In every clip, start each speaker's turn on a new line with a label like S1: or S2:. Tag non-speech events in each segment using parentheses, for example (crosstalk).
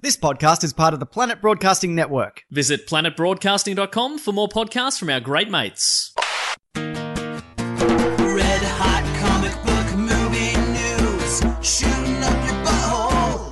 S1: This podcast is part of the Planet Broadcasting Network.
S2: Visit planetbroadcasting.com for more podcasts from our great mates.
S3: Red hot comic book movie news, shooting up your butthole.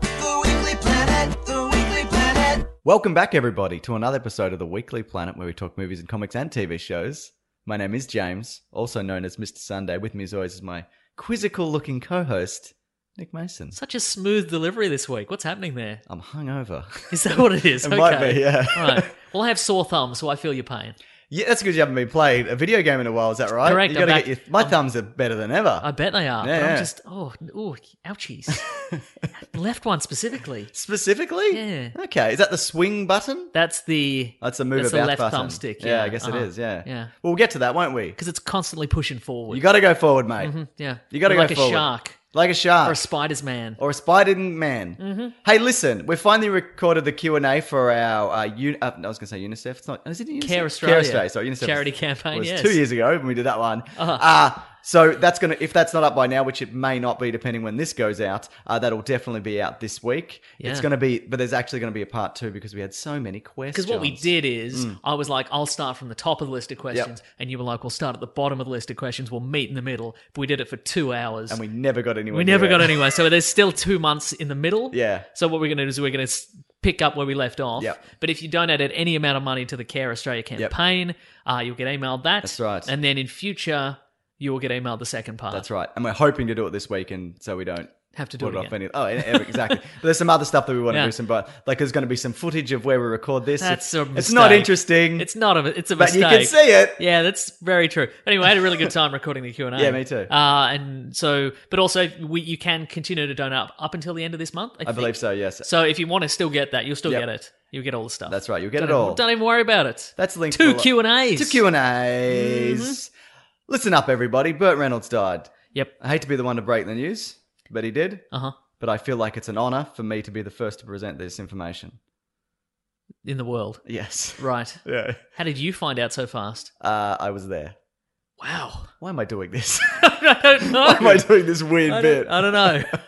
S3: The Weekly Planet, The Weekly Planet.
S1: Welcome back, everybody, to another episode of the Weekly Planet where we talk movies and comics and TV shows. My name is James, also known as Mr. Sunday. With me, as always, is my quizzical looking co host, Nick Mason.
S2: Such a smooth delivery this week. What's happening there?
S1: I'm hungover. (laughs)
S2: Is that what it is?
S1: It might be, yeah.
S2: All right. Well, I have sore thumbs, so I feel your pain.
S1: yeah, that's because you haven't been played a video game in a while, is that right?
S2: Correct,
S1: You gotta
S2: I'm
S1: get
S2: back-
S1: your, my
S2: I'm-
S1: thumbs are better than ever.
S2: I bet they are.
S1: Yeah,
S2: but
S1: yeah.
S2: I'm just, oh, ooh, ouchies. (laughs) Left one specifically.
S1: Specifically?
S2: Yeah.
S1: Okay, is that the swing button?
S2: That's the
S1: That's the move
S2: that's the
S1: about
S2: left
S1: button.
S2: thumbstick.
S1: Yeah, I guess it
S2: uh-huh.
S1: is, yeah.
S2: yeah.
S1: Well, we'll get to that, won't we?
S2: Because it's constantly pushing forward.
S1: You gotta go forward, mate.
S2: Mhm, yeah.
S1: You gotta
S2: You're
S1: go
S2: like
S1: forward.
S2: a shark
S1: Like a shark.
S2: or a spider's man.
S1: or a spider man.
S2: Mm-hmm.
S1: Hey, listen, we finally recorded the Q and A for our. Uh, uni- uh, I was going to say UNICEF. It's not. Is it UNICEF?
S2: Care Australia.
S1: Care Australia. Sorry, UNICEF
S2: Charity
S1: was-
S2: campaign,
S1: Was
S2: yes. Uh-huh.
S1: two years ago when we did that one. Uh, so that's gonna. If that's not up by now, which it may not be, depending when this goes out, uh, that'll definitely be out this week.
S2: Yeah.
S1: It's gonna be, but there's actually gonna be a part two because we had so many questions.
S2: Because what we did is,
S1: Mm.
S2: I was like, I'll start from the top of the list of questions, and you were like, we'll start at the bottom of the list of questions. We'll meet in the middle. But we did it for two hours,
S1: and we never got anywhere.
S2: we never
S1: near
S2: got
S1: it.
S2: anywhere. So there's still two months in the middle.
S1: Yeah.
S2: So what we're going to do is we're going to pick up where we left off.
S1: Yep.
S2: But if you donated any amount of money to the Care Australia campaign, uh, you'll get emailed that.
S1: That's right.
S2: And then in future, you will get emailed the second part.
S1: That's right, and we're hoping to do it this week, and so we don't
S2: Have to do
S1: put
S2: it
S1: off
S2: again.
S1: any. Oh, and- and-
S2: (laughs)
S1: exactly. but there's some other stuff that we want to
S2: Yeah.
S1: do. Some, but like, there's going to be some footage of where we record this.
S2: That's
S1: it's,
S2: a
S1: it's not
S2: mistake.
S1: interesting.
S2: It's not a. It's a
S1: but
S2: mistake.
S1: you can see it.
S2: Yeah, that's very true. Anyway, I had a really good time recording the Q and A.
S1: Yeah, me too.
S2: Uh, and so, but also, we, you can continue to donate up, up until the end of this month. I,
S1: I
S2: think.
S1: believe so. Yes,
S2: So if you want to still get that, you'll still
S1: Yep.
S2: get it. You'll get all the stuff.
S1: that's right. You'll get
S2: Don't
S1: it
S2: even-
S1: all.
S2: Don't even worry about it.
S1: That's linked
S2: two
S1: below.
S2: Q and A's. Mm-hmm.
S1: Two Q and A's. Listen up, everybody. Burt Reynolds died.
S2: Yep.
S1: I hate to be the one to break the news, but he did.
S2: Uh huh.
S1: But I feel like it's an honor for me to be the first to present this information.
S2: In the world, (laughs)
S1: Yes.
S2: right?
S1: Yeah.
S2: How did you find out so fast?
S1: Uh, I was there.
S2: Wow.
S1: Why am I doing this?
S2: (laughs) I don't know.
S1: (laughs) Why am I doing this weird
S2: I
S1: bit?
S2: don't, I
S1: (laughs)
S2: don't know.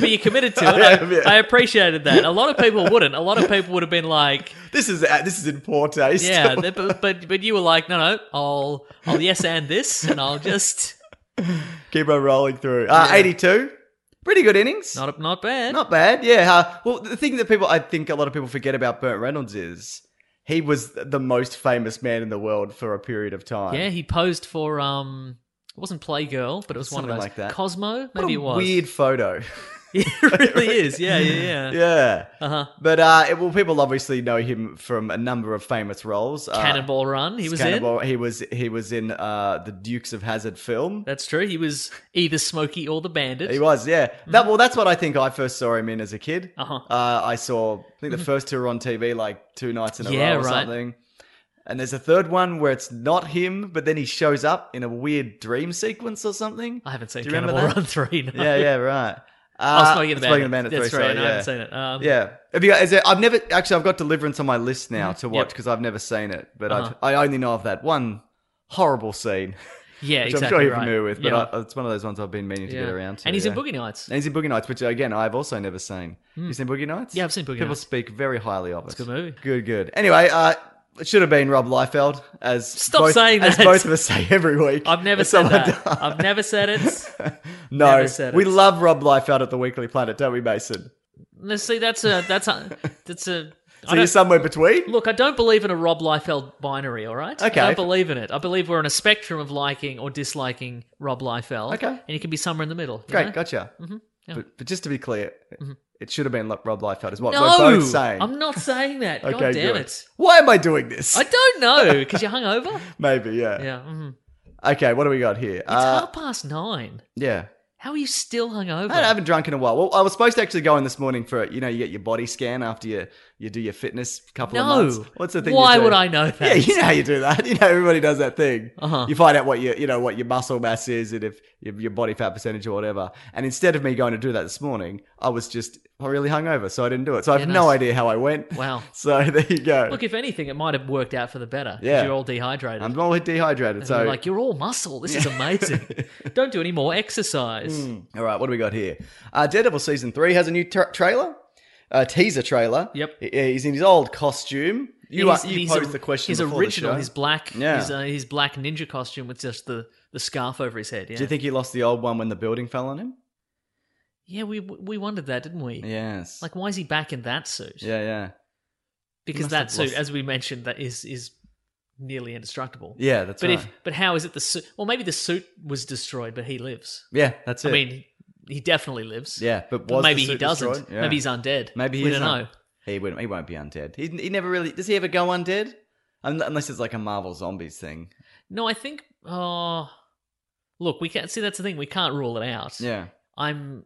S2: But you committed to it.
S1: I am, yeah.
S2: I, I appreciated that. A lot of people wouldn't. A lot of people would have been like,
S1: This is uh, this is in poor taste.
S2: Yeah, th- but, but but you were like, no, no, I'll I'll yes and this, and
S1: (laughs)
S2: I'll just
S1: Keep on rolling through. Uh, 82. Pretty good innings.
S2: not not bad.
S1: Not bad. Yeah. Uh, well, the thing that people, I think a lot of people forget about Burt Reynolds is he was the most famous man in the world for a period of time.
S2: yeah, he posed for um, it wasn't Playgirl, but it was one
S1: Something
S2: of those
S1: like that.
S2: Cosmo,
S1: What
S2: maybe
S1: a
S2: it was.
S1: Weird photo.
S2: (laughs)
S1: (laughs)
S2: it really is. Yeah, yeah, yeah.
S1: yeah.
S2: Uh huh.
S1: But, uh, it- well, people obviously know him from a number of famous roles. Uh,
S2: Cannonball Run. He was in.
S1: Cannonball- He was, he was in uh, the Dukes of Hazard film.
S2: That's true. He was either Smokey or the Bandit.
S1: He was, yeah. That well, that's what I think I first saw him in as a kid.
S2: Mm-hmm. Uh-huh. Mm-hmm.
S1: Uh, I saw, I think the first two were on TV like two nights in a
S2: Yeah,
S1: row or
S2: right.
S1: something. And there's a third one where it's not him, but then he shows up in a weird dream sequence or something.
S2: I haven't seen
S1: Do you remember
S2: Cannonball
S1: that?
S2: Run three. No.
S1: Yeah, yeah, right.
S2: (laughs) Oh,
S1: Uh,
S2: Smokey and the
S1: Smoking and Bandit
S2: Bandit. That's
S1: three, sorry,
S2: right. no,
S1: yeah.
S2: I haven't seen it. Um,
S1: Yeah, have you, is there, I've never actually. I've got Deliverance on my list now to watch
S2: Mm-hmm. Yep.
S1: because I've never seen it, but
S2: Uh-huh.
S1: I've, I only know of that one horrible scene, (laughs)
S2: yeah,
S1: which
S2: exactly.
S1: I'm sure you're
S2: right.
S1: familiar with. But
S2: Yeah.
S1: I, it's one of those ones I've been meaning to
S2: Yeah.
S1: get around to.
S2: and he's in
S1: yeah. (laughs)
S2: Boogie Nights.
S1: And he's in Boogie Nights, which again I've also never seen. You seen Boogie Nights?
S2: Hmm. Yeah, I've seen Boogie
S1: People
S2: Nights.
S1: speak very highly of it.
S2: It's a good movie.
S1: Good, good. Anyway, uh, it should have been Rob Liefeld, as
S2: Stop
S1: both,
S2: saying
S1: as
S2: that.
S1: both of us say every week.
S2: I've never
S1: If
S2: said
S1: someone (laughs)
S2: that.
S1: dies.
S2: I've never said it.
S1: no,
S2: never said
S1: we
S2: it.
S1: love Rob Liefeld at the Weekly Planet, don't we, Mason?
S2: No, See, that's a that's a that's a.
S1: (laughs) So you're somewhere between.
S2: Look, I don't believe in a Rob Liefeld binary, all right?
S1: Okay.
S2: I don't believe in it. I believe we're on a spectrum of liking or disliking Rob Liefeld.
S1: Okay.
S2: And you can be somewhere in the middle. you
S1: Great,
S2: know?
S1: gotcha.
S2: Mm-hmm. yeah.
S1: but, but just to be clear, it should have been like Rob Liefeld, is what
S2: Mm-hmm. No,
S1: we're both saying.
S2: I'm not saying
S1: (laughs)
S2: that.
S1: okay,
S2: God damn
S1: good.
S2: it.
S1: Why am I doing this?
S2: I don't know because
S1: (laughs)
S2: you're hungover.
S1: Maybe, yeah.
S2: Yeah. mhm. It's
S1: Okay, what do we got here? uh,
S2: half past nine.
S1: yeah.
S2: How are you still hungover?
S1: I haven't drunk in a while. Well, I was supposed to actually go in this morning for you know you get your body scan after you you do your fitness couple
S2: No.
S1: of months. What's the thing? you
S2: Why
S1: do?
S2: would I
S1: (laughs)
S2: know
S1: Yeah,
S2: that?
S1: you know how you do that. (laughs) You know everybody does that thing.
S2: Uh-huh.
S1: You find out what your you know what your muscle mass is and if your, your body fat percentage or whatever. And instead of me going to do that this morning, I was just really hungover, so I didn't do it. So I have
S2: Yeah,
S1: no
S2: nice.
S1: idea how I went.
S2: Wow.
S1: (laughs) So there you go.
S2: Look, if anything, it might have worked out for the better. 'cause
S1: Yeah.
S2: You're all dehydrated.
S1: I'm all dehydrated. So
S2: you're like, you're all muscle. This is
S1: (laughs)
S2: amazing. Don't do any more exercise.
S1: Hmm. All right, what do we got here? Uh, Daredevil season three has a new tra- trailer, a teaser trailer.
S2: Yep.
S1: He- he's in his old costume. You,
S2: His-
S1: are, you
S2: his-
S1: posed the question.
S2: His
S1: before the
S2: original,
S1: show.
S2: his black,
S1: Yeah.
S2: his, uh, his black ninja costume with just the, the scarf over his head. Yeah,
S1: Do you think he lost the old one when the building fell on him?
S2: yeah, we we wondered that, didn't we?
S1: Yes.
S2: Like, why is he back in that suit?
S1: yeah, yeah,
S2: because
S1: must
S2: that
S1: have
S2: suit,
S1: lost-
S2: as we mentioned, that is is nearly indestructible.
S1: yeah. That's
S2: but
S1: right.
S2: if but how is it the suit? Well, maybe the suit was destroyed, but he lives.
S1: yeah, that's it.
S2: I mean, he definitely lives.
S1: yeah, but,
S2: But
S1: was the
S2: maybe he
S1: suit
S2: doesn't.
S1: destroyed? Yeah.
S2: Maybe he's undead.
S1: Maybe
S2: we
S1: he's
S2: don't
S1: un-
S2: know.
S1: He wouldn't. He won't be undead. He, he never really. Does he ever go undead? Un- Unless it's like a Marvel zombies thing.
S2: No, I think. Oh, look, we can't see. That's the thing. We can't rule it out.
S1: Yeah.
S2: I'm.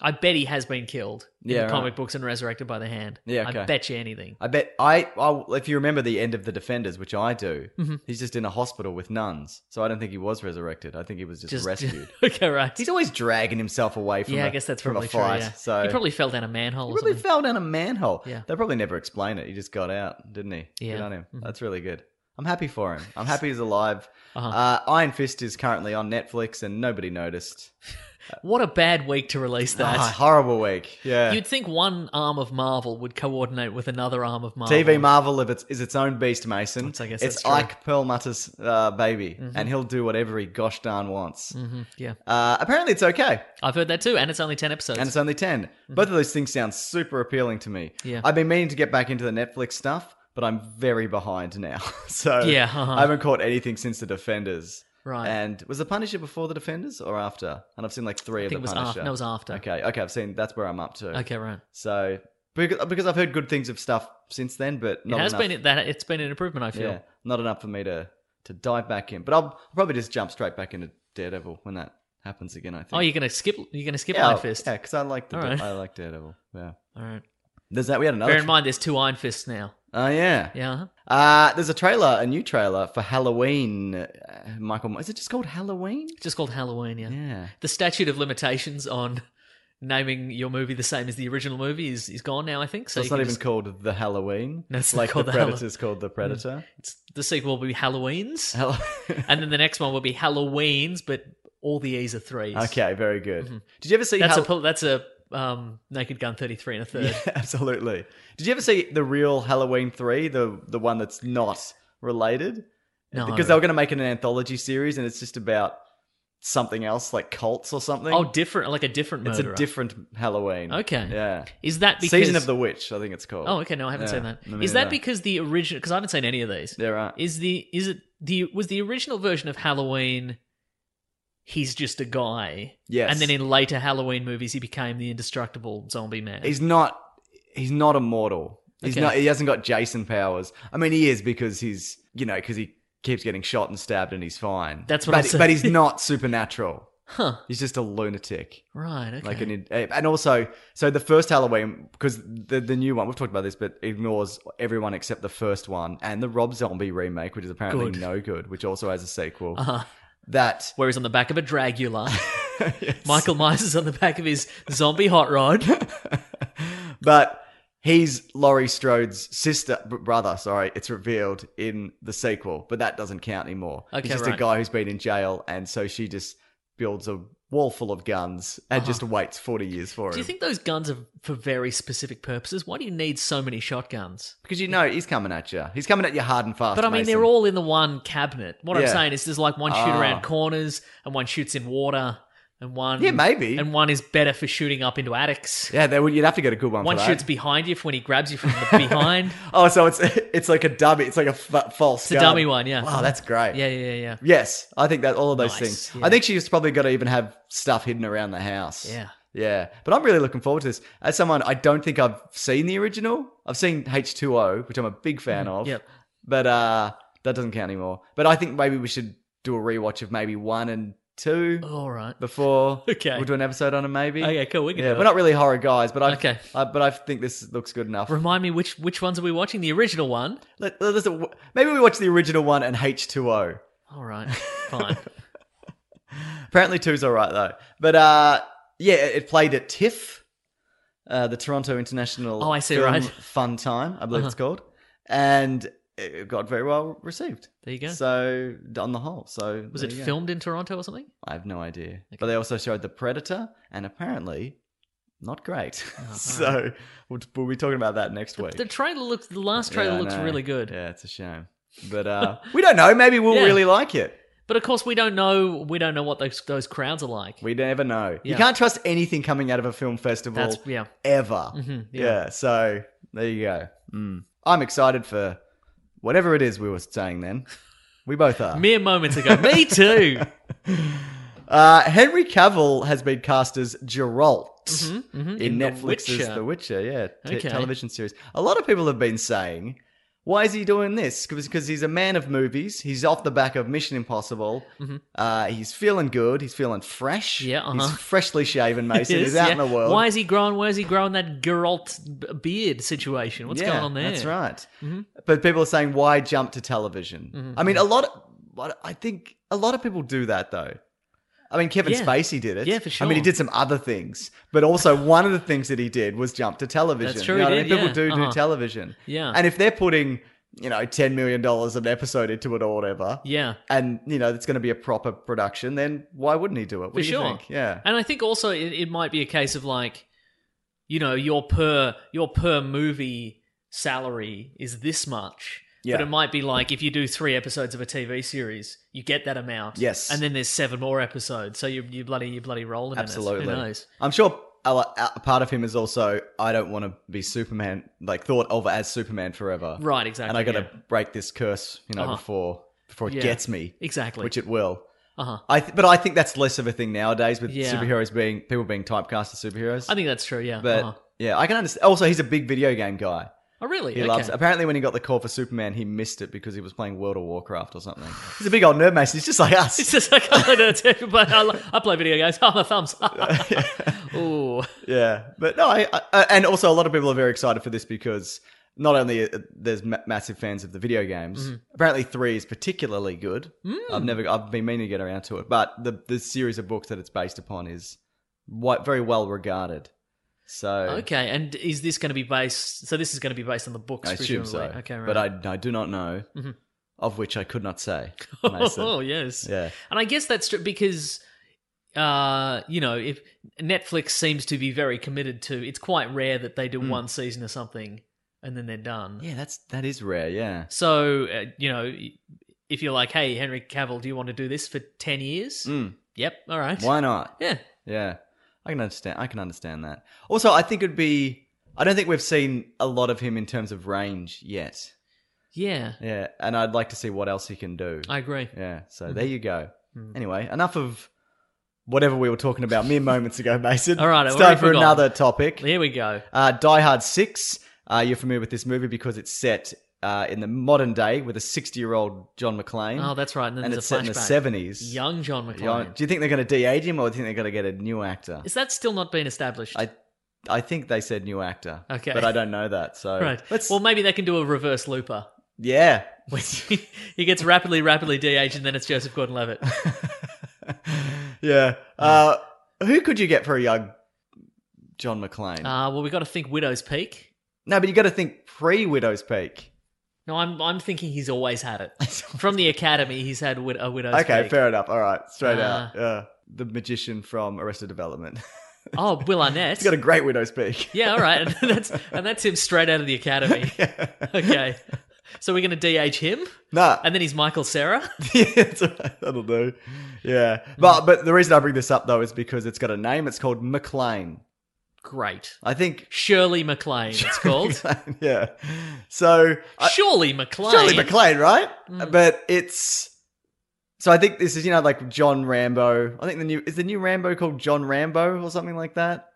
S2: I bet he has been killed in
S1: Yeah,
S2: the
S1: right.
S2: comic books and resurrected by the hand.
S1: Yeah,
S2: I
S1: okay. Uh,
S2: bet you anything.
S1: I bet I, I if you remember the end of the Defenders, which I do,
S2: Mhm.
S1: he's just in a hospital with nuns. So I don't think he was resurrected. I think he was just, rescued.
S2: (laughs) okay, right.
S1: he's always dragging himself away from.
S2: yeah,
S1: I
S2: I guess that's
S1: from
S2: probably
S1: a fight.
S2: true. Yeah.
S1: So
S2: he probably fell down a manhole.
S1: he
S2: or
S1: probably
S2: something.
S1: fell down a manhole.
S2: Yeah.
S1: they probably never explain it. He just got out, didn't he? Good
S2: Yeah.
S1: on him.
S2: Mhm.
S1: That's really good. I'm happy for him. I'm happy he's alive.
S2: Uh-huh.
S1: Uh, Iron Fist is currently on Netflix, and nobody
S2: (laughs)
S1: noticed.
S2: what a bad week to
S1: (laughs)
S2: release that.
S1: Ah, horrible week. Yeah.
S2: You'd think one arm of Marvel would coordinate with another arm of Marvel.
S1: TV Marvel of its, is its own beast, Mason.
S2: That's- I guess
S1: it's
S2: that's true. Mm-hmm.
S1: Ike Perlmutter's uh, baby, and he'll do whatever he gosh darn wants.
S2: hmm yeah,
S1: Uh, apparently, it's okay,
S2: I've heard that too, and it's only ten episodes.
S1: and it's only 10 Both of those things sound super appealing to me.
S2: Mm-hmm. Yeah.
S1: I've been meaning to get back into the Netflix stuff, but I'm very behind now. (laughs) so
S2: Yeah, uh-huh.
S1: I haven't caught anything since the Defenders.
S2: Right.
S1: And was the Punisher before the Defenders or after? And I've seen like three
S2: I
S1: of
S2: think
S1: the
S2: it was
S1: Punisher.
S2: after. No, it was after.
S1: Okay, okay, I've seen. That's where I'm up to.
S2: Okay, right.
S1: So because, because I've heard good things of stuff since then, but
S2: It
S1: not
S2: has
S1: enough.
S2: been that. It's been an improvement. I feel.
S1: Yeah, not enough for me to to dive back in. But I'll probably just jump straight back into Daredevil when that happens again. I think.
S2: Oh, you're gonna skip. You're gonna skip
S1: yeah,
S2: Iron Fist.
S1: because I like the
S2: All right.
S1: I like Daredevil. Yeah,
S2: All right.
S1: there's that. We had another.
S2: Bear in mind, there's two Iron Fists now.
S1: Oh yeah.
S2: Yeah. uh-huh.
S1: Uh, there's a trailer, a new trailer for Halloween. Uh, Michael, Mo- is it just called Halloween?
S2: It's just called Halloween. Yeah.
S1: Yeah.
S2: The statute of limitations on naming your movie the same as the original movie is, is gone now. I think so.
S1: So it's
S2: you
S1: not
S2: can
S1: even
S2: just-
S1: called the Halloween.
S2: (laughs) No, it's not
S1: like
S2: called
S1: the
S2: The Mm. Hallow-
S1: Predator's called the Predator.
S2: it's, the sequel will be Halloween's,
S1: Hell- (laughs)
S2: (laughs) and then the next one will be Halloween's, but all the E's are threes.
S1: okay, very good. Did you ever see
S2: Mm-hmm. That's
S1: Hall-
S2: a pol- that's a um, Naked Gun thirty three and a third.
S1: Yeah, (laughs) absolutely. Did you ever see the real Halloween three, the the one that's not related?
S2: No.
S1: (laughs) Because they were going to make it an anthology series, and it's just about something else, like cults or something.
S2: Oh, different, like a different
S1: it's
S2: murderer.
S1: a different Halloween.
S2: Okay.
S1: Yeah.
S2: Is that because
S1: Season of the Witch, I think it's called.
S2: Oh, okay. No, I haven't
S1: Yeah,
S2: seen that.
S1: no, me
S2: Is that
S1: neither.
S2: because the original? Because I haven't seen any of these.
S1: Yeah, right.
S2: Is the is it the was the original version of Halloween? He's just a guy.
S1: Yes.
S2: And then in later Halloween movies, he became the indestructible zombie man.
S1: He's not. He's not immortal. He's
S2: Okay.
S1: not. He hasn't got Jason powers. I mean, he is because he's you know because he keeps getting shot and stabbed and he's fine.
S2: That's what
S1: But,
S2: I'm
S1: but he's
S2: saying.
S1: not supernatural.
S2: huh.
S1: He's just a lunatic.
S2: Right. Okay.
S1: like an in- and also so the first halloween because the, the new one we've talked about this but ignores everyone except the first one and the rob zombie remake which is apparently
S2: Good.
S1: no good which also has a sequel
S2: Uh-huh.
S1: that
S2: Where he's on the back of
S1: (laughs)
S2: a Dragula. (laughs) Michael Myers is on the back of his zombie hot rod.
S1: but he's laurie strode's sister br- brother sorry it's revealed in the sequel but that doesn't count anymore
S2: Okay,
S1: he's just a
S2: right.
S1: guy who's been in jail and so she just builds a wall full of guns and just waits 40 years for
S2: Uh-huh. Do
S1: him.
S2: you think those guns are for very specific purposes? Why do you need so many shotguns?
S1: because you know he's coming at you. He's coming at you hard and fast.
S2: But I mean, they're
S1: Mason.
S2: all in the one cabinet. What I'm
S1: Yeah.
S2: saying is, there's like one shoot
S1: Ah.
S2: around corners, and one shoots in water, and one
S1: Yeah, maybe.
S2: and one is better for shooting up into attics.
S1: Yeah, they would, you'd have to get a good one.
S2: One
S1: for that.
S2: shoots behind you for when he grabs you from the
S1: (laughs)
S2: (laughs) behind.
S1: Oh, so it's it's like a dummy. It's like a f- false.
S2: It's a
S1: gun.
S2: dummy one, yeah.
S1: Wow, that's great.
S2: Yeah, yeah, yeah,
S1: Yes, I think that all of those
S2: Nice,
S1: things.
S2: yeah.
S1: I think she's probably got to even have stuff hidden around the house.
S2: Yeah.
S1: Yeah, but I'm really looking forward to this. As someone, I don't think I've seen the original. I've seen H2O, which I'm a big fan of.
S2: Mm, yep.
S1: But uh, that doesn't count anymore. But I think maybe we should do a rewatch of maybe one and two
S2: yeah. All right.
S1: before
S2: (laughs) Okay.
S1: we'll do an episode on them. Maybe.
S2: Okay, cool. We can
S1: Yeah,
S2: do
S1: we're
S2: it.
S1: not really horror guys, but I
S2: Okay.
S1: I, but I think this looks good
S2: (laughs)
S1: enough.
S2: Remind me which which ones are we watching? The original one.
S1: Let, let us, maybe we watch the original one and H2O. (laughs)
S2: All right, fine.
S1: Apparently, two's all right though. But uh, yeah, it it played at TIFF, uh, the Toronto International
S2: Oh, I see,
S1: Film (laughs)
S2: right. Uh-huh.
S1: Fun Time, I believe it's called, and it got very well received.
S2: There you go.
S1: So on the whole, so
S2: Was
S1: there
S2: it
S1: you go.
S2: filmed in Toronto or something?
S1: I have no idea. But they also showed The Predator, and apparently. Not great. (laughs) so we'll, we'll be talking about that next week.
S2: Oh, The trailer looks. The last trailer
S1: Yeah, I
S2: looks
S1: know.
S2: really good.
S1: Yeah, it's a shame. But
S2: (laughs)
S1: uh, we don't know. Maybe we'll
S2: Yeah.
S1: really like it.
S2: But of course, we don't know. We don't know what those those crowds are like.
S1: We never know. You
S2: Yeah.
S1: can't trust anything coming out of a film festival
S2: That's mm-hmm, yeah.
S1: ever. yeah. So there you go. Mm. I'm excited for whatever it is we were saying then. We both
S2: (laughs)
S1: are.
S2: Mere moments
S1: (laughs)
S2: ago. Me too.
S1: Uh, Henry Cavill has been cast as Geralt in,
S2: Mm-hmm, The
S1: Netflix's
S2: Witcher.
S1: The Witcher. Yeah, t-
S2: Okay.
S1: television series. A lot of people have been saying, "Why is he doing this?" Because he's a man of movies. He's off the back of Mission Impossible. Uh, he's feeling good. He's feeling fresh.
S2: Mm-hmm. Yeah, uh-huh.
S1: he's freshly
S2: (laughs)
S1: shaven. Mason he's
S2: Yes,
S1: out
S2: yeah.
S1: in the world.
S2: Why is he growing? Where's he growing that Geralt b- beard situation? What's
S1: yeah,
S2: going on there? Mm-hmm.
S1: That's right. But people are saying, "Why jump to television?" I mean, a lot. Of, what I think a lot of people do that though. I mean, Kevin
S2: Yeah.
S1: Spacey did it.
S2: Yeah, for
S1: I mean, he
S2: sure.
S1: did some other things, but
S2: (laughs)
S1: also one of the things that he did was jump to television.
S2: That's true,
S1: You know
S2: he
S1: what I
S2: did,
S1: mean? People
S2: yeah.
S1: do do
S2: Uh-huh.
S1: television.
S2: Yeah.
S1: And if they're putting, you know, ten million dollars an episode into it or whatever,
S2: Yeah.
S1: and you know it's going to be a proper production, then why wouldn't he do it? What
S2: For
S1: do you
S2: sure.
S1: think? Yeah.
S2: And I think also it, it might be a case of like, you know, your per your per movie salary is this much.
S1: Yeah.
S2: But it might be like if you do three episodes of a TV series, you get that amount.
S1: Yes.
S2: And then there's seven more episodes, so you you bloody you bloody rolling.
S1: Absolutely.
S2: In it. Who knows?
S1: I'm sure a, lo- a part of him is also I don't want to be Superman, like thought of as Superman forever.
S2: Right, exactly,
S1: And I got to
S2: yeah.
S1: break this curse, you know,
S2: Uh-huh.
S1: before before it
S2: Yeah.
S1: gets me.
S2: Exactly.
S1: Which it will.
S2: Uh-huh.
S1: I th- but I think that's less of a thing nowadays with
S2: Yeah.
S1: superheroes being people being typecast as superheroes.
S2: I think that's true. Yeah.
S1: but
S2: uh-huh.
S1: yeah, I can understand. Also, he's a big video game guy.
S2: oh really?
S1: He
S2: okay.
S1: loves. Apparently, when he got the call for Superman, he missed it because he was playing World of Warcraft or something. He's a big old nerd, mate. He's just like
S2: (laughs)
S1: us.
S2: (laughs) It's just like I don't know, but I, lo- I play video games. (laughs) Oh, my thumbs.
S1: (laughs)
S2: Ooh.
S1: Yeah, but no, I, I and also a lot of people are very excited for this because not only uh, there's ma- massive fans of the video games. Apparently, three is particularly good. I've never, I've been meaning to get around to it, but the the series of books that it's based upon is what very well regarded. So
S2: Okay, and is this going to be based? So this is going to be based on the books,
S1: I assume so.
S2: presumably. Okay, right.
S1: But I, I do not know of which I could not say. (laughs)
S2: (laughs) oh
S1: Mason.
S2: yes,
S1: Yeah.
S2: And I guess that's true because, uh, you know, if Netflix seems to be very committed to, it's quite rare that they do one season or something and then they're done.
S1: Hmm. yeah, that's that is rare. Yeah,
S2: So uh, you know, if you're like, hey, Henry Cavill, do you want to do this for ten years? Yep. All right.
S1: Hmm. why not?
S2: Yeah.
S1: Yeah, I can understand. I can understand that. Also, I think it'd be. I don't think we've seen a lot of him in terms of range yet.
S2: Yeah.
S1: Yeah, and I'd like to see what else he can do.
S2: I Hmm. agree.
S1: yeah, so there you go. Anyway, enough of whatever we were talking about mere moments ago, Mason.
S2: All right,
S1: it's
S2: I've
S1: time
S2: already
S1: for
S2: forgotten.
S1: another topic.
S2: Here we go.
S1: Uh, Die Hard Six. Uh, you're familiar with this movie because it's set uh, in the modern day with a 60 year old John McClane.
S2: Oh, that's right. And then
S1: and it's
S2: there's
S1: set
S2: a
S1: in the
S2: flashback.
S1: 70s.
S2: Young John McClane.
S1: Young- Do you think they're going to de-age him, or do you think they're going to get a new actor?
S2: Is that still not been established?
S1: I I think they said new actor.
S2: Okay.
S1: But I don't know that. So
S2: (laughs) right.
S1: let's
S2: Well, maybe they can do a reverse looper.
S1: Yeah. (laughs)
S2: When he gets rapidly, rapidly de-aged, and then it's Joseph Gordon-Levitt.
S1: Yeah. Uh who could you get for a young John McClane?
S2: Uh, well, we got to think Widow's Peak.
S1: no, but you gotta think pre Widow's Peak.
S2: No, I'm I'm thinking he's always had it from the academy. He's had wid- a Widow's
S1: Okay,
S2: Peak.
S1: fair enough. All right. Straight
S2: Uh,
S1: out. Yeah. the magician from Arrested Development. (laughs)
S2: Oh, Will Arnett.
S1: He's got a great widow's peak.
S2: Yeah, all right. (laughs) And that's and that's him straight out of the academy. Okay. So we're going to DH him,
S1: (laughs) Nah, (laughs)
S2: and then he's Michael Sarah.
S1: yeah, it's all right. that'll do. Yeah, but but the reason I bring this up though is because it's got a name. It's called McLean.
S2: Great.
S1: I think.
S2: Shirley MacLaine. It's called
S1: (laughs)
S2: (laughs)
S1: yeah. So I,
S2: Surely MacLaine.
S1: Shirley McLean, right?
S2: Mm.
S1: But it's. So I think this is you know like John Rambo. I think the new is the new Rambo called John Rambo or something like that.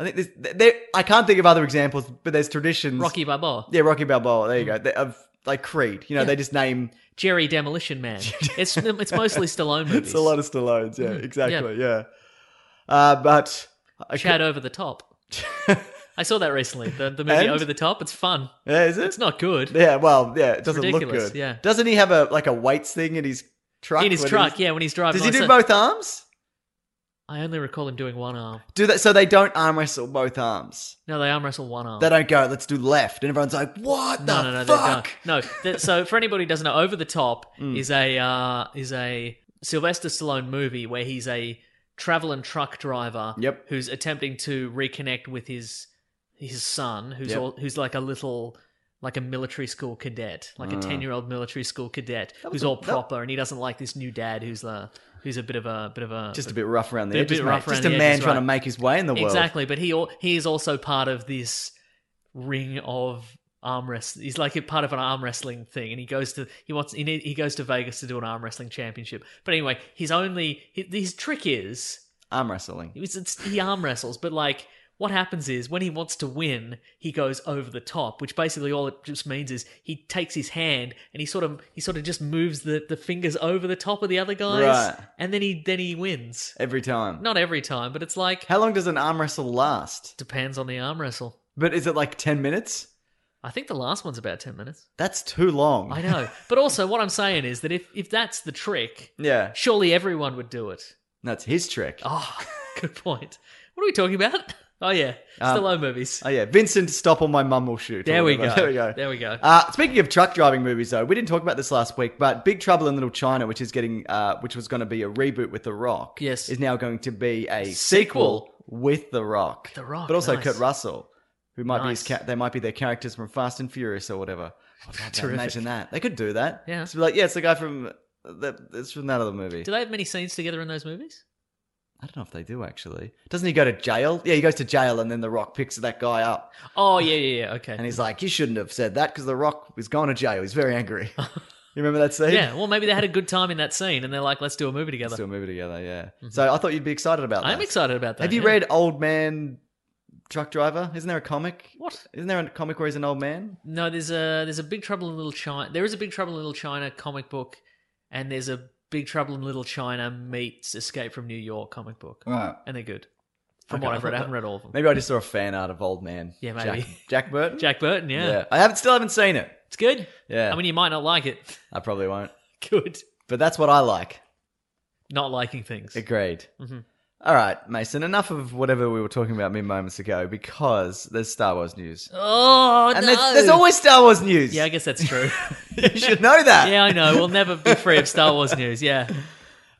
S1: I think this. There, I can't think of other examples, but there's traditions.
S2: Rocky Balboa. Mm.
S1: Yeah, Rocky Balboa. There you go. They- Of like Creed, you know, they just name
S2: Jerry Demolition Man. It's it's mostly Stallone movies.
S1: It's a lot of Stallones, yeah,
S2: Mm.
S1: exactly, yeah. Uh, but I
S2: Chad over the top. I saw that recently. The, the movie
S1: And?
S2: Over the Top. It's fun.
S1: cou- yeah, is it?
S2: It's not good.
S1: Yeah, well, yeah, it doesn't look
S2: ridiculous,
S1: good.
S2: yeah.
S1: doesn't he have a like a weights thing in his truck?
S2: in his
S1: when
S2: truck,
S1: he's-
S2: yeah, when he's driving.
S1: Does he
S2: I
S1: do
S2: saw-
S1: both arms?
S2: I only recall him doing one arm.
S1: Do that so they don't arm wrestle both arms.
S2: No, they arm wrestle one arm.
S1: They don't go. Let's do left, and everyone's like, "What
S2: Oh.
S1: the
S2: no, no, no, they
S1: fuck?" Hmm.
S2: don't. No. that- so for anybody who doesn't know, Over the
S1: (laughs)
S2: Top is a uh, is a Sylvester Stallone movie where he's a travel and truck driver.
S1: Yep.
S2: Who's attempting to reconnect with his his son, who's
S1: Yep.
S2: all, who's like a little like a military school cadet, like
S1: Hmm.
S2: a ten year old military school cadet who's all proper, and he doesn't like this new dad who's the who's a bit of a bit of a
S1: Just a bit rough around the
S2: They're a
S1: edges,
S2: bit
S1: mate.
S2: rough
S1: Just a
S2: around the
S1: man
S2: edges,
S1: trying
S2: right.
S1: to make his way in the world.
S2: Exactly, but he al- he is also part of this ring of arm wrestling. He's like a part of an arm wrestling thing, and he goes to he wants he, need, he goes to Vegas to do an arm wrestling championship. But anyway, his only his, his trick is
S1: Arm wrestling.
S2: it's, it's he arm wrestles, but like. What happens is when he wants to win, he goes over the top, which basically all it just means is he takes his hand and he sort of he sort of just moves the, the fingers over the top of the other guys,
S1: Right.
S2: and then he then he wins.
S1: Every time.
S2: Not every time, but it's like
S1: How long does an arm wrestle last?
S2: depends on the arm wrestle.
S1: But is it like ten minutes?
S2: I think the last one's about 10 minutes.
S1: That's too long.
S2: I know. but also, what I'm saying is that if, if that's the trick,
S1: Yeah.
S2: surely everyone would do it.
S1: That's his trick. Oh,
S2: Oh, (laughs) good point. What are we talking about? (laughs) Oh, yeah.
S1: Um,
S2: Stallone movies.
S1: yeah, Vincent, stop or my mum will shoot.
S2: there
S1: Or
S2: we go.
S1: whatever. There we go.
S2: There we go.
S1: Uh, speaking of truck driving movies, though, we didn't talk about this last week, but Big Trouble in Little China, which is getting, uh, which was going to be a reboot with The Rock,
S2: Yes.
S1: is now going to be a
S2: Sequel.
S1: sequel with The Rock.
S2: The Rock,
S1: but also
S2: nice.
S1: Kurt Russell, who might be his
S2: Nice.
S1: ca- they might be their characters from Fast and Furious or whatever. I'd love that.
S2: Terrific.
S1: Imagine that they could do that.
S2: Yeah.
S1: just be like, yeah, it's the guy from that. It's from that other movie.
S2: do they have many scenes together in those movies?
S1: I don't know if they do actually. Doesn't he go to jail? Yeah, he goes to jail, and then The Rock picks that guy up.
S2: Oh, yeah, yeah, yeah. Okay.
S1: And he's like, "You shouldn't have said that because The Rock is going to jail. He's very
S2: (laughs)
S1: angry." you remember that scene? (laughs)
S2: yeah, well, maybe they had a good time in that scene and they're like, let's do a movie
S1: Let's
S2: together. Mm-hmm.
S1: do a movie together. Yeah. So I thought you'd be excited about that.
S2: I'm excited about that.
S1: Have you
S2: yeah.
S1: read Old Man Truck Driver? Isn't there a comic?
S2: What?
S1: Isn't there a comic where he's an old man?
S2: No, there's a there's a Big Trouble in Little China. There is a Big Trouble in Little China comic book, and there's a Big Trouble in Little China meets Escape from New York comic book,
S1: Right.
S2: and they're good. From
S1: Okay,
S2: what
S1: I
S2: I've read, I
S1: thought
S2: haven't read all of them.
S1: Maybe I just saw a fan art of Old Man.
S2: Yeah, maybe.
S1: Jack, (laughs) Jack Burton.
S2: Jack Burton, yeah.
S1: I haven't still haven't seen it.
S2: it's good.
S1: Yeah.
S2: I mean, you might not like it. (laughs)
S1: I probably won't.
S2: good,
S1: But that's what I like.
S2: not liking things.
S1: Agreed.
S2: Mm-hmm.
S1: All right, Mason. Enough of whatever we were talking about mid moments ago, because there's Star Wars news,
S2: Oh
S1: and
S2: no!
S1: there's, there's always Star Wars news. (laughs)
S2: yeah, I guess that's true.
S1: you should know that.
S2: yeah, I know. We'll never be free of Star Wars news. Yeah,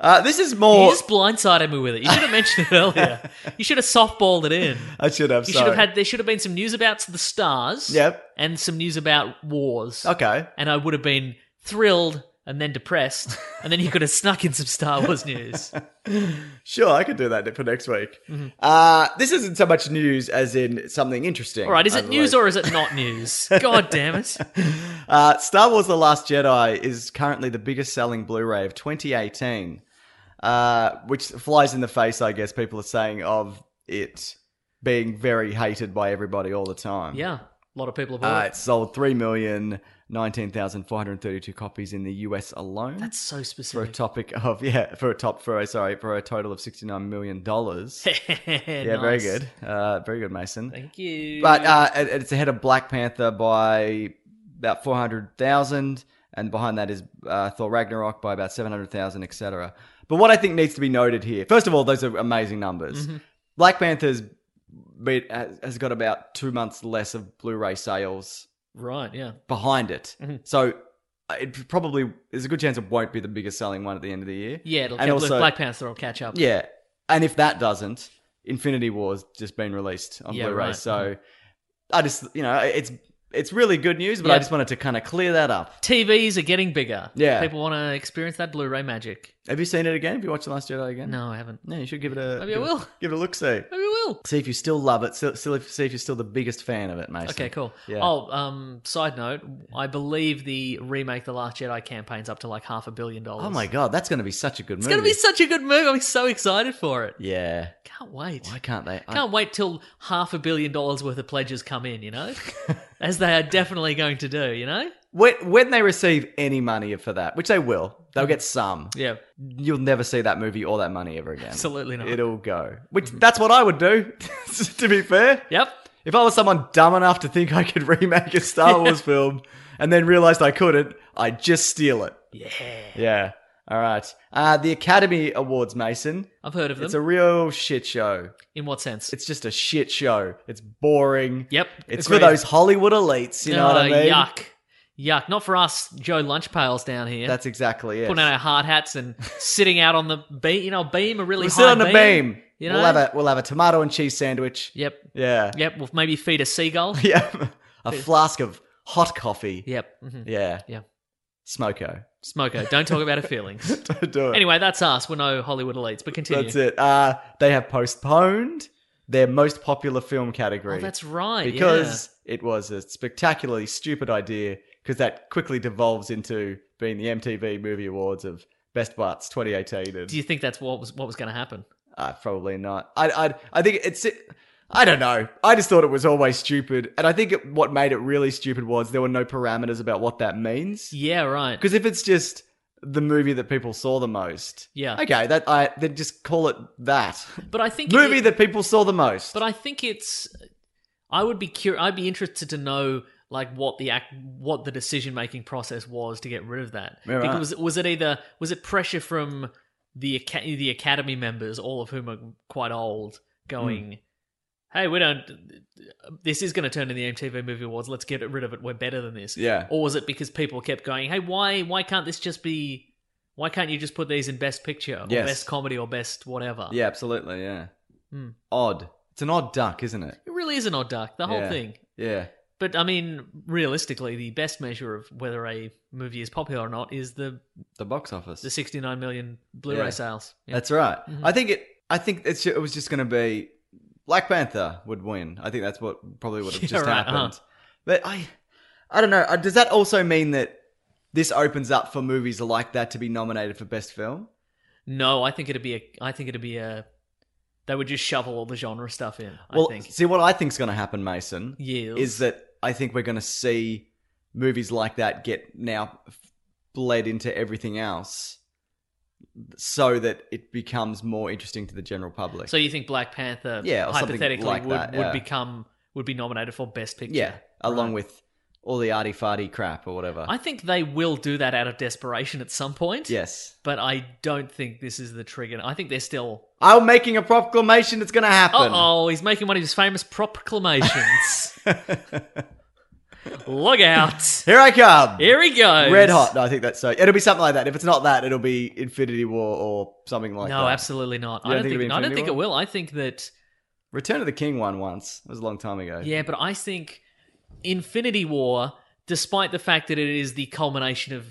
S1: Uh, this is
S2: you
S1: more.
S2: just blindsided me with it. You should have mentioned
S1: (laughs)
S2: it earlier. You should have softballed it in.
S1: I should have.
S2: You
S1: sorry.
S2: should have had. There should have been some news about the stars.
S1: Yep.
S2: And some news about wars.
S1: Okay.
S2: And I would have been thrilled and then depressed, and then you could have snuck in some Star
S1: (laughs)
S2: Wars news.
S1: Sure, I could do that for next week.
S2: Mm-hmm.
S1: Uh, this isn't so much news as in something interesting.
S2: All right, is it news or is it not news? God damn
S1: (laughs)
S2: it!
S1: Uh, Star Wars The Last Jedi is currently the biggest selling Blu ray of 2018, uh, which flies in the face, I guess, people are saying, of it being very hated by everybody all the time.
S2: Yeah, a lot of people have
S1: Uh,
S2: ordered.
S1: it sold 3,019,432 copies in the US alone.
S2: That's so
S1: for a
S2: specific.
S1: topic of (laughs) yeah for a top for a sorry for a total of 69 million dollars yeah
S2: (laughs) yeah,
S1: very good uh very good mason
S2: Thank you.
S1: but uh it- it's ahead of black panther by about 400,000 and behind that is uh, Thor Ragnarok by about 700,000 etc. But what I think needs to be noted here. First of all, those are amazing numbers. Black Panther's beat, has has got about 2 months less of Blu-ray sales
S2: right, yeah, Mm-hmm.
S1: behind it. So uh, it probably is a good chance it won't be the biggest selling one at the end of the year.
S2: Yeah, it'll
S1: and
S2: catch,
S1: also,
S2: Black Panther will catch up.
S1: yeah, and if that doesn't, Infinity War's just been released on
S2: Yeah,
S1: Blu-ray,
S2: right.
S1: so I just you know it's it's really good news, but I
S2: Yeah.
S1: just wanted to kind of clear that up.
S2: TVs are getting bigger.
S1: Yeah.
S2: people want to experience that Blu-ray magic.
S1: Have you seen it again? Have you watched the Last Jedi again?
S2: No, I haven't.
S1: No, you should give it a
S2: Maybe I
S1: give it-
S2: will.
S1: give it a look. See,
S2: Maybe I will.
S1: see if you still love it. See, see if see if you're still the biggest fan of it, Mason.
S2: Okay, cool.
S1: Yeah.
S2: Oh, um, side note, I believe the remake The Last Jedi campaign's up to like half a billion dollars.
S1: Oh my god, that's going to be such a good
S2: It's
S1: movie.
S2: gonna be such a good movie. I'm so excited for it.
S1: yeah.
S2: Can't wait.
S1: Why can't they? I-
S2: Can't wait till half a billion dollars worth of pledges come in, you know?
S1: (laughs)
S2: As they are definitely going to do, you know?
S1: when, when they receive any money for that, which they will,
S2: Mm-hmm.
S1: they'll get some.
S2: Yeah.
S1: You'll never see that movie or that money ever again.
S2: Absolutely not.
S1: It'll go. Which that's what I would do. (laughs) to be fair,
S2: Yep.
S1: if I was someone dumb enough to think I could (laughs) remake a Star Wars film and then realized I couldn't, I'd just steal it. Yeah. Yeah. All right. Uh, the Academy Awards, Mason.
S2: I've heard of them.
S1: It's a real shit show.
S2: in what sense?
S1: It's just a shit show. It's boring.
S2: Yep,
S1: It's for
S2: agreed.
S1: those Hollywood elites. You know what I
S2: Oh,
S1: mean?
S2: Yuck. Yuck. Not for us, Joe Lunchpails down here.
S1: That's exactly it.
S2: putting on our hard hats and sitting out on the beam, you know, beam, a really
S1: We'll
S2: high
S1: sit on a
S2: beam.
S1: beam.
S2: you
S1: We'll
S2: know?
S1: have a we'll have a tomato and cheese sandwich.
S2: Yep.
S1: Yeah.
S2: Yep. We'll maybe feed
S1: (laughs)
S2: a seagull.
S1: Yeah. a flask of hot coffee.
S2: yep. hmm
S1: Yeah.
S2: Yeah.
S1: Smoko. (laughs)
S2: Smoker. Don't talk about her feelings.
S1: Don't do it.
S2: anyway, that's us. We're no Hollywood elites, but continue.
S1: That's it. Uh, they have postponed their most popular film category.
S2: Oh, that's right.
S1: Because it was a spectacularly stupid idea, because that quickly devolves into being the MTV Movie Awards of Best Butts 2018.
S2: yeah.
S1: And,
S2: do you think that's what was what was going to happen?
S1: uh, probably not. I, I, I think it's. I don't know. I just thought it was always stupid. And I think it, what made it really stupid was there were no parameters about what that means.
S2: Yeah. Right.
S1: Because if it's just the movie that people saw the most,
S2: Yeah.
S1: okay, that I then just call it
S2: (laughs)
S1: that
S2: But I think
S1: movie
S2: it-
S1: that people saw the most.
S2: But I think it's. I would be curious. I'd be interested to know like what the act, what the decision making process was to get rid of that.
S1: Yeah, right.
S2: Because was, it either was it pressure from the aca- the academy members, all of whom are quite old, going,
S1: Hmm.
S2: "Hey, we don't. This is going to turn into the MTV Movie Awards. Let's get rid of it. We're better than this."
S1: Yeah.
S2: Or was it because people kept going, "Hey, why why can't this just be? Why can't you just put these in Best Picture or
S1: Yes.
S2: Best Comedy or Best whatever?"
S1: yeah, absolutely, yeah.
S2: Hmm.
S1: Odd. It's an odd duck, isn't it?
S2: It really is an odd duck. The whole
S1: Yeah.
S2: thing.
S1: Yeah.
S2: But I mean, realistically, the best measure of whether a movie is popular or not is the
S1: The box office.
S2: the 69 million Blu-ray
S1: Yeah.
S2: sales. Yeah.
S1: That's right.
S2: Mm-hmm.
S1: I think it. I think it's, it was just going to be Black Panther would win. I think that's what probably
S2: (laughs)
S1: would have
S2: Yeah,
S1: just
S2: right,
S1: happened.
S2: uh-huh.
S1: But I, I don't know. Uh, Does that also mean that this opens up for movies like that to be nominated for best film?
S2: no, I think it'd be a. I think it'd be a. They would just shovel all the genre stuff in.
S1: well,
S2: I think.
S1: see what I think's going to happen, Mason,
S2: Yes.
S1: is that I think we're going to see movies like that get now bled into everything else, so that it becomes more interesting to the general public.
S2: So you think Black Panther,
S1: Yeah, or something
S2: hypothetically,
S1: like
S2: would,
S1: that,
S2: would
S1: yeah.
S2: become would be nominated for Best Picture?
S1: yeah, along with all the arty farty crap or whatever.
S2: I think they will do that out of desperation at some point.
S1: Yes.
S2: But I don't think this is the trigger. I think they're still.
S1: I'm making a proclamation that's going to happen.
S2: Oh, he's making one of his famous proclamations. Look out!
S1: Here I come.
S2: Here he goes.
S1: Red hot. No, I think that's so. It'll be something like that. If it's not that, it'll be Infinity War or something like that.
S2: no, absolutely not.
S1: You
S2: I
S1: don't
S2: don't
S1: think
S2: think.
S1: it'll be
S2: I don't
S1: Infinity
S2: think it
S1: War?
S2: will. I think that.
S1: Return of the King won once. It was a long time ago.
S2: Yeah, but I think Infinity War, despite the fact that it is the culmination of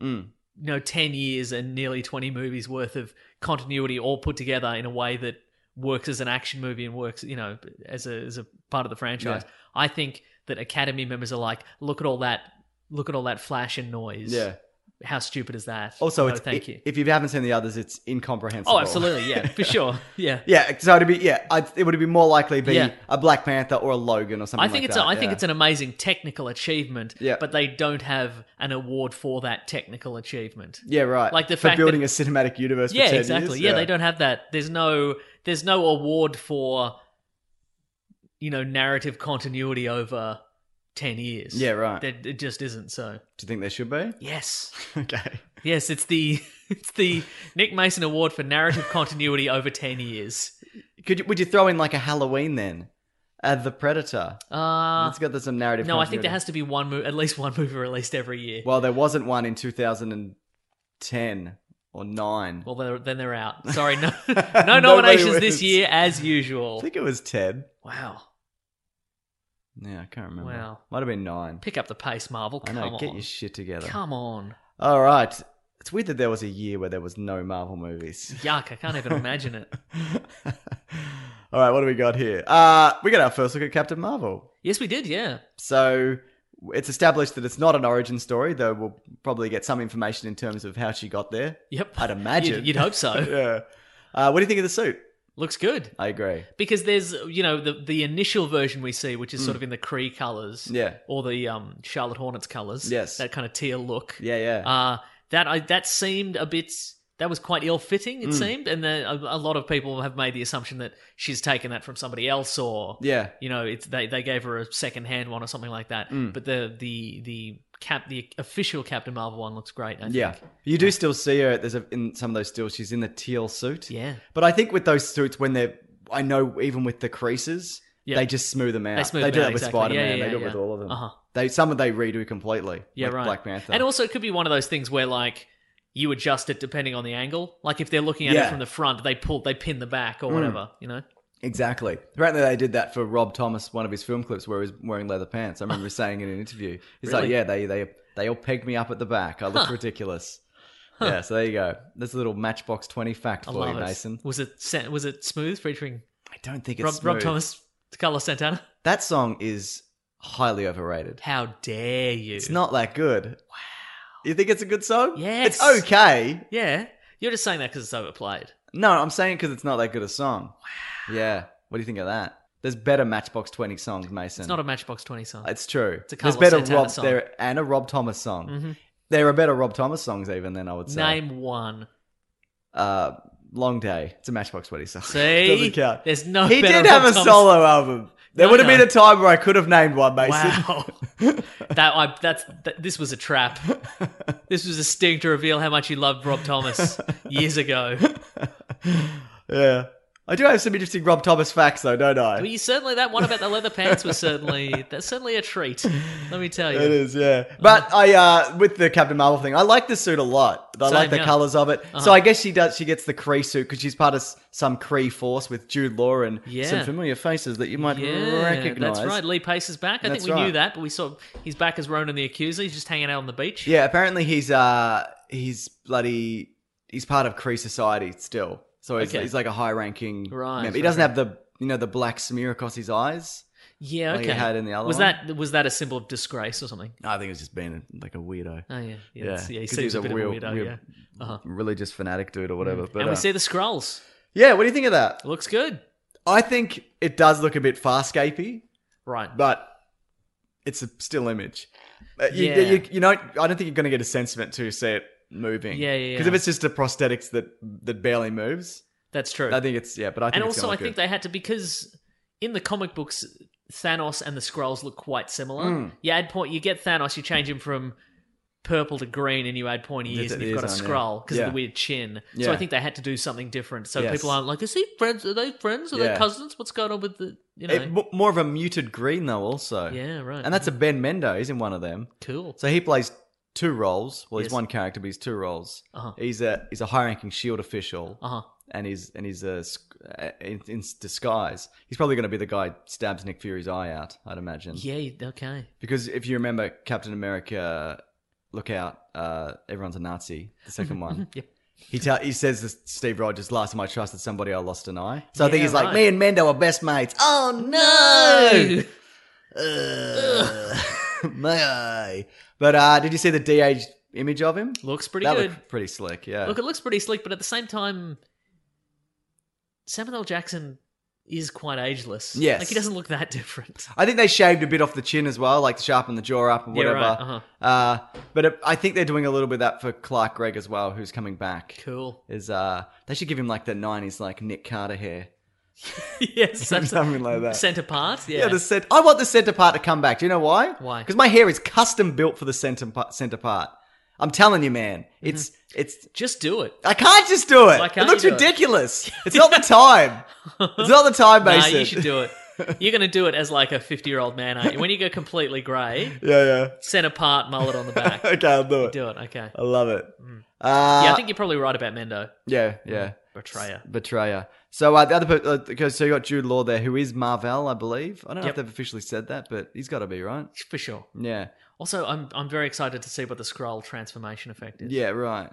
S1: Mm.
S2: you know ten years and nearly twenty movies worth of continuity, all put together in a way that works as an action movie and works, you know, as a as a part of the franchise.
S1: Yeah.
S2: I think that Academy members are like, look at all that, look at all that flash and noise.
S1: Yeah.
S2: How stupid is that?
S1: Also,
S2: No,
S1: it's,
S2: thank
S1: i-
S2: you.
S1: if you haven't seen the others, it's incomprehensible.
S2: Oh, absolutely.
S1: (laughs)
S2: Yeah, for sure. Yeah.
S1: yeah. So it'd be yeah. I'd, it would be more likely be
S2: Yeah.
S1: a Black Panther or a Logan or something.
S2: I think
S1: like
S2: it's
S1: that,
S2: a, I think
S1: yeah.
S2: it's an amazing technical achievement,
S1: Yeah.
S2: but they don't have an award for that technical achievement.
S1: yeah right.
S2: like the
S1: for
S2: fact
S1: building
S2: that-
S1: a cinematic universe. for
S2: Yeah,
S1: 10
S2: exactly.
S1: years,
S2: Yeah, they don't have that. There's no there's no award for you know narrative continuity over 10 years.
S1: Yeah, right.
S2: There- it just isn't so.
S1: Do you think there should be? (laughs)
S2: Yes.
S1: okay.
S2: Yes, it's the (laughs) it's the Nick Mason Award for narrative continuity over 10 years.
S1: Could you, would you throw in like a Halloween then? Uh, the Predator.
S2: Uh,
S1: it's got the, some narrative.
S2: no, I think there
S1: continuity.
S2: has to be one mo- at least one movie released every year.
S1: Well, there wasn't one in 2010 or nine.
S2: Well, they're, then
S1: (laughs)
S2: they're out. Sorry, no, no
S1: Nobody
S2: nominations this
S1: wins.
S2: year as
S1: I
S2: usual.
S1: think it was ten.
S2: Wow,
S1: Yeah, I can't remember.
S2: Wow.
S1: might have been nine.
S2: pick up the pace, Marvel.
S1: I
S2: Come
S1: know.
S2: on,
S1: Get your shit together.
S2: come on.
S1: All right. It's weird that there was a year where there was no Marvel movies.
S2: Yuck! I can't even
S1: (laughs)
S2: imagine it.
S1: All right, what do we got here? Uh, we got our first look at Captain Marvel.
S2: Yes, we did. Yeah,
S1: So it's established that it's not an origin story, though we'll probably get some information in terms of how she got
S2: (laughs)
S1: there.
S2: yep.
S1: I'd imagine.
S2: You'd, you'd hope so.
S1: (laughs) yeah. Uh, what do you think of the suit?
S2: Looks good.
S1: I agree.
S2: because there's you know the the initial version we see which is sort of in the Cree colors
S1: Mm. Yeah.
S2: or the um Charlotte Hornets colors
S1: Yes.
S2: that kind of teal look
S1: Yeah, yeah.
S2: uh that I that seemed a bit that was quite ill fitting
S1: Mm.
S2: it seemed and then a, a lot of people have made the assumption that she's taken that from somebody else or
S1: yeah.
S2: you know it's they they gave her a second hand one or something like that
S1: Mm.
S2: but the the the cap the official Captain Marvel one looks great I
S1: Yeah.
S2: think.
S1: You do still see her. There's a, in some of those stills, she's in the teal suit.
S2: yeah
S1: But I think with those suits, when they're, I know even with the creases,
S2: Yeah.
S1: they just smooth them out.
S2: They smooth
S1: do
S2: them out,
S1: that with
S2: exactly.
S1: Spider Man.
S2: Yeah, yeah,
S1: they do
S2: yeah,
S1: it with
S2: yeah.
S1: all of them.
S2: Uh-huh.
S1: They some of they redo completely.
S2: Yeah,
S1: Um, like
S2: right.
S1: Black Panther.
S2: And also, it could be one of those things where like you adjust it depending on the angle. Like if they're looking at
S1: Yeah. Mm.
S2: it from the front, they pull, they pin the back or whatever. You know,
S1: exactly. Apparently, they did that for Rob Thomas, one of his film clips where he was wearing leather pants. I remember saying in an interview, he's like,
S2: Really?
S1: "Yeah, they they they all pegged me up at the back. I looked ridiculous." Yeah, so there you go. That's a little Matchbox Twenty fact
S2: I
S1: for you,
S2: love it.
S1: Mason.
S2: Was it sa- was it smooth featuring
S1: I don't think it's
S2: Rob, Rob
S1: smooth.
S2: Thomas, Carlos Santana?
S1: That song is highly overrated.
S2: How dare you?
S1: It's not that good. Wow. You think it's a good song?
S2: Yes.
S1: It's okay.
S2: Yeah, you're just saying that because it's overplayed.
S1: No, I'm saying because it's not that good a song. Wow. Yeah. What do you think of that? There's better Matchbox 20 songs, Mason.
S2: It's not a Matchbox Twenty song.
S1: It's true.
S2: It's a
S1: There's
S2: Carlos
S1: better
S2: Santana
S1: Rob
S2: song. Mm-hmm.
S1: there and a Rob Thomas song. There are better Rob Thomas songs even than I would say.
S2: Name one.
S1: Uh, Long Day. It's a Matchbox 20 song. (laughs)
S2: See?
S1: Doesn't count.
S2: There's no
S1: He
S2: better
S1: did have
S2: Rob
S1: a
S2: Thomas-
S1: solo album. There
S2: No,
S1: would have
S2: no.
S1: been a time where I could have named one, Mason.
S2: Wow, that I, that's that, this was a trap. This was a sting to reveal how much you loved Rob Thomas years ago.
S1: (laughs) yeah. I do have some interesting Rob Thomas facts though, don't I?
S2: Well, you certainly that one about the leather pants was certainly that's certainly a treat. Let me tell you.
S1: It is, yeah. But I, uh, with the Captain Marvel thing, I like the suit a lot. I
S2: Same,
S1: like the
S2: yeah. Uh-huh.
S1: colors of it. So I guess she does. She gets the Kree suit because she's part of s- some Kree force with Jude Law and
S2: Yeah.
S1: some familiar faces that you might
S2: Yeah,
S1: recognize.
S2: that's right. Lee Pace is back. I
S1: That's
S2: think we
S1: right.
S2: knew that, but we saw he's back as Ronan the Accuser. He's just hanging out on the beach.
S1: Yeah, apparently he's uh he's bloody he's part of Kree society still. So he's,
S2: Okay.
S1: he's like a high ranking
S2: Right,
S1: member. He
S2: right,
S1: doesn't have
S2: right.
S1: the you know the black smear across his eyes.
S2: yeah.
S1: Like
S2: Okay.
S1: he had in the other
S2: was
S1: one.
S2: that was that a symbol of disgrace or something?
S1: No, I think it was just being like a weirdo.
S2: Oh yeah, yeah.
S1: Yeah,
S2: it's- yeah he
S1: 'cause
S2: seems
S1: he's
S2: a
S1: a
S2: bit
S1: real-
S2: of a weirdo.
S1: real-
S2: yeah. Uh-huh.
S1: Religious fanatic dude or whatever. But
S2: Mm. and
S1: uh,
S2: we see the scrolls.
S1: yeah, what do you think of that?
S2: Looks good.
S1: I think it does look a bit Farscapey,
S2: Right.
S1: but it's a still image. Uh, You,
S2: Yeah.
S1: you, you know, I don't think you're going to get a sense of it to see it moving.
S2: Yeah, yeah,
S1: Because
S2: yeah.
S1: if it's just a prosthetics that that barely moves,
S2: that's true.
S1: I think it's yeah. But I think
S2: and
S1: it's
S2: also, I
S1: gonna
S2: think
S1: look
S2: they had to because in the comic books, Thanos and the Skrulls look quite similar.
S1: Hmm.
S2: You add point, you get Thanos, you change him from purple to green, and you add pointy
S1: Just
S2: ears, and
S1: the
S2: you've got a
S1: ears on, yeah.
S2: Skrull because of
S1: Yeah.
S2: the weird chin.
S1: Yeah.
S2: So I think they had to do something different, so
S1: Yes.
S2: people aren't like, "Is he friends? Are they friends? Are
S1: Yeah.
S2: they cousins? What's going on with the you know?"
S1: good. It- mo- more of a muted green though, also.
S2: yeah, right.
S1: And that's a Ben Mendo. He's in one of them.
S2: cool.
S1: So he plays two roles. Well, he's
S2: Yes.
S1: one character, but he's two roles.
S2: Uh-huh.
S1: He's a he's a high ranking Shield official.
S2: Uh huh.
S1: and he's and he's uh, sc- uh, in, in disguise. He's probably going to be the guy stabs Nick Fury's eye out, I'd imagine.
S2: Yeah. you- Okay.
S1: Because if you remember Captain America, uh, look out, uh, everyone's a Nazi. The second one.
S2: (laughs) Yep.
S1: He tell he says to Steve Rogers, "Last time I trusted somebody, I lost an eye." So I think
S2: Yeah,
S1: he's like,
S2: right.
S1: "Me and Mendo are best mates." Oh no,
S2: No.
S1: Ugh. (laughs) my eye. But uh, did you see the de-aged image of him?
S2: Looks pretty
S1: that
S2: good.
S1: looked pretty slick. Yeah.
S2: Look, it looks pretty slick, but at the same time, Samuel L. Jackson is quite ageless.
S1: Yes.
S2: like he doesn't look that different.
S1: I think they shaved a bit off the chin as well, like to sharpen the jaw up or (laughs)
S2: Yeah,
S1: whatever.
S2: right, uh-huh.
S1: uh, but it, I think they're doing a little bit of that for Clark Gregg as well, who's coming back.
S2: Cool. (laughs)
S1: Is uh, they should give him like the '90s like Nick Carter hair, (laughs)
S2: yes, that's
S1: something like that.
S2: Centre part. Yeah.
S1: yeah, the cent- I want the center part to come back. Do you know why?
S2: Why?
S1: Because my hair is custom built for the center pa- center part. I'm telling you, man,
S2: Mm-hmm.
S1: it's it's.
S2: Just do it.
S1: I can't just do it.
S2: Why can't
S1: it looks
S2: you do it? (laughs)
S1: ridiculous. (laughs) It's not the time. It's not the time,
S2: Nah,
S1: Mason.
S2: you should do it.
S1: (laughs)
S2: You're going to do it as like a 50 year old man, aren't you? When you go completely grey,
S1: (laughs) yeah.
S2: centre part, mullet on the
S1: (laughs)
S2: back.
S1: okay, I'll do it.
S2: Do it. Okay.
S1: I love it.
S2: Mm. Yeah, I
S1: Uh,
S2: think you're probably right about Mendo.
S1: yeah, yeah.
S2: Betrayer.
S1: Betrayer. So uh, the other per- uh, okay, so you got Jude Law there, who is Marvel, I believe. I don't know if
S2: Yep.
S1: they've officially said that, but he's got to be right.
S2: For sure.
S1: Yeah,
S2: Also, I'm I'm very excited to see what the scroll transformation effect is.
S1: yeah, right.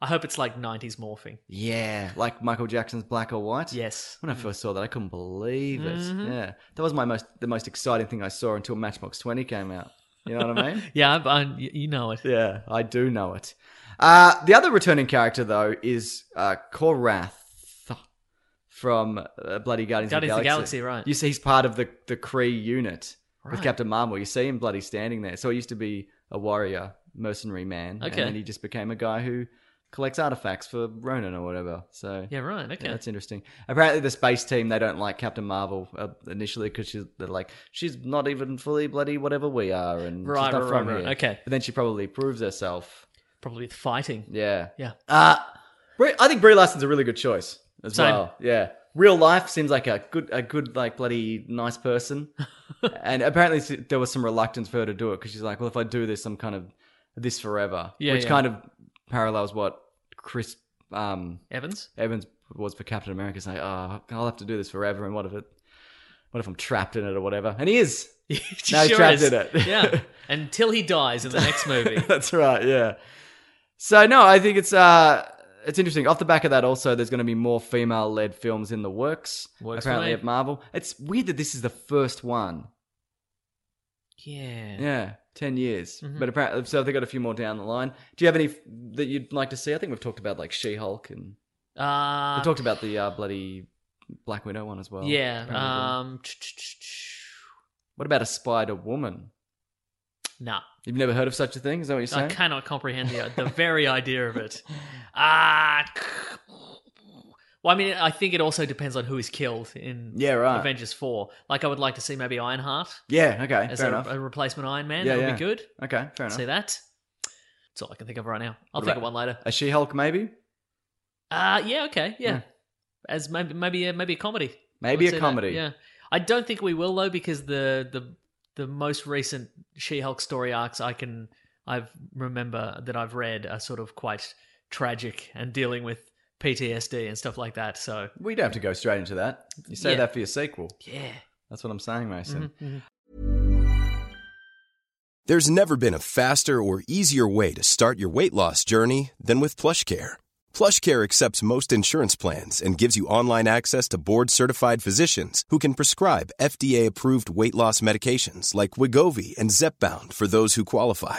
S2: I hope it's like 90s morphing.
S1: Yeah, like Michael Jackson's Black or White.
S2: Yes.
S1: When I first saw that, I couldn't believe it.
S2: Mhm.
S1: Yeah, that was my most the most exciting thing I saw until Matchbox Twenty came out. You know what I mean?
S2: Yeah, I'm, I'm, y- you know it.
S1: yeah, I do know it. Uh, the other returning character though is uh, Korath from uh, Bloody Guardians,
S2: Guardians
S1: of the Galaxy.
S2: right.
S1: You see, he's part of the the Kree unit with
S2: Right.
S1: Captain Marvel. You see him bloody standing there. So he used to be a warrior, mercenary man, and
S2: Okay.
S1: then he just became a guy who collects artifacts for Ronan or whatever. So
S2: yeah, right. Okay.
S1: yeah, that's interesting. Apparently, the space team they don't like Captain Marvel uh, initially because she's they're like she's not even fully bloody whatever we are, and
S2: Right,
S1: she's not
S2: right,
S1: from
S2: right, right.
S1: here.
S2: Okay.
S1: But then she probably proves herself.
S2: Probably with fighting.
S1: Yeah,
S2: Yeah.
S1: Uh, Brie, I think Brie Larson's a really good choice as
S2: Same.
S1: well. Yeah, real life seems like a good, a good like bloody nice (laughs) person, and apparently s- there was some reluctance for her to do it because she's like, well, if I do this, I'm kind of this forever,
S2: Yeah,
S1: which
S2: yeah.
S1: kind of parallels what Chris um,
S2: Evans? (laughs)
S1: Evans was for Captain America. It's like, oh, I'll have to do this forever, and what if it, what if I'm trapped in it or whatever? And he is. (laughs)
S2: now
S1: Now he's trapped in it.
S2: (laughs) yeah. Until he dies in the next movie.
S1: That's right. Yeah. So no, I think it's uh it's interesting. Off the back of that, also there's going to be more female-led films in the works.
S2: Works for
S1: apparently
S2: me.
S1: at Marvel. It's weird that this is the first one.
S2: Yeah.
S1: (laughs)
S2: Mm-hmm.
S1: Yeah, ten years. But apparently, so they've got a few more down the line. Do you have any f- that you'd like to see? I think we've talked about like She-Hulk and
S2: Uh,
S1: we talked about the uh, bloody Black Widow one as well.
S2: yeah.
S1: apparently.
S2: Um, ch- ch- ch- ch-
S1: what about a Spider Woman?
S2: nah.
S1: You've never heard of such a thing? Is that what you're
S2: I
S1: saying?
S2: cannot comprehend the, the
S1: (laughs)
S2: very idea of it. Ah. well, I mean, I think it also depends on who is killed in
S1: Yeah, right.
S2: Avengers 4. Like, I would like to see maybe Ironheart
S1: Yeah. Okay.
S2: as
S1: fair
S2: a,
S1: enough.
S2: a replacement Iron Man.
S1: Yeah,
S2: that would
S1: yeah.
S2: be good.
S1: okay. Fair enough.
S2: See that? That's all I can think of right now. I'll
S1: What
S2: think of
S1: about-
S2: one later.
S1: A She-Hulk maybe.
S2: Uh, yeah, okay, yeah.
S1: Yeah.
S2: As maybe maybe a, maybe a comedy.
S1: Hmm. Maybe
S2: Let's
S1: a
S2: say that,
S1: comedy.
S2: Yeah, I don't think we will though because the the the most recent She-Hulk story arcs I can I've remember that I've read are sort of quite tragic and dealing with PTSD and stuff like that. So
S1: We don't have to go straight into that. You say
S2: Yeah. Mm-hmm.
S1: that for your sequel.
S2: yeah,
S1: That's what I'm saying, Mason.
S4: There's never been a faster or easier way to start your weight loss journey than with PlushCare. PlushCare accepts most insurance plans and gives you online access to board-certified physicians who can prescribe FDA-approved weight loss medications like Wigovi and Zepbound for those who qualify.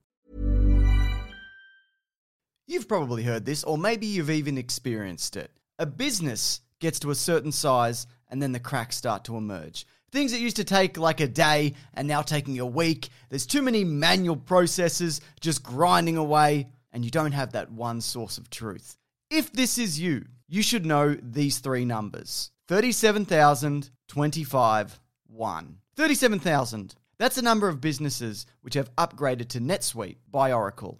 S5: You've probably heard this, or maybe you've even experienced it. A business gets to a certain size, and then the cracks start to emerge. Things that used to take like a day are now taking a week. There's too many manual processes just grinding away, and you don't have that one source of truth. If this is you, you should know these three numbers 37,025, 1. 37,000. That's the number of businesses which have upgraded to NetSuite by Oracle.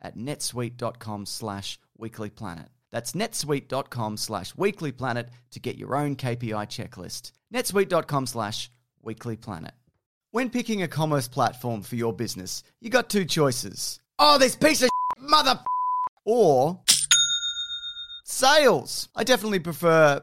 S1: at netsuite.com slash weeklyplanet. That's netsuite.com slash weeklyplanet to get your own KPI checklist. netsuite.com slash weeklyplanet. When picking a commerce platform for your business, you got two choices. Oh, this piece of mother or sales. I definitely prefer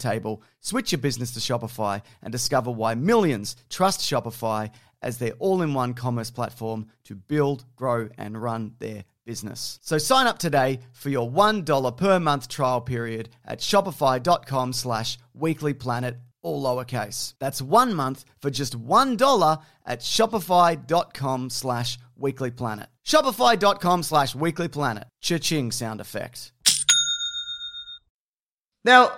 S1: table, switch your business to Shopify, and discover why millions trust Shopify as their all in one commerce platform to build, grow, and run their business. So sign up today for your $1 per month trial period at shopify.com slash weeklyplanet, all lowercase. That's one month for just $1 at shopify.com slash weeklyplanet. Shopify.com slash weeklyplanet. Cha-ching sound effect.
S6: Now,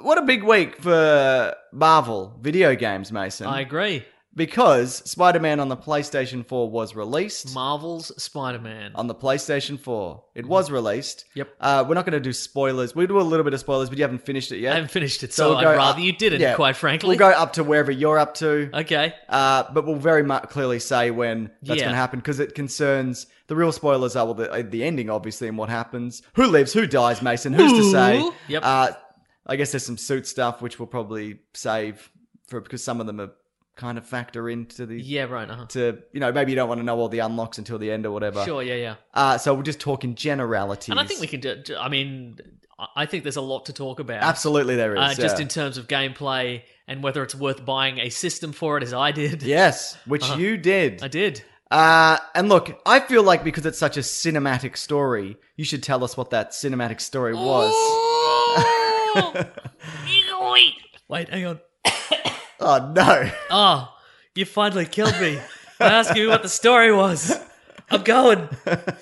S6: what a big week for Marvel video games, Mason.
S2: I agree.
S6: because Spider-Man on the PlayStation 4 was released.
S2: Marvel's Spider-Man.
S6: on the PlayStation 4. It was released.
S2: Mm-hmm. Yep.
S6: Uh, we're not going to do spoilers. We'll do a little bit of spoilers, but you haven't finished it yet.
S2: I haven't finished it, so, I'd
S6: go
S2: rather
S1: uh,
S6: up-
S2: you didn't,
S6: yeah.
S2: quite frankly.
S6: We'll go up to wherever you're up to.
S2: okay.
S6: Uh, but we'll very much clearly say when that's
S2: Yeah.
S6: going to happen because it concerns the real spoilers are well the, uh, the ending obviously and what happens, who lives, who dies, Mason, who's to say?
S2: Ooh. Yep.
S6: Uh, I guess there's some suit stuff which we'll probably save for because some of them are kind of factor into the
S2: Yeah, right. Uh-huh.
S6: to you know maybe you don't want to know all the unlocks until the end or whatever.
S2: Sure, yeah, yeah.
S6: Uh, so we'll just talk in generalities.
S2: And I think we can do. do- I mean, I- I think there's a lot to talk about.
S6: absolutely there is
S2: Uh, just
S6: yeah.
S2: in terms of gameplay and whether it's worth buying a system for it, as I did.
S6: yes, which
S2: Uh-huh.
S6: you did.
S2: I did.
S6: Uh, and look, I feel like because it's such a cinematic story, you should tell us what that cinematic story was.
S2: (laughs) Oh. Wait, hang on.
S6: Oh no! (laughs)
S2: Oh, you finally killed me. I asked you what the story was. I'm going.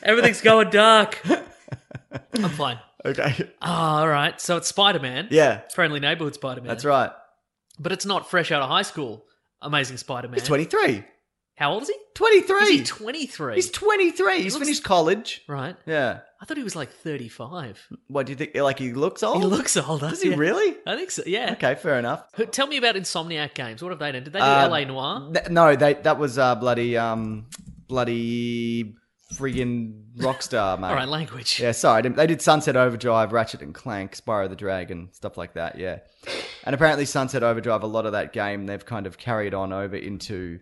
S2: Everything's going dark. I'm fine.
S6: okay,
S2: Oh, all right. So it's Spider Man.
S6: yeah,
S2: Friendly neighborhood Spider Man.
S6: that's right.
S2: But it's not fresh out of high school. Amazing Spider Man.
S6: He's 23.
S2: How old is he?
S6: 23.
S2: Is he 23?
S6: He's 23. He's
S2: looks-
S6: finished college.
S2: right.
S6: Yeah.
S2: I thought he was like 35.
S6: What do you think? Like he looks old.
S2: He looks older.
S6: Oh, Does he
S2: yeah.
S6: really?
S2: I think so. Yeah.
S6: Okay, fair enough.
S2: Who- Tell me about Insomniac games. What have they done? Did they do
S6: Uh,
S2: LA Noir?
S6: Th- no, they, that was uh, bloody, um, bloody friggin' Rockstar, mate.
S2: All right, language.
S6: Yeah, sorry. I didn't- They did Sunset Overdrive, Ratchet and Clank, Spyro the Dragon, stuff like that. Yeah, and apparently Sunset Overdrive, a lot of that game they've kind of carried on over into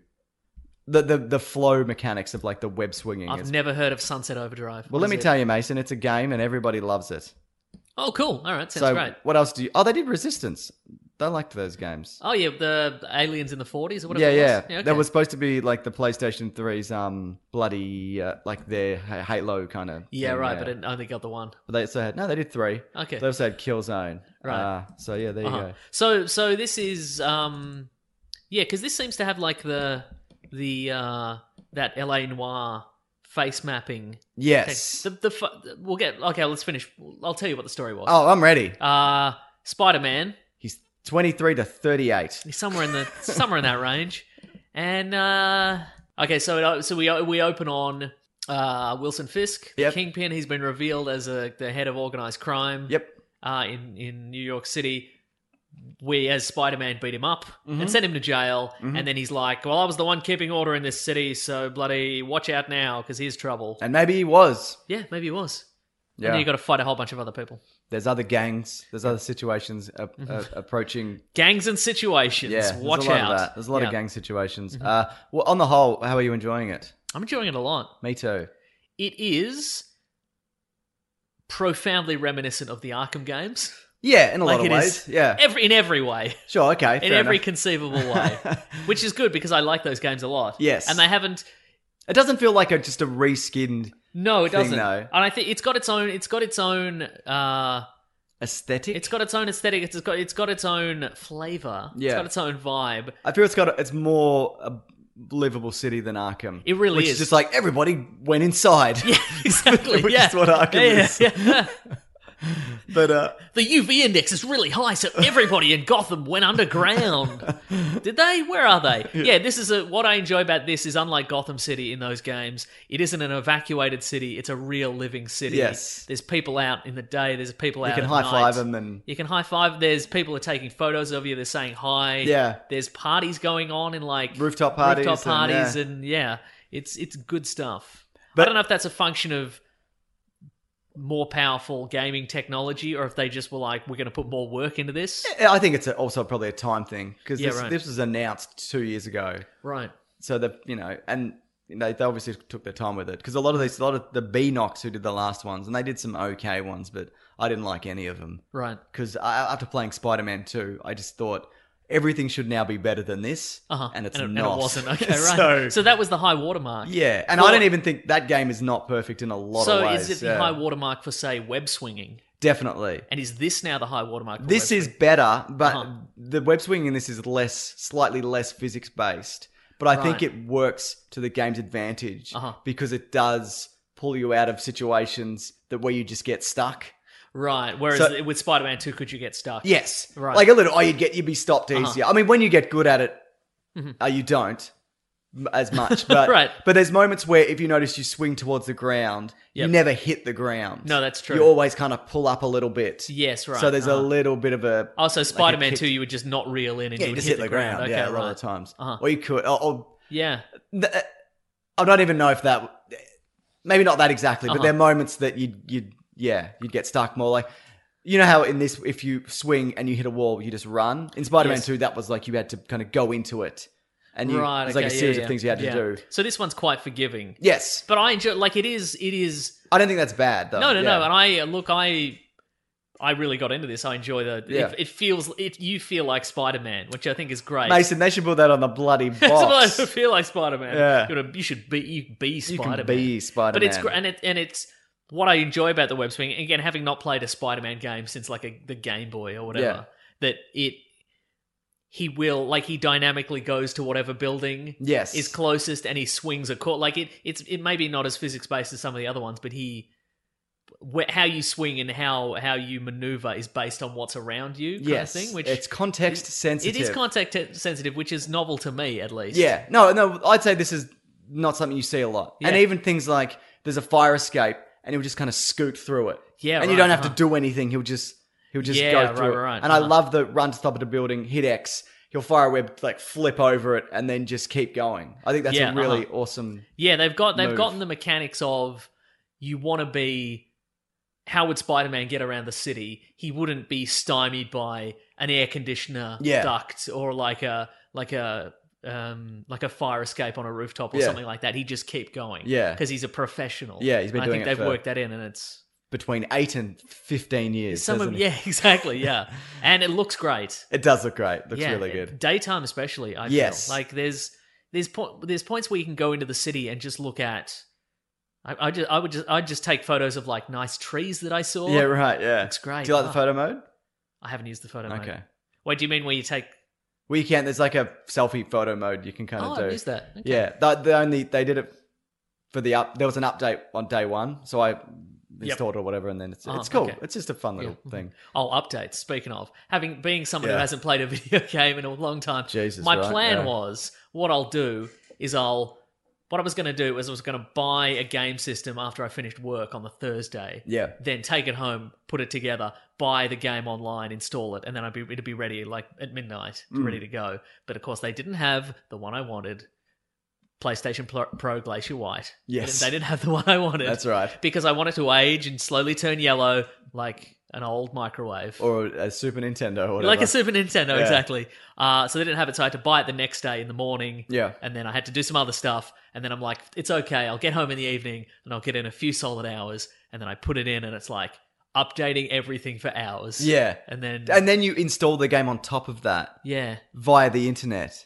S6: the the, the flow mechanics of like the web swinging.
S2: I've
S6: is-
S2: never heard of Sunset Overdrive.
S6: well, let me tell you, Mason, it's a game and everybody loves it.
S2: Oh, cool. All right, sounds
S6: so
S2: great.
S6: what else do you? Oh, they did Resistance.
S1: I liked those games.
S2: Oh yeah, the aliens in the forties or
S1: yeah,
S2: whatever.
S1: yeah.
S2: it was. okay.
S1: That was supposed to be like the PlayStation 3's um bloody uh, like their Ha- Halo kind of.
S2: Yeah, right. But it only got the one.
S1: but they also had no, they did three.
S2: Okay.
S1: They also had Killzone.
S2: Right.
S1: Uh, so yeah, there you
S2: Uh-huh.
S1: go.
S2: So so this is um yeah, because this seems to have like the the uh that LA Noir face mapping. thing.
S1: Yes.
S2: The, the fu- we'll get okay. Let's finish. I'll tell you what the story was.
S1: Oh, I'm ready.
S2: Uh Spider Man.
S1: He's 23 to 38.
S2: He's somewhere in the somewhere in that range. And uh okay, so it, so we we open on uh Wilson Fisk, the
S1: Yep.
S2: Kingpin. He's been revealed as a the head of organized crime.
S1: Yep.
S2: uh, in in New York City. We as Spider Man beat him up
S1: Mm-hmm.
S2: and sent him to jail, and then he's like, "Well, I was the one keeping order in this city, so bloody watch out now, because here's trouble."
S1: And maybe he was.
S2: yeah, maybe he was. And
S1: Yeah.
S2: then you got to fight a whole bunch of other people,
S1: there's other gangs. There's other situations uh, uh, approaching.
S2: gangs and situations.
S1: Yeah. there's
S2: Mm-hmm. watch
S1: a lot
S2: out.
S1: Of that. There's a lot
S2: Yeah. Mm-hmm.
S1: of gang situations. Uh, well, on the whole, how are you enjoying it?
S2: I'm enjoying it a lot.
S1: Me too.
S2: It is profoundly reminiscent of the Arkham games.
S1: Yeah, in a lot
S2: Like
S1: of
S2: it is
S1: ways. Yeah.
S2: every in every way.
S1: sure. Okay.
S2: in
S1: (laughs) fair
S2: every
S1: enough. (laughs)
S2: conceivable way, which is good because I like those games a lot.
S1: Yes.
S2: and they haven't
S1: It doesn't feel like a, just a reskinned
S2: No, it
S1: thing,
S2: doesn't.
S1: though.
S2: And I think it's got its own. It's got its own. Uh,
S1: aesthetic.
S2: it's got its own aesthetic. It's got. It's got its own flavor. It's
S1: Yeah.
S2: got its own
S1: (laughs)
S2: vibe. (laughs)
S1: I feel it's got. A, it's more a livable city than Arkham.
S2: It really
S1: which
S2: is.
S1: just like everybody went inside.
S2: Yeah, exactly.
S1: Which
S2: yeah.
S1: is what Arkham
S2: Yeah,
S1: is.
S2: yeah.
S1: (laughs) But uh,
S2: the UV index is really
S1: (laughs)
S2: high, so everybody in Gotham went underground. Did they? Where are they? Yeah, this is a, what I enjoy about this is unlike Gotham City in those games, it isn't an evacuated city. It's a real living city.
S1: Yes.
S2: there's people out in the day. There's people out.
S1: you can
S2: at
S1: high five
S2: night.
S1: them and
S2: You can high five. There's people are taking photos of you. They're saying hi.
S1: Yeah.
S2: There's parties going on in like
S1: Rooftop parties
S2: rooftop
S1: and,
S2: parties,
S1: yeah.
S2: and yeah, it's it's good stuff. I
S1: But-
S2: don't know if that's a function of more powerful gaming technology, or if they just were like, we're going to put more work into this.
S1: Yeah, I think it's a, also probably a time thing because
S2: Yeah,
S1: this,
S2: right.
S1: this was announced two years ago.
S2: Right.
S1: So the you know, and they, they obviously took their time with it because a lot of these, a lot of the B knocks who did the last ones, and they did some okay ones, but I didn't like any of them
S2: Right.
S1: because after playing Spider Man Two, I just thought everything should now be better than this,
S2: Uh-huh.
S1: and it's
S2: it,
S1: not.
S2: And it
S1: (laughs)
S2: wasn't. Okay. Right.
S1: so,
S2: So, that was the high watermark.
S1: yeah, and
S2: Well-
S1: I don't even think that game is not perfect in a lot
S2: So
S1: of ways.
S2: is it the
S1: yeah.
S2: high watermark for say web swinging?
S1: Definitely.
S2: And is this now the high watermark? For
S1: This
S2: web
S1: is
S2: swinging?
S1: better, but
S2: Uh-huh.
S1: the web swing in this is less, slightly less physics based. But I think
S2: Right.
S1: it works to the game's advantage
S2: Uh-huh.
S1: because it does pull you out of situations that where you just get stuck.
S2: right. Whereas
S1: So-
S2: with Spider-Man Two, could you get stuck?
S1: Yes,
S2: Right. Uh-huh.
S1: Like a little, oh, you'd get you'd be stopped easier. I mean, when you get good at it, uh, you don't m- as
S2: (laughs)
S1: much. But
S2: Mm-hmm. Right.
S1: but there's moments where if you notice you swing towards the ground,
S2: Yep.
S1: you never hit the ground.
S2: No, that's true.
S1: You always kind of pull up a little bit.
S2: Yes, right.
S1: So there's
S2: Uh-huh.
S1: a little bit of a
S2: Also,
S1: like a
S2: Spider Man
S1: kick
S2: 2, you would just not reel in and
S1: Yeah,
S2: you
S1: you
S2: would
S1: just
S2: hit,
S1: hit the ground.
S2: Okay,
S1: yeah, a lot
S2: right.
S1: of times.
S2: Uh-huh.
S1: Or you could. Or, or,
S2: Yeah,
S1: th- uh, I don't even know if that. Maybe not that exactly,
S2: Uh-huh.
S1: but there are moments that you would you would yeah you'd get stuck more like. You know how in this, if you swing and you hit a wall, you just run. In Spider-Man
S2: Yes.
S1: Two, that was like you had to kind of go into it, and you,
S2: right.
S1: there's
S2: okay,
S1: like a
S2: yeah,
S1: series
S2: yeah.
S1: of things you had to
S2: Yeah.
S1: do.
S2: So this one's quite forgiving.
S1: Yes,
S2: But I enjoy, like, it is, it is,
S1: I don't think that's bad though.
S2: no, no,
S1: Oh, Yeah.
S2: no. And I, uh, look, I, I really got into this. I enjoy the,
S1: Yeah.
S2: it, it feels, it, you feel like Spider Man, which I think is great. (laughs)
S1: Mason, they should put that on the bloody
S2: Sometimes
S1: box.
S2: I feel like Spider Man.
S1: Yeah.
S2: You, know, you should be, you be
S1: you
S2: Spider
S1: can
S2: Man.
S1: be Spider-Man,
S2: But it's, gr- and it, and it's, what I enjoy about the web swing, again, having not played a Spider Man game since like a, the Game Boy or whatever, that it, he will, like, he dynamically goes to whatever building
S1: yes,
S2: is closest and he swings a court. Like it, it's it may be not as physics based as some of the other ones, but he wh- how you swing and how how you maneuver is based on what's around you. Kind
S1: yes.
S2: of thing, which
S1: it's context sensitive.
S2: It is contact te- sensitive, which is novel to me at least.
S1: Yeah, no, no. I'd say this is not something you see a lot, and
S2: Yeah.
S1: even things like there's a fire escape, and he'll just kind of scoot through it.
S2: Yeah,
S1: and
S2: right,
S1: you don't have
S2: uh-huh.
S1: to do anything. He'll just he'll just
S2: Yeah,
S1: go
S2: right,
S1: through it.
S2: right,
S1: and I
S2: uh-huh.
S1: love the run to the top of the building, hit X. He'll fire a web, like flip over it, and then just keep going. I think that's
S2: Yeah,
S1: a really
S2: uh-huh.
S1: awesome.
S2: Yeah, they've got they've
S1: Move.
S2: gotten the mechanics of you want to be how would Spider-Man get around the city? He wouldn't be stymied by an air conditioner
S1: Yeah.
S2: duct or like a like a um like a fire escape on a rooftop or
S1: Yeah.
S2: something like that. He'd just keep going.
S1: Yeah.
S2: Because he's a professional.
S1: Yeah, he's been
S2: And I
S1: doing
S2: think
S1: it
S2: they've
S1: for-
S2: worked that in and it's
S1: between eight and fifteen years.
S2: Some of
S1: doesn't it?
S2: (laughs) yeah, exactly, yeah, and it looks great.
S1: It does look great. Looks
S2: yeah,
S1: really good.
S2: Daytime, especially, I
S1: Yes.
S2: feel like there's there's po- there's points where you can go into the city and just look at. I, I just I would just I'd just take photos of like nice trees that I saw.
S1: Yeah, right. Yeah,
S2: Looks great.
S1: Do you like the
S2: Oh.
S1: photo mode?
S2: I haven't used the photo. mode.
S1: Okay.
S2: Wait, do you mean where you take?
S1: Well, you can. There's like a selfie photo mode you can kind
S2: oh,
S1: of do.
S2: I've used that. Okay.
S1: Yeah, the, the only they did it for the up. There was an update on day one, so I installed it or whatever, and then it's
S2: Oh,
S1: it's cool.
S2: okay.
S1: It's just a fun little
S2: Yeah.
S1: thing.
S2: Oh, updates. Speaking of having being someone
S1: Yeah.
S2: who hasn't played a (laughs) video game in a long time,
S1: Jesus,
S2: my
S1: right,
S2: plan
S1: yeah.
S2: was what I'll do is I'll what I was going to do is I was going to buy a game system after I finished work on the Thursday.
S1: Yeah.
S2: Then take it home, put it together, buy the game online, install it, and then I'd be it'd be ready like at midnight,
S1: Mm.
S2: ready to go. But of course, they didn't have the one I wanted. PlayStation Pro, Pro Glacier White. They didn't-
S1: Yes.
S2: they didn't have the one I wanted.
S1: That's right.
S2: Because I wanted to age and slowly turn yellow like an old microwave.
S1: Or a Super Nintendo, or whatever.
S2: like a Super Nintendo,
S1: Yeah.
S2: exactly. Uh, so they didn't have it, so I had to buy it the next day in the morning.
S1: Yeah.
S2: And then I had to do some other stuff. And then I'm like, it's okay. I'll get home in the evening and I'll get in a few solid hours. And then I put it in and it's like updating everything for hours.
S1: Yeah,
S2: And then,
S1: and then you install the game on top of that
S2: yeah.
S1: via the internet.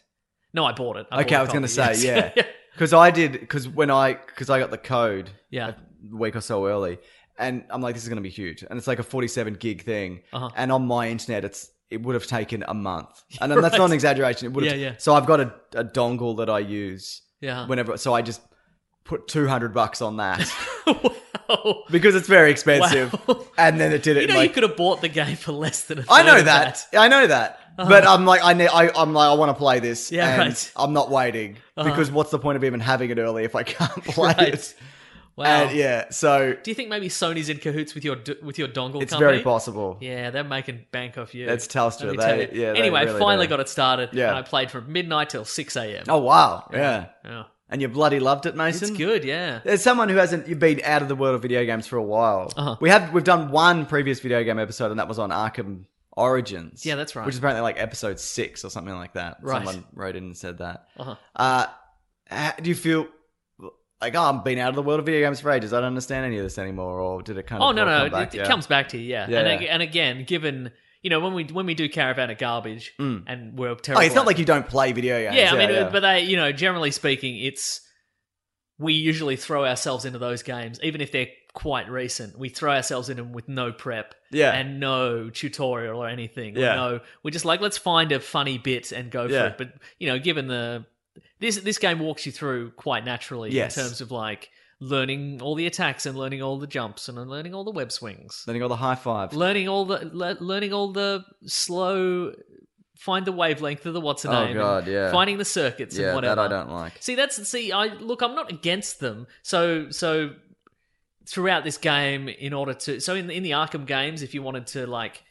S2: No, I bought it.
S1: okay,
S2: bought
S1: I
S2: a
S1: was going to say
S2: copy, (laughs)
S1: yeah,
S2: yes.
S1: because I did because when I because I got the code
S2: Yeah.
S1: a week or so early, and I'm like this is going to be huge, and it's like a 47 gig thing,
S2: Uh-huh.
S1: and on my internet it's it would have taken a
S2: (laughs)
S1: month, and that's not an exaggeration. It would have,
S2: Yeah, yeah.
S1: So I've got a, a dongle that I use
S2: Yeah.
S1: whenever, so I just put 200 bucks on that
S2: (laughs) wow.
S1: because it's very expensive,
S2: Wow. (laughs)
S1: and then it did it.
S2: You know,
S1: in like,
S2: you could have bought the game for less than a
S1: I
S2: third
S1: know
S2: of
S1: that. I know that. But I'm like, I, ne- I I'm like, I want to play this.
S2: Uh-huh. Yeah,
S1: and
S2: right. Uh-huh.
S1: I'm not waiting because what's the point of even having it early if I can't (laughs) play
S2: Right.
S1: it?
S2: Wow.
S1: And yeah, so
S2: Do you think maybe Sony's in cahoots with your d- with your dongle
S1: it's
S2: company?
S1: very possible.
S2: Yeah, they're making bank off you.
S1: That's Telstra.
S2: Let me
S1: They-
S2: tell you.
S1: yeah, they
S2: anyway,
S1: really
S2: finally
S1: do.
S2: got it started.
S1: Yeah.
S2: And I played from midnight till 6 a.m.
S1: Oh wow, yeah.
S2: Yeah.
S1: And you bloody loved it, Mason.
S2: It's good, yeah.
S1: There's someone who hasn't you've been out of the world of video games for a while.
S2: Uh-huh.
S1: We have we've done one previous video game episode, and that was on Arkham Origins.
S2: Yeah, that's right.
S1: Which is apparently like episode six or something like that.
S2: Right.
S1: Someone wrote in and said that.
S2: Uh-huh.
S1: Uh, ha- do you feel like oh, I've been out of the world of video games for ages? I don't understand any of this anymore, or did it kind of?
S2: Oh no,
S1: all
S2: no,
S1: come
S2: it,
S1: back?
S2: it
S1: Yeah.
S2: comes back to you, yeah.
S1: Yeah,
S2: and,
S1: yeah.
S2: ag- and again, given you know when we when we do caravan of garbage and we're
S1: Oh,
S2: terrible.
S1: it's not
S2: at-
S1: like you don't play video games.
S2: yeah, I mean, but they, you know, generally speaking, it's we usually throw ourselves into those games, even if they're quite recent. We throw ourselves in them with no prep,
S1: Yeah.
S2: and no tutorial or anything.
S1: Yeah.
S2: Yeah, no, we're just like, let's find a funny bit and go
S1: Yeah.
S2: for it. But you know, given the this this game walks you through quite naturally
S1: Yes.
S2: in terms of like learning all the attacks and learning all the jumps and learning all the web swings,
S1: then you got the high five.
S2: learning all the le- learning all the slow. Find the wavelength of the what's her
S1: Oh,
S2: name? and
S1: God, yeah.
S2: Finding the circuits
S1: yeah,
S2: and whatever.
S1: that I don't like.
S2: See, that's see, I look, I'm not against them. So, so throughout this game, in order to, so in in the Arkham games, if you wanted to like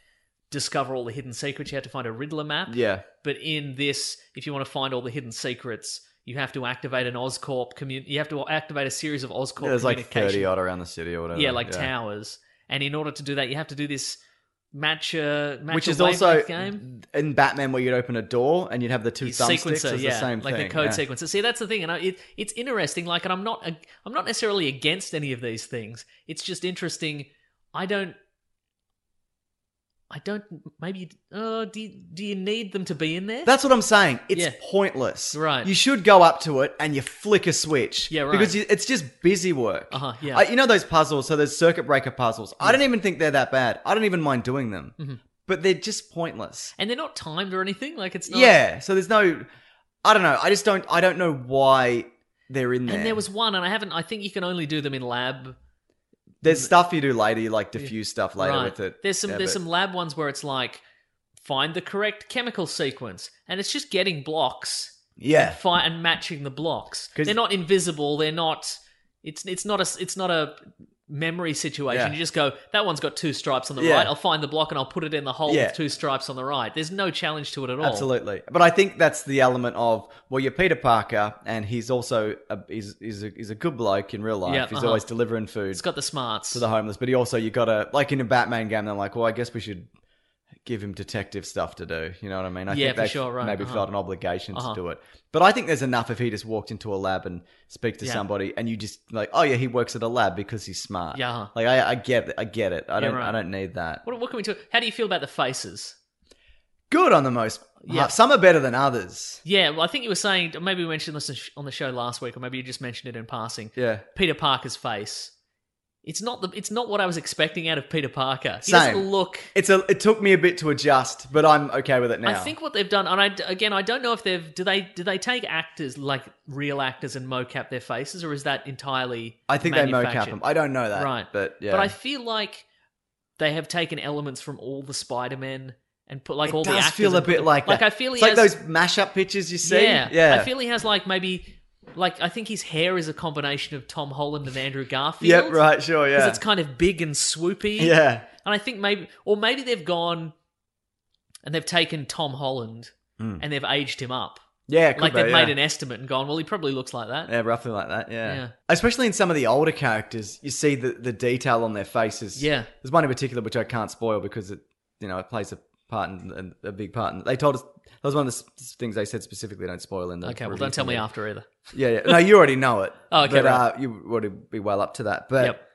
S2: discover all the hidden secrets, you had to find a Riddler map.
S1: Yeah,
S2: But in this, if you want to find all the hidden secrets, you have to activate an Oscorp commun. You have to activate a series of Oscorp.
S1: Yeah, there's like
S2: communication-
S1: thirty odd around the city or whatever.
S2: Yeah, like towers. And in order to do that, you have to do this match, uh, match
S1: which
S2: a
S1: is also
S2: wavelength game.
S1: in Batman where you'd open a door and you'd have the two thumbsticks.
S2: sequencer,
S1: It's
S2: yeah,
S1: the same
S2: like
S1: thing.
S2: a code
S1: yeah.
S2: sequencer. See, that's the thing, and I, it, it's interesting. Like, and I'm not, i I'm not necessarily against any of these things. It's just interesting. I don't, I don't. Maybe, uh, do you- do you need them to be in there?
S1: That's what I'm saying. It's
S2: Yeah.
S1: pointless.
S2: Right.
S1: You should go up to it and you flick a switch.
S2: Yeah, right.
S1: Because you, it's just busy work.
S2: Uh-huh, yeah.
S1: Uh, you know those puzzles? So there's circuit breaker puzzles. I don't even think they're that bad. I don't even mind doing them.
S2: Mm-hmm.
S1: But they're just pointless.
S2: and they're not timed or anything. Like, it's not,
S1: Yeah. So there's no. I don't know. I just don't. I don't know why they're in there.
S2: And there was one, and I haven't. I think you can only do them in lab.
S1: There's stuff you do later. You like diffuse stuff later
S2: right.
S1: with it.
S2: There's some
S1: Yeah,
S2: there's
S1: but-
S2: some lab ones where it's like find the correct chemical sequence, and it's just getting blocks.
S1: Yeah.
S2: fi- and matching the blocks.
S1: 'Cause-
S2: They're not invisible. They're not. It's it's not a it's not a memory situation.
S1: Yeah.
S2: You just go that one's got two stripes on the
S1: Yeah.
S2: right. I'll find the block and I'll put it in the hole
S1: Yeah.
S2: with two stripes on the right. There's no challenge to it at all.
S1: Absolutely, but I think that's the element of well, you're Peter Parker, and he's also a, he's he's a, he's a good bloke in real life.
S2: Yeah,
S1: he's
S2: uh-huh.
S1: always delivering food
S2: It's got the smarts.
S1: to the homeless, but he also you got to like in a Batman game. They're like, well, I guess we should give him detective stuff to do. You know what I mean? I
S2: Yeah,
S1: think
S2: for
S1: they
S2: sure, right,
S1: maybe
S2: uh-huh.
S1: felt an obligation to
S2: Uh-huh.
S1: do it. But I think there's enough if he just walked into a lab and speak to
S2: Yeah.
S1: somebody, and you just like, oh yeah, he works at a lab because he's smart.
S2: Yeah, uh-huh.
S1: like I, I get, I get it. I don't,
S2: right.
S1: I don't need that.
S2: What, what can we do? How do you feel about the faces?
S1: Good on the most.
S2: Yeah.
S1: some are better than others.
S2: Yeah, well, I think you were saying maybe we mentioned this on the show last week, or maybe you just mentioned it in passing.
S1: Yeah.
S2: Peter Parker's face. It's not the. It's not what I was expecting out of Peter Parker. He
S1: Same.
S2: doesn't look.
S1: It's a. It took me a bit to adjust, but I'm okay with it now.
S2: I think what they've done, and I again, I don't know if they've do they do they take actors like real actors and mocap their faces, or is that entirely?
S1: I think they mocap
S2: manufactured?
S1: him. I don't know that,
S2: right?
S1: But yeah,
S2: but I feel like they have taken elements from all the Spider Men and put like
S1: it
S2: all the
S1: does
S2: actors.
S1: feel a
S2: and put
S1: bit
S2: them-
S1: like
S2: like
S1: that.
S2: I feel
S1: it's
S2: he
S1: like
S2: has-
S1: those mashup pictures you see.
S2: Yeah,
S1: yeah.
S2: I feel he has like maybe like I think his hair is a combination of Tom Holland and Andrew Garfield.
S1: Yep, right, sure,
S2: Because
S1: yeah.
S2: it's kind of big and swoopy.
S1: yeah.
S2: And I think maybe, or maybe they've gone and they've taken Tom Holland and they've aged him up.
S1: Yeah, Hmm. it could
S2: like
S1: be,
S2: they've
S1: yeah.
S2: made an estimate and gone, well, he probably looks like that.
S1: Yeah, roughly like that. Yeah.
S2: Yeah.
S1: Especially in some of the older characters, you see the, the detail on their faces.
S2: Yeah.
S1: There's one in particular which I can't spoil because it, you know, it plays a part and and a big part. And they told us that was one of the s- things they said specifically. Don't spoil in the.
S2: okay, well,
S1: review
S2: don't tell me
S1: thing.
S2: after either.
S1: Yeah, yeah. No, you already know it.
S2: Oh, okay,
S1: But,
S2: right.
S1: uh, you would be well up to that, but
S2: Yep.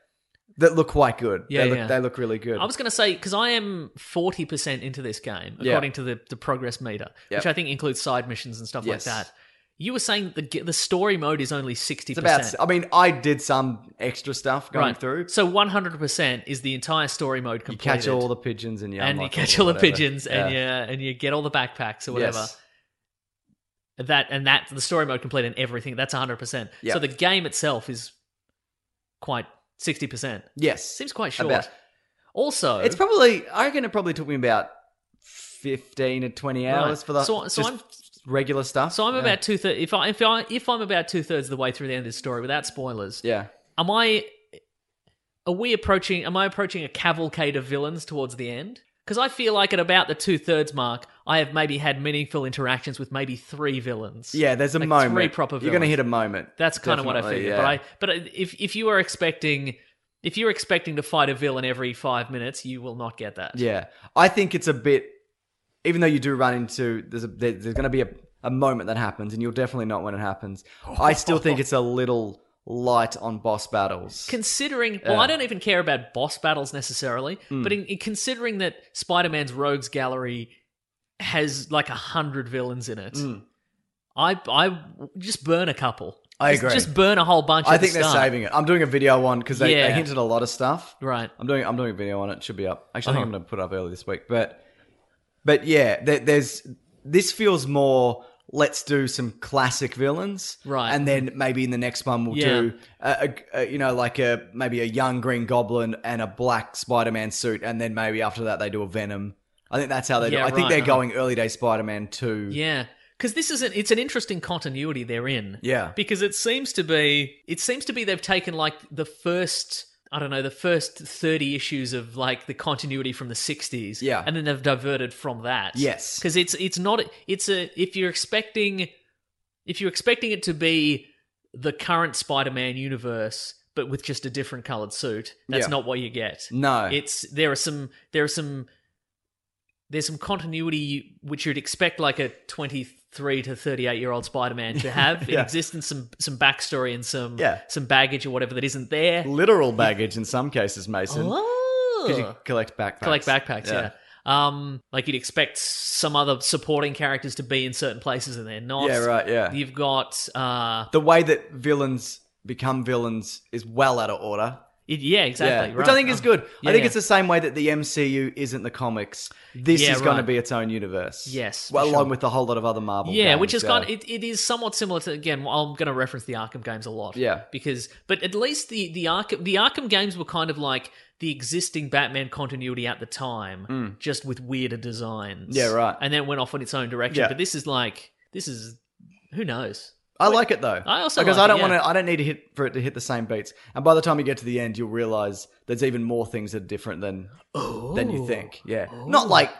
S1: that look quite good.
S2: Yeah,
S1: they look,
S2: yeah.
S1: They look really good.
S2: I was going to say because I am forty percent into this game
S1: Yeah.
S2: according to the, the progress meter,
S1: Yep.
S2: which I think includes side missions and stuff
S1: Yes.
S2: like that. You were saying the ge- the story mode is only sixty
S1: It's about.
S2: percent.
S1: I mean, I did some extra stuff going through.
S2: So one hundred percent is the entire story mode
S1: you
S2: completed.
S1: catch all the pigeons and you
S2: and you
S1: unlock
S2: catch
S1: it or
S2: all the
S1: whatever.
S2: pigeons and you and you get all the backpacks or whatever.
S1: Yes.
S2: That and that the story mode complete and everything that's hundred percent.
S1: Yeah.
S2: So the game itself is quite sixty percent.
S1: Yes.
S2: Seems quite short.
S1: About-
S2: also,
S1: It's probably I reckon it probably took me about fifteen to twenty
S2: Right.
S1: hours for the
S2: So- so
S1: just
S2: I'm-
S1: regular stuff.
S2: So I'm
S1: Yeah.
S2: about two thirds. If I if I if I'm about two thirds of the way through the end of the story without spoilers,
S1: yeah.
S2: am I? Are we approaching? Am I approaching a cavalcade of villains towards the end? Because I feel like at about the two thirds mark, I have maybe had meaningful interactions with maybe three villains.
S1: Yeah, there's a
S2: Like
S1: moment.
S2: Three proper.
S1: You're gonna
S2: villains.
S1: hit a moment.
S2: That's kind of what I
S1: Definitely,
S2: figured.
S1: yeah.
S2: But I but if if you are expecting if you're expecting to fight a villain every five minutes, you will not get that.
S1: Yeah. I think it's a bit even though you do run into there's a there, there's gonna be a, a moment that happens and you'll definitely not when it happens. I still think it's a little light on boss battles.
S2: considering well i don't even care about boss battles necessarily
S1: Hmm.
S2: but in, in considering that spider-man's rogues gallery has like a hundred villains in it
S1: Hmm.
S2: i i just burn a couple
S1: I
S2: Just-
S1: agree.
S2: just burn a whole bunch
S1: I
S2: at the
S1: think they're
S2: start.
S1: saving it. I'm doing a video on because they, they
S2: Yeah.
S1: hinted a lot of stuff.
S2: right
S1: I'm doing I'm doing a video on it. it should be up. Actually, I think
S2: Uh-huh.
S1: I'm going to put it up early this week. But but yeah, there, there's this feels more. Let's do some classic villains,
S2: Right.
S1: And then maybe in the next one we'll do a, a, a you know like a maybe a young Green Goblin and a black Spider-Man suit, and then maybe after that they do a Venom. I think that's how they do.
S2: Yeah,
S1: it. I think
S2: right,
S1: they're
S2: uh-huh.
S1: going early day Spider-Man two.
S2: yeah because this is an it's an interesting continuity they're in
S1: Yeah.
S2: because it seems to be it seems to be they've taken like the first I don't know the first thirty issues of like the continuity from the '60s,
S1: Yeah.
S2: and then they've diverted from that.
S1: Yes.
S2: because it's it's not it's a if you're expecting if you're expecting it to be the current Spider-Man universe, but with just a different colored suit, that's
S1: Yeah.
S2: not what you get.
S1: No.
S2: it's there are some there are some there's some continuity which you'd expect like a 23 to 38 year old spider-man
S1: (laughs)
S2: to have
S1: Yeah.
S2: in existence some some backstory and some
S1: Yeah.
S2: some baggage or whatever that isn't there
S1: literal baggage in some cases, Mason.
S2: oh.
S1: Because you collect backpacks.
S2: collect backpacks yeah, Um, like you'd expect some other supporting characters to be in certain places and they're not.
S1: Yeah, right, yeah.
S2: You've got uh,
S1: the way that villains become villains is well out of order.
S2: it, yeah, exactly.
S1: Yeah, which
S2: right.
S1: I think is
S2: Uh,
S1: good.
S2: yeah,
S1: I think
S2: yeah.
S1: it's the same way that the MCU isn't the comics. This
S2: Yeah,
S1: is going to
S2: right.
S1: be its own universe.
S2: Yes, for
S1: well, along
S2: sure.
S1: with a whole lot of other Marvel.
S2: Yeah,
S1: games,
S2: which is
S1: yeah.
S2: kind of it, it is somewhat similar to again. I'm going to reference the Arkham games a lot.
S1: Yeah.
S2: because but at least the the Arkham the Arkham games were kind of like the existing Batman continuity at the time, just with weirder designs.
S1: Hmm. Yeah, right.
S2: And then it went off in its own direction.
S1: Yeah.
S2: But this is like this is who knows.
S1: I like it though.
S2: I also
S1: because
S2: like
S1: I
S2: it,
S1: don't
S2: yeah.
S1: want to. I don't need to hit for it to hit the same beats. And by the time you get to the end, you'll realize there's even more things that are different than than you think. Yeah, not like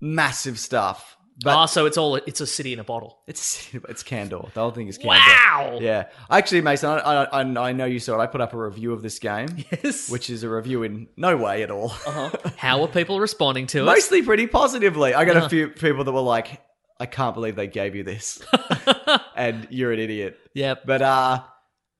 S1: massive stuff. But-
S2: ah, so it's all it's a city in a bottle.
S1: It's (laughs) it's Candor. The whole thing is Candor.
S2: Wow.
S1: Yeah. Actually, Mason, I, I, I, I know you saw it. I put up a review of this game,
S2: (laughs) Yes. Uh-huh.
S1: which is a review in no way at all.
S2: How are people responding to
S1: (laughs)
S2: it?
S1: Mostly pretty positively. I got a few people that were like, I can't believe they gave you
S2: (laughs)
S1: this. (laughs) and you're an idiot.
S2: Yep.
S1: But uh,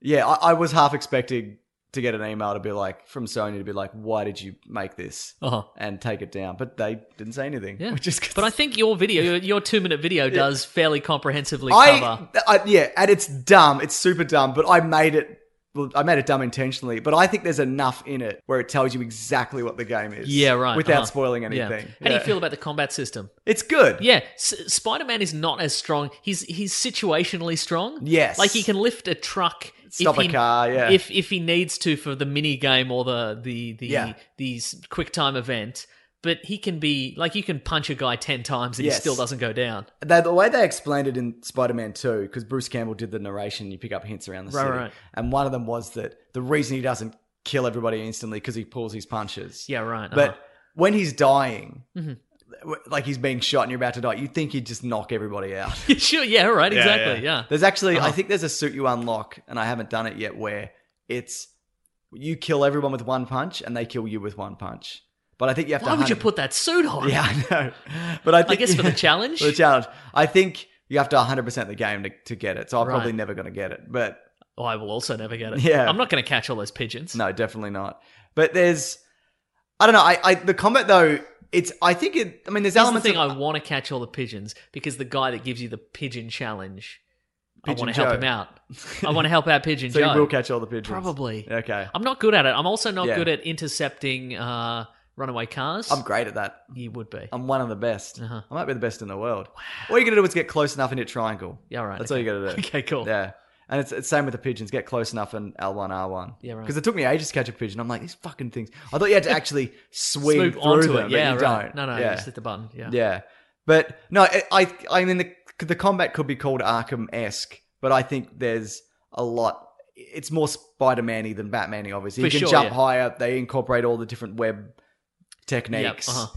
S1: yeah, I, I was half expecting to get an email to be like, from Sony to be like, why did you make this?
S2: Uh-huh.
S1: And take it down. But they didn't say anything.
S2: Yeah.
S1: (laughs) Which is
S2: but I think your video, your, your two minute video, does fairly comprehensively cover.
S1: I, I yeah, and it's dumb. It's super dumb. But I made it. Well, I made it dumb intentionally. But I think there's enough in it where it tells you exactly what the game is.
S2: Yeah, right.
S1: Without
S2: uh-huh.
S1: spoiling
S2: Yeah.
S1: anything.
S2: How do you
S1: Yeah.
S2: feel about the
S1: (laughs)
S2: combat system?
S1: It's good.
S2: Yeah, S- Spider Man is not as strong. He's he's situationally strong.
S1: Yes.
S2: like he can lift a truck,
S1: Stop
S2: if
S1: a
S2: he,
S1: car, yeah.
S2: if if he needs to for the mini game or the the the
S1: Yeah.
S2: the s- quick time event. But he can be like you can punch a guy ten times and he
S1: Yes.
S2: still doesn't go down.
S1: They, the way they explained it in Spider-Man 2, because Bruce Campbell did the narration, you pick up hints around the
S2: Right,
S1: city,
S2: right.
S1: and one of them was that the reason he doesn't kill everybody instantly because he pulls his punches.
S2: Yeah, right.
S1: But
S2: uh-huh. (laughs) Mm-hmm.
S1: when he's dying, w- like he's being shot and you're about to die, you think he'd just knock everybody out.
S2: sure, yeah, right, exactly, yeah.
S1: There's actually,
S2: Oh.
S1: I think there's a suit you unlock, and I haven't done it yet, where it's you kill everyone with one punch, and they kill you with one punch. But I think you have to.
S2: Why would
S1: hunt
S2: you put that suit on?
S1: (laughs) Yeah, I
S2: (laughs)
S1: know. But I think
S2: guess for the challenge?
S1: (laughs) For the challenge, I think you have to 100 percent the game to, to get it. So I'm probably
S2: Right.
S1: never going to get it. But
S2: Oh, I will also never get it.
S1: Yeah.
S2: I'm not going to catch all those pigeons.
S1: no, definitely not. But there's, I don't know. I, I the combat though, it's. I think it. I mean, there's
S2: Here's the
S1: elements.
S2: thing:
S1: of,
S2: I want to catch all the pigeons because the guy that gives you the pigeon challenge, I
S1: Pigeon
S2: want to help
S1: Joe. (laughs)
S2: him out. I want to help out Pigeon
S1: so
S2: Joe.
S1: you will catch all the pigeons.
S2: Probably.
S1: Okay.
S2: I'm not good at it. I'm also not
S1: Yeah.
S2: good at intercepting uh, runaway cars.
S1: I'm great at that.
S2: you would be.
S1: I'm one of the best.
S2: Uh-huh.
S1: I might be the best in the world. All you got to do is get close enough and hit triangle.
S2: Yeah, right,
S1: That's
S2: okay.
S1: all you got to do.
S2: (laughs) Okay, cool.
S1: Yeah. And it's, it's same with the pigeons. Get close enough and L1, R1.
S2: Yeah, right.
S1: Because it took me ages to catch a pigeon. I'm like, these fucking things. I thought you had
S2: (laughs)
S1: to actually swing
S2: Swoop
S1: through
S2: onto
S1: them,
S2: it.
S1: but
S2: Yeah,
S1: you
S2: right.
S1: don't.
S2: No, no,
S1: yeah.
S2: you just hit the button. Yeah.
S1: Yeah. But no, I, I, I mean, the, the combat could be called Arkham esque, but I think there's a lot. It's more Spider Man y than Batman y, obviously.
S2: For
S1: you can
S2: sure,
S1: jump
S2: yeah.
S1: higher, they incorporate all the different web techniques.
S2: uh-huh.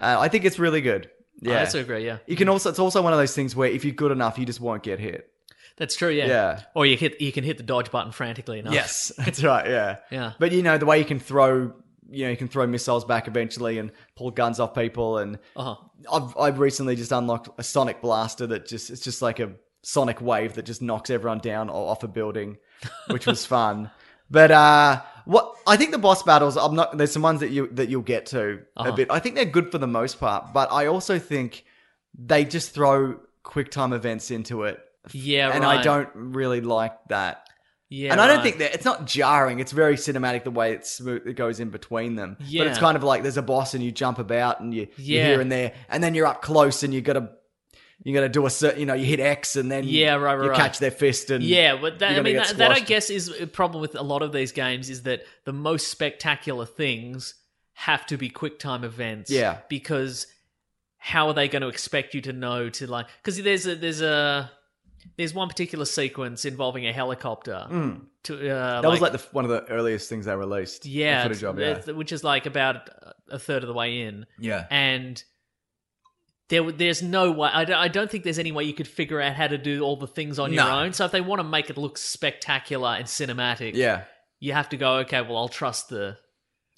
S2: Oh,
S1: Uh, I think it's really good.
S2: I
S1: Yeah.
S2: also agree. Yeah,
S1: you can also, it's also one of those things where if you're good enough, you just won't get hit. (laughs)
S2: that's true. Yeah.
S1: Yeah.
S2: Or you hit you can hit the dodge button frantically enough.
S1: Yes, that's right. Yeah,
S2: Yeah.
S1: But you know the way you can throw, you know, you can throw missiles back eventually and pull guns off people. And
S2: Uh-huh.
S1: I've I've recently just unlocked a sonic blaster that just it's just like a sonic wave that just knocks everyone down or off a building, which was fun. But uh, what I think the boss battles, I'm not. There's some ones that you that you'll get to a bit. I think they're good for the most part, but I also think they just throw quick time events into it.
S2: Yeah.
S1: and
S2: right.
S1: I don't really like that
S2: Yeah.
S1: and I don't
S2: right.
S1: think that it's not jarring. It's very cinematic the way it's smooth, it goes in between them. But
S2: Yeah.
S1: it's kind of like there's a boss and you jump about and you you're
S2: Yeah.
S1: here and there, and then you're up close and you gotta you gotta do a certain you know you hit X and then
S2: Yeah, right, right,
S1: you
S2: right.
S1: catch their fist and
S2: Yeah, but that,
S1: you're
S2: I
S1: gonna
S2: mean,
S1: get
S2: that, that I
S1: squashed.
S2: guess is a problem with a lot of these games is that the most spectacular things have to be quick time events.
S1: Yeah.
S2: because how are they going to expect you to know to like? Because there's a there's a there's one particular sequence involving a helicopter. To, uh,
S1: Mm. that was like the, one of the earliest things they released. the
S2: yeah,
S1: footage
S2: it's-
S1: of, yeah.
S2: it's- which is like about a third of the way in
S1: yeah.
S2: and there, w- there's no way. I don't, I don't think there's any way you could figure out how to do all the things on your
S1: No.
S2: own. So if they want to make it look spectacular and cinematic,
S1: Yeah.
S2: you have to go. Okay, well, I'll trust the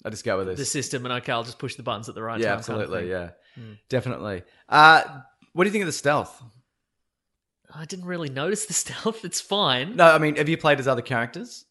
S1: I just go with this.
S2: the system, and okay, I'll just push the buttons at the right
S1: yeah,
S2: time. kind of
S1: absolutely.
S2: thing. Hmm.
S1: yeah, definitely. Uh, what do you think of the stealth?
S2: I didn't really notice (laughs) the stealth. It's fine.
S1: No, I mean, have you played as other characters?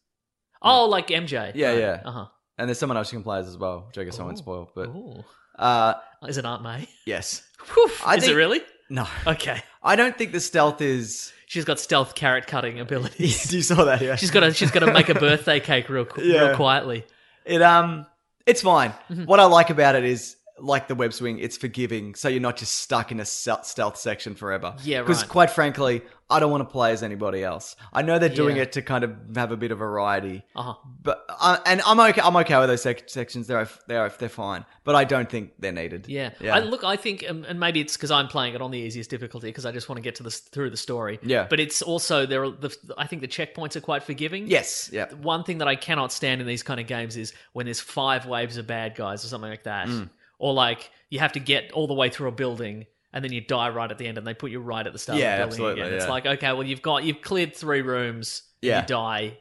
S2: Oh, like MJ.
S1: Yeah, yeah.
S2: Uh
S1: And there's someone else you can play as as well, which I guess I
S2: Oh.
S1: won't spoil.
S2: huh.
S1: But (laughs)
S2: Ooh.
S1: uh,
S2: Is it Aunt May? (laughs)
S1: yes,
S2: Whew.
S1: I
S2: Is it
S1: think-
S2: really?
S1: no.
S2: Okay.
S1: I don't think the stealth is. (laughs)
S2: She's got stealth carrot cutting abilities.
S1: you saw that, yeah.
S2: she's got to she's got to make a birthday cake real qu-
S1: Yeah.
S2: real quietly.
S1: it. Um, it's fine.
S2: Mm-hmm.
S1: What I like about it is, like the web swing, it's forgiving, so you're not just stuck in a se- stealth section forever.
S2: Yeah,
S1: Because
S2: right.
S1: quite frankly, I don't want to play as anybody else. I know they're doing
S2: Yeah.
S1: it to kind of have a bit of variety,
S2: Uh-huh.
S1: but uh, and I'm okay. I'm okay with those sec- sections. They're they're they're fine, but I don't think they're needed.
S2: Yeah.
S1: yeah.
S2: I, look, I think, um, and maybe it's because I'm playing it on the easiest difficulty because I just want to get to the through the story.
S1: Yeah.
S2: But it's also there. Are the, I think the checkpoints are quite forgiving.
S1: yes, yeah.
S2: One thing that I cannot stand in these kind of games is when there's
S1: Mm.
S2: five waves of bad guys or something like that, or like you have to get all the way through a building and then you die right at the end, and they put you right at the start.
S1: Yeah,
S2: of the
S1: absolutely,
S2: building Again. It's
S1: yeah.
S2: like okay, well you've got you've cleared three rooms.
S1: Yeah.
S2: you die.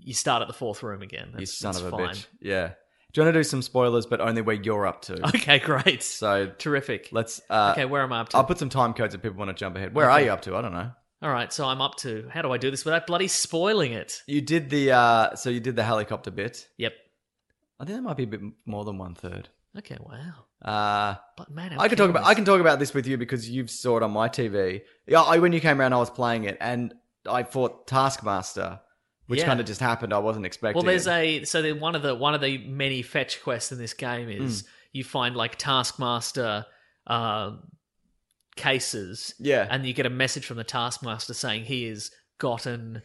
S2: You start at the fourth room again. That's,
S1: you son
S2: that's
S1: of a
S2: fine.
S1: bitch. Yeah. Do you want to do some spoilers, but only where you're up to?
S2: (laughs) (laughs) Okay, great.
S1: So
S2: Terrific.
S1: let's. Uh,
S2: okay, where am I up to?
S1: I'll put some time codes if people want to jump ahead. Where are
S2: Okay.
S1: you up to? I don't know.
S2: All right, so I'm up to how do I do this without bloody spoiling it?
S1: You did the. Uh, so you did the helicopter bit.
S2: Yep.
S1: I think that might be a bit more than one third.
S2: Okay. Wow.
S1: Uh,
S2: But man, I'm
S1: I can talk about I
S2: curious.
S1: can talk about this with you because you saw it on my TV. Yeah, I, when you came around, I was playing it, and I fought Taskmaster, which
S2: Yeah.
S1: kind of just happened. I wasn't expecting.
S2: Well, there's
S1: it.
S2: a so then one of the one of the many fetch quests in this game
S1: Hmm.
S2: is you find like Taskmaster uh, cases,
S1: Yeah.
S2: and you get a message from the Taskmaster saying he has gotten.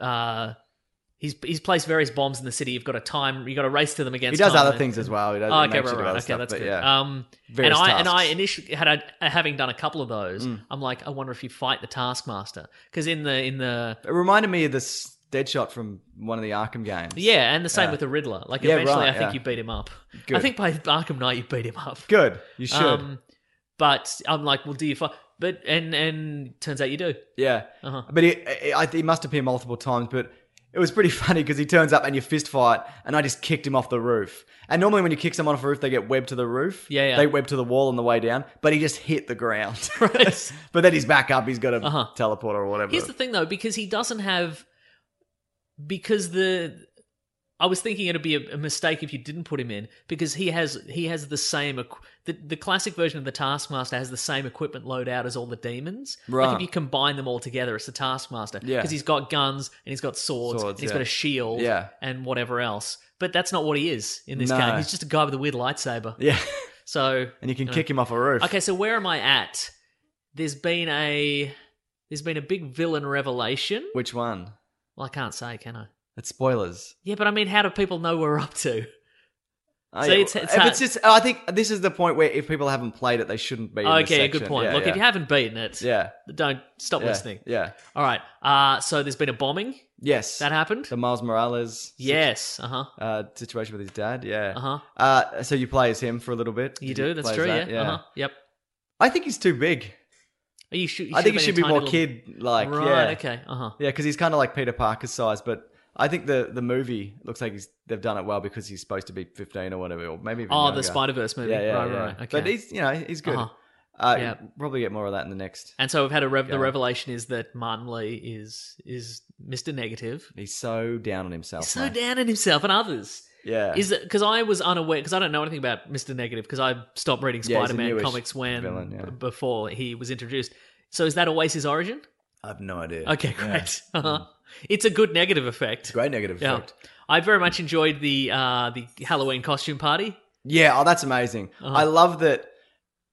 S2: Uh, He's, he's placed various bombs in the city. You've got a time. You've got to race to them against.
S1: he does
S2: time
S1: other
S2: and-
S1: things as well. He does
S2: Oh,
S1: it
S2: okay,
S1: makes you
S2: right,
S1: do
S2: right.
S1: other
S2: Okay,
S1: stuff,
S2: that's
S1: but
S2: good.
S1: Yeah.
S2: Um, and
S1: Various
S2: I and I
S1: tasks.
S2: initially had a, having done a couple of those.
S1: Mm.
S2: I'm like, I wonder if you fight the Taskmaster because in the in the
S1: it reminded me of this dead shot from one of the Arkham games.
S2: yeah, and the same
S1: Yeah.
S2: with the Riddler. Like
S1: Yeah,
S2: eventually,
S1: right,
S2: I think
S1: yeah.
S2: you beat him up.
S1: Good.
S2: I think by Arkham Knight, you beat him up. (laughs) Um,
S1: Good. Um, You should.
S2: but I'm like, well, do you fight? But and and turns out you do. (laughs)
S1: yeah.
S2: Uh-huh.
S1: But he, I, he must appear multiple times, but it was pretty (laughs) funny because he turns up and you fist fight, and I just kicked him off the roof. And normally, when you kick someone off a roof, they get webbed to the roof.
S2: Yeah, yeah.
S1: They web to the wall on the way down, but he just hit the ground. (laughs)
S2: Right.
S1: but then he's back up. He's got a
S2: Uh-huh.
S1: teleporter or whatever.
S2: Here's the thing, though, because he doesn't have because the I was thinking it'd be a, a mistake if you didn't put him in because he has he has the same equ- the the classic version of the Taskmaster has the same equipment loadout as all the demons. Like
S1: Right.
S2: if you combine them all together, it's the Taskmaster.
S1: Yeah.
S2: Because he's got guns and he's got swords,
S1: Swords,
S2: and he's
S1: yeah.
S2: got a shield
S1: Yeah.
S2: and whatever else. But that's not what he is in this
S1: No.
S2: game. He's just a guy with a weird lightsaber.
S1: (laughs) yeah.
S2: So
S1: and you can kick him off a roof.
S2: Okay, so where am I at? There's been a there's been a big villain revelation.
S1: Which one?
S2: Well, I can't say, can I?
S1: It's spoilers.
S2: Yeah, but I mean, how do people know we're
S1: (laughs)
S2: up to?
S1: Oh,
S2: See,
S1: yeah.
S2: it's- it's
S1: If
S2: hard.
S1: just, I think this is the point where if people haven't played it, they shouldn't be. in this
S2: okay, good
S1: section.
S2: point.
S1: Yeah,
S2: Look,
S1: yeah.
S2: if you haven't beaten it,
S1: yeah,
S2: don't stop
S1: yeah,
S2: listening.
S1: Yeah.
S2: All right. Uh so there's been a bombing
S1: Yes.
S2: that happened.
S1: the Miles Morales.
S2: yes. Uh huh.
S1: Uh, situation with his dad. Yeah.
S2: Uh-huh.
S1: Uh, So you play as him for a little bit.
S2: You
S1: Did
S2: do. That's
S1: play as
S2: true.
S1: that?
S2: Yeah. Uh huh. Yep.
S1: I think he's too big.
S2: Are you, should, you
S1: I think
S2: have
S1: he should
S2: been a
S1: be
S2: tiny
S1: more
S2: little-
S1: kid like.
S2: Right.
S1: Yeah.
S2: Okay. Uh huh.
S1: Yeah, because he's kind of like Peter Parker's size, but I think the the movie looks like he's they've done it well because he's supposed to be fifteen or whatever, or maybe. Even
S2: Oh,
S1: younger.
S2: the Spider Verse movie.
S1: Yeah, yeah,
S2: right.
S1: yeah.
S2: Right. Okay.
S1: But he's you know he's good. uh
S2: Uh-huh. Yeah.
S1: Probably get more of that in the next.
S2: and so we've had a rev-
S1: Yeah.
S2: the revelation is that Martin Lee is is Mr. Negative.
S1: He's so down on himself.
S2: He's so
S1: mate.
S2: down on himself and others.
S1: Yeah.
S2: Is it because I was unaware because I don't know anything about Mister Negative because I stopped reading
S1: Yeah, he's a
S2: Spider-Man
S1: newish
S2: comics when
S1: villain, yeah.
S2: b- before he was introduced. So is that always his origin?
S1: I have no idea.
S2: Okay, great. Uh-huh. (laughs) It's a good negative effect.
S1: Mm. Great negative
S2: Yeah,
S1: effect.
S2: I very much enjoyed the uh, the Halloween costume party.
S1: Yeah. Oh, that's amazing.
S2: Uh-huh.
S1: I love that.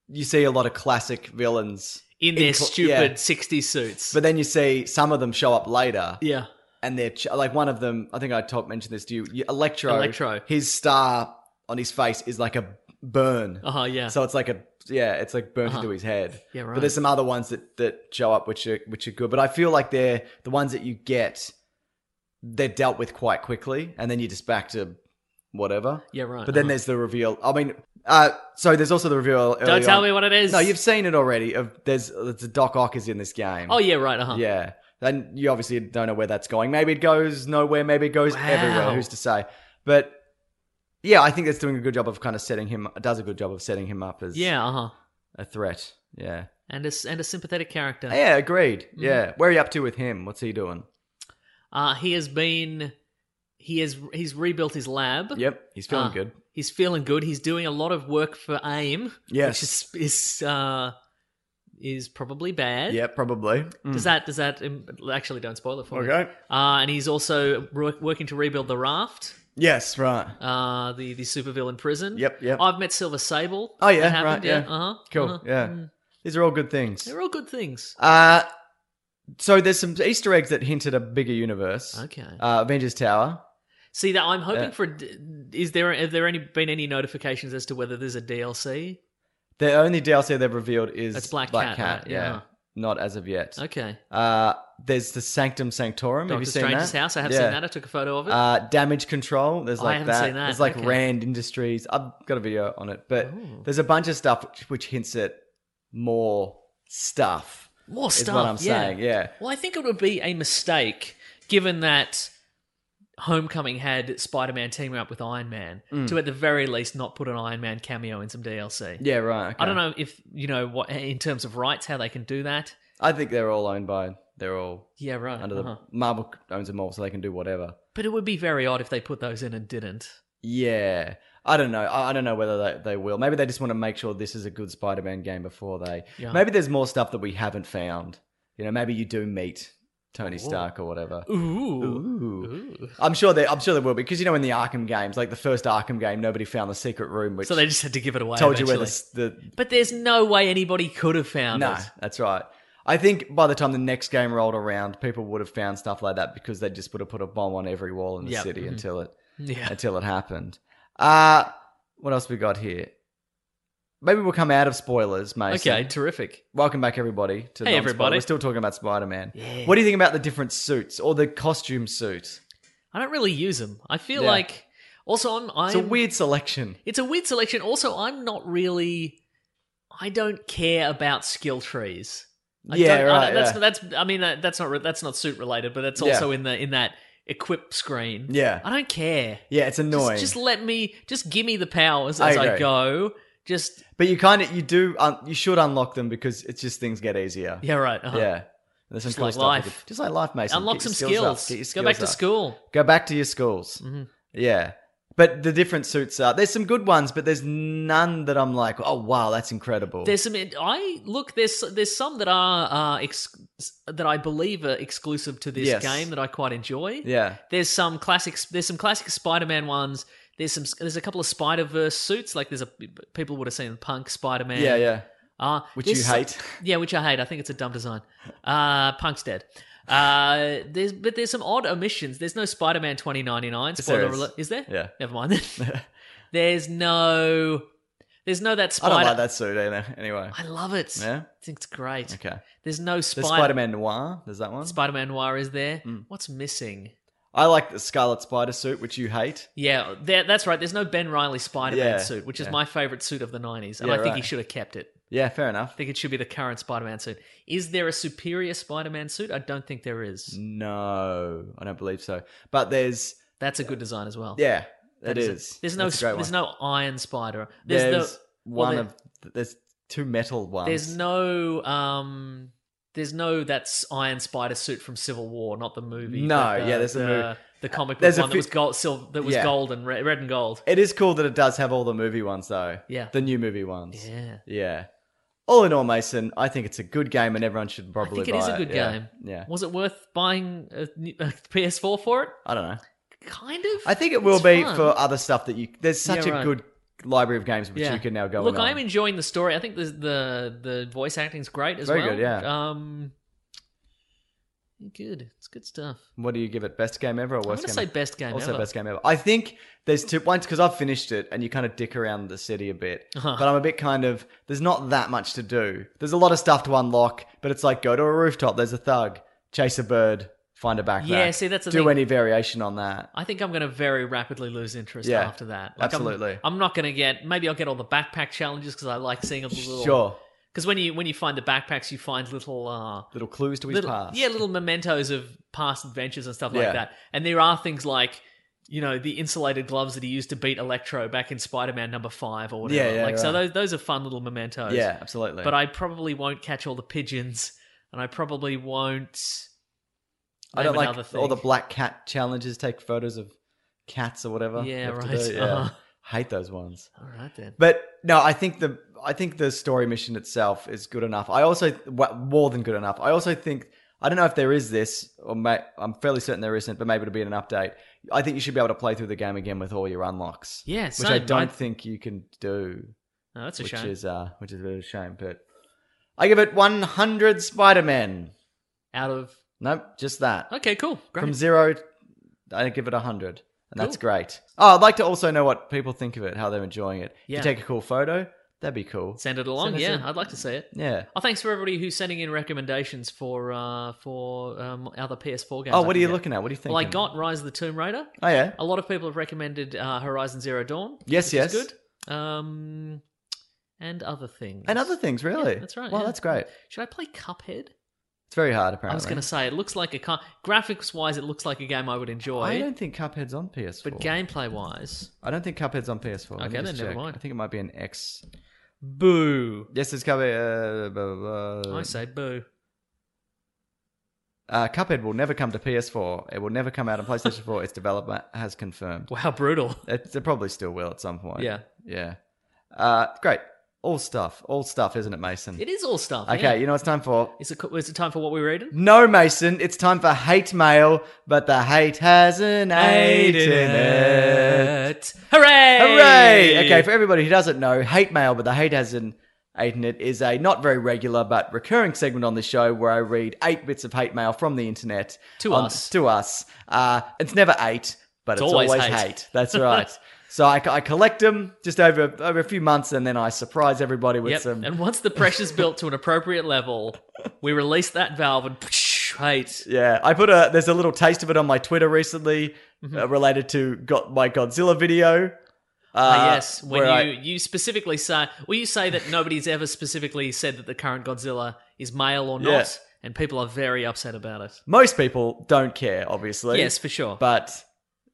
S1: You see a lot of classic villains,
S2: In their
S1: cl-
S2: stupid
S1: yeah.
S2: 60s suits.
S1: but then you see some of them show up later.
S2: yeah.
S1: and they're ch- like one of them. I think I top mentioned this to you. you- Electro,
S2: Electro.
S1: His star on his face is like a burn.
S2: Uh huh, yeah. Uh-huh.
S1: So it's like a yeah, it's like burnt into his head.
S2: Yeah,
S1: But
S2: right.
S1: there's some other ones that that show up which are which are good. But I feel like they're the ones that you get. They're dealt with quite quickly, and then you're just back to whatever.
S2: Yeah, right,
S1: But then
S2: uh-huh.
S1: thereal there's the reveal. I mean, uh, so there's also the reveal. early
S2: don't tell
S1: on-
S2: me what it is.
S1: No, you've seen it already. Of there's the Doc Ock is in this game.
S2: Oh, yeah, right. Uh huh.
S1: Yeah. Then you obviously don't know where that's going. Maybe it goes nowhere. Maybe it goes
S2: Wow.
S1: everywhere. Who's to say? But yeah, I think that's doing a good job of kind of setting him. Does a good job of setting him up as
S2: Yeah, uh huh.
S1: a threat. Yeah.
S2: And a, s- and a sympathetic character.
S1: Yeah. Agreed.
S2: Mm.
S1: Yeah. Where are you up to with him? What's he doing?
S2: Uh, he has been. He has he's rebuilt his lab.
S1: Yep. He's feeling
S2: Ah,
S1: good.
S2: He's feeling good. He's doing a lot of work for AIM.
S1: Yes.
S2: Which is is uh, is probably bad.
S1: Yeah. Probably.
S2: Does that does that um, actually don't spoil it for me.
S1: Okay.
S2: Uh, and he's also wor- working to rebuild the raft,
S1: Yes. Right.
S2: uh, the the supervillain prison.
S1: Yep, yep.
S2: I've met Silver Sable.
S1: Oh, yeah,
S2: That happened,
S1: right, yeah.
S2: Uh huh.
S1: Cool.
S2: Uh-huh.
S1: Yeah. These are all good things.
S2: They're all good things.
S1: Uh so there's some Easter eggs that hinted a bigger universe.
S2: Okay.
S1: Uh, Avengers Tower.
S2: See that I'm hoping
S1: Yeah.
S2: for. a d- Is there have there any been any notifications as to whether there's a DLC?
S1: The only DLC they've revealed is
S2: That's Black Cat, right?
S1: yeah.
S2: Yeah.
S1: Not as of yet.
S2: Okay.
S1: Uh, there's the Sanctum Sanctorum. have
S2: Doctor
S1: you seen
S2: Strange's
S1: that?
S2: house. I have seen that. I took a photo of it.
S1: Uh, damage control. There's
S2: I
S1: like
S2: haven't
S1: that.
S2: seen that.
S1: There's like
S2: Okay.
S1: Rand Industries. I've got a video on it, but there's a bunch of stuff which, which hints at more stuff.
S2: More
S1: is
S2: stuff.
S1: what I'm
S2: yeah.
S1: saying. Yeah.
S2: Well, I think it would be a mistake, given that Homecoming had Spider-Man teaming up with Iron Man,
S1: Mm.
S2: to at the very least not put an Iron Man cameo in some DLC.
S1: Yeah. Right. okay.
S2: I don't know if you know what in terms of rights how they can do that.
S1: I think they're all owned by. They're all
S2: Yeah, right.
S1: under the
S2: uh-huh.
S1: Marvel owns them all, so they can do whatever.
S2: But it would be very odd if they put those in and didn't.
S1: Yeah. I don't know. I I don't know whether they, they will. Maybe they just want to make sure this is a good Spider-Man game before they.
S2: Yeah.
S1: Maybe there's more stuff that we haven't found. You know, maybe you do meet Tony Stark or whatever.
S2: Ooh.
S1: Ooh. I'm sure there. I'm sure there will be because you know in the Arkham games, like the first Arkham game, nobody found the secret room, which
S2: So they just had to give it away.
S1: told you where
S2: eventually.
S1: the, the
S2: But there's no way anybody could have found
S1: no,
S2: it.
S1: that's right. I think by the time the next game rolled around, people would have found stuff like that because they just would have put a bomb on every wall in the
S2: Yep.
S1: city
S2: Mhm.
S1: until it
S2: Yeah.
S1: until it happened. Uh what else we got here? Maybe we'll come out of spoilers, mate.
S2: Okay, terrific.
S1: Welcome back, everybody. To
S2: Hey,
S1: Non-Spoiler.
S2: everybody.
S1: We're still talking about Spider Man.
S2: Yeah.
S1: What do you think about the different suits or the costume suit?
S2: I don't really use them. I feel
S1: Yeah.
S2: like also I'm I'm
S1: It's a weird selection.
S2: It's a weird selection. Also, I'm not really. I don't care about skill trees. I
S1: Yeah,
S2: don't, I
S1: right,
S2: don't- that's
S1: yeah.
S2: that's. I mean, that, that's not re- that's not suit related, but that's
S1: Yeah.
S2: also in the in that equip screen.
S1: Yeah.
S2: I don't care.
S1: Yeah, it's
S2: Just-
S1: annoying.
S2: Just, let me. Just give me the powers
S1: I
S2: as I,
S1: agree.
S2: go. Just
S1: but you kind of you do un- you should unlock them because it's just things get easier.
S2: yeah, right. Uh-huh.
S1: Yeah. There's some
S2: Just
S1: cool
S2: like
S1: stuff we
S2: life.
S1: could- Just like life, Mason.
S2: Unlock
S1: Get
S2: some
S1: your
S2: skills.
S1: up. Get your
S2: Go back
S1: skills
S2: to
S1: up.
S2: school.
S1: Go back to your schools.
S2: Mm-hmm.
S1: Yeah. But the different suits are there's some good ones, but there's none that I'm like, oh wow, that's incredible.
S2: There's some. I look. There's there's some that are uh, ex- that I believe are exclusive to this
S1: Yes.
S2: game that I quite enjoy.
S1: yeah.
S2: There's some classic. There's some classic Spider-Man ones. There's some. There's a couple of Spider-Verse suits. Like there's a people would have seen Punk Spider-Man.
S1: Yeah, yeah.
S2: Uh,
S1: Which
S2: there's
S1: you
S2: so-
S1: hate.
S2: (laughs) yeah, which I hate. I think it's a dumb design. Uh, Punk's dead. Uh, there's but there's some odd omissions. There's no Spider-Man 2099.
S1: Yes, there
S2: Spoiler
S1: is.
S2: alert. Is there?
S1: Yeah.
S2: Never
S1: (laughs)
S2: mind (laughs) then. there's no. There's no
S1: I
S2: that Spider.
S1: don't like that suit either. Anyway.
S2: I love it.
S1: Yeah?
S2: I think it's great.
S1: Okay.
S2: There's no
S1: There's Hmm.
S2: Spider
S1: Spider
S2: Man.
S1: Man Noir. There's that one.
S2: Spider Man Noir is there. What's missing?
S1: I like the Scarlet Spider suit, which you hate.
S2: Yeah, there, that's right. There's no Ben Riley Spider Man
S1: Yeah,
S2: suit, which is
S1: yeah.
S2: my favorite suit of the 90s. And
S1: Yeah,
S2: I think he
S1: right.
S2: should have kept it.
S1: Yeah, fair enough.
S2: I think it should be the current Spider Man suit. Is there a superior Spider Man suit? I don't think there is.
S1: Mm. No, I don't believe so. But there's
S2: That's a good design as well.
S1: yeah, that is.
S2: There's no
S1: That's a great
S2: there's
S1: one.
S2: no Iron Spider. There's,
S1: There's,
S2: the, well,
S1: one
S2: there-
S1: of there's two metal ones.
S2: there's no um there's no that's Iron Spider suit from Civil War, not the movie.
S1: No,
S2: but the-
S1: yeah, there's a
S2: the,
S1: movie.
S2: the comic book
S1: There's a
S2: one that
S1: few-
S2: was gold sil- that was
S1: Yeah.
S2: gold and red, red and gold.
S1: It is cool that it does have all the movie ones though.
S2: Yeah.
S1: The new movie ones.
S2: Yeah.
S1: Yeah. All in all, Mason, I think it's a good game and everyone should
S2: I
S1: probably
S2: think it
S1: buy
S2: is a good
S1: Yeah.
S2: game.
S1: Yeah.
S2: Was it worth buying a, new- a PS4 for it?
S1: I don't know.
S2: Kind of.
S1: I think it will
S2: It's
S1: be
S2: fun.
S1: for other stuff that you there's such
S2: Yeah,
S1: a
S2: right.
S1: good library of games which
S2: Yeah.
S1: you can now go um,
S2: Look,
S1: in on.
S2: I'm enjoying the story. I think the the, the voice acting's great as
S1: Very
S2: well.
S1: good, yeah.
S2: Um, good. It's good stuff.
S1: what do you give it? Best game ever or
S2: I'm
S1: worst
S2: gonna
S1: game?
S2: say best game
S1: also
S2: ever.
S1: best game ever. I think there's two ones because I've finished it and you kind of dick around the city a bit,
S2: Uh-huh.
S1: but I'm a bit kind of there's not that much to do. There's a lot of stuff to unlock, but it's like go to a rooftop. There's a thug, chase a bird, find a backpack.
S2: Yeah, see, that's the
S1: do
S2: thing.
S1: any variation on that.
S2: I think I'm going to very rapidly lose interest
S1: Yeah,
S2: after that. I'm-
S1: absolutely.
S2: I'm, not going to get. Maybe I'll get all the backpack challenges because I like seeing a little.
S1: Sure,
S2: Because when you when you find the backpacks, you find little. Uh,
S1: little clues to his
S2: little,
S1: past.
S2: Yeah, little mementos of past adventures and stuff
S1: Yeah.
S2: like that. And there are things like, you know, the insulated gloves that he used to beat Electro back in Spider Man number five or whatever.
S1: Yeah, yeah,
S2: like so
S1: right.
S2: those those are fun little mementos.
S1: yeah, absolutely.
S2: But I probably won't catch all the pigeons and I probably won't
S1: I don't
S2: name
S1: like
S2: another thing.
S1: all the black cat challenges. Take photos of cats or whatever.
S2: Yeah,
S1: you have to
S2: right. (laughs)
S1: do, yeah.
S2: Uh-huh.
S1: Hate those ones.
S2: All right then.
S1: But no, I think the I think the story mission itself is good enough. I also wa- more than good enough. I also think I don't know if there is this, or may, I'm fairly certain there isn't, but maybe it'll be in an update. I think you should be able to play through the game again with all your unlocks.
S2: Yeah,
S1: which I
S2: same,
S1: don't
S2: right?
S1: think you can do,
S2: No, that's a
S1: which
S2: shame.
S1: is uh, which is a bit of a shame. But I give it 100 Spider Men.
S2: Out of
S1: Nope, just that
S2: Okay, cool. Great.
S1: from zero. I give it 100. And that's
S2: Cool.
S1: great. Oh, I'd like to also know what people think of it, how they're enjoying it.
S2: Yeah.
S1: If you take a cool photo, that'd be cool.
S2: Send it along,
S1: Send us
S2: yeah.
S1: in.
S2: I'd like to see it.
S1: Yeah.
S2: Oh, thanks for everybody who's sending in recommendations for uh, for um, other PS4 games.
S1: Oh,
S2: I
S1: what
S2: can
S1: are you
S2: get.
S1: looking at? What do you think?
S2: Well, I got Rise of the Tomb Raider.
S1: Oh yeah.
S2: A lot of people have recommended uh, Horizon Zero Dawn.
S1: Yes,
S2: which
S1: yes.
S2: is good. Um, and other things.
S1: And other things, really.
S2: Yeah, that's right.
S1: Wow,
S2: yeah.
S1: that's great.
S2: Should I play Cuphead?
S1: It's very hard,
S2: I
S1: apparently.
S2: was going to say it looks like a con- graphics wise, it looks like a game I would enjoy,
S1: I don't think Cuphead's on PS4.
S2: but gameplay wise,
S1: I don't think Cuphead's on PS4. Let
S2: Okay,
S1: me
S2: then,
S1: just
S2: never
S1: check.
S2: mind.
S1: I think it might be an X.
S2: boo.
S1: Yes, it's Cuphead. Uh, blah, blah, blah.
S2: I say boo.
S1: Uh, Cuphead will never come to PS4. It will never come out
S2: (laughs)
S1: on PlayStation 4. Its developer has confirmed.
S2: Wow, brutal.
S1: It, it probably still will at some point.
S2: Yeah.
S1: Yeah. Uh, great. All stuff. All stuff, isn't it, Mason?
S2: It is all stuff.
S1: Okay,
S2: yeah.
S1: you know what it's time for?
S2: Is it, co- is it time for what we're reading?
S1: No, Mason. It's time for hate mail, but the hate has an eight in it.
S2: Hooray!
S1: Hooray! Okay, for everybody who doesn't know, Hate Mail, but the Hate has an eight in it, is a not very regular but recurring segment on the show where I read eight bits of hate mail from the internet
S2: To
S1: on-
S2: us.
S1: To us. Uh, it's never eight, but it's, always, hate.
S2: (laughs)
S1: That's right. so I, I collect them just over over a few months, and then I surprise everybody with
S2: Yep.
S1: some.
S2: And once the pressure's built to an appropriate level, we release that valve and hate.
S1: Yeah, I put a there's a little taste of it on my Twitter recently uh,
S2: Mm-hmm.
S1: related to got my Godzilla video. Uh,
S2: Ah, yes, when
S1: where
S2: you,
S1: I-
S2: you specifically say, well, you say that nobody's ever specifically said that the current Godzilla is male or not,
S1: Yeah.
S2: and people are very upset about it.
S1: most people don't care, obviously.
S2: Yes, for sure.
S1: But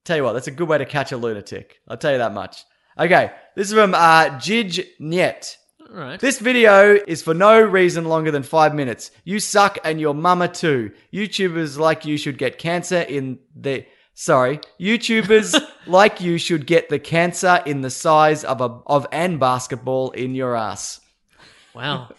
S1: tell you what, that's a good way to catch a lunatic. I'll tell you that much. Okay, this is from uh, Jij Niet.
S2: All right.
S1: This video is for no reason longer than five minutes. You suck and your mama too. YouTubers like you should get cancer in the. Sorry, YouTubers like you should get the cancer in the size of a of an basketball in your ass.
S2: Wow.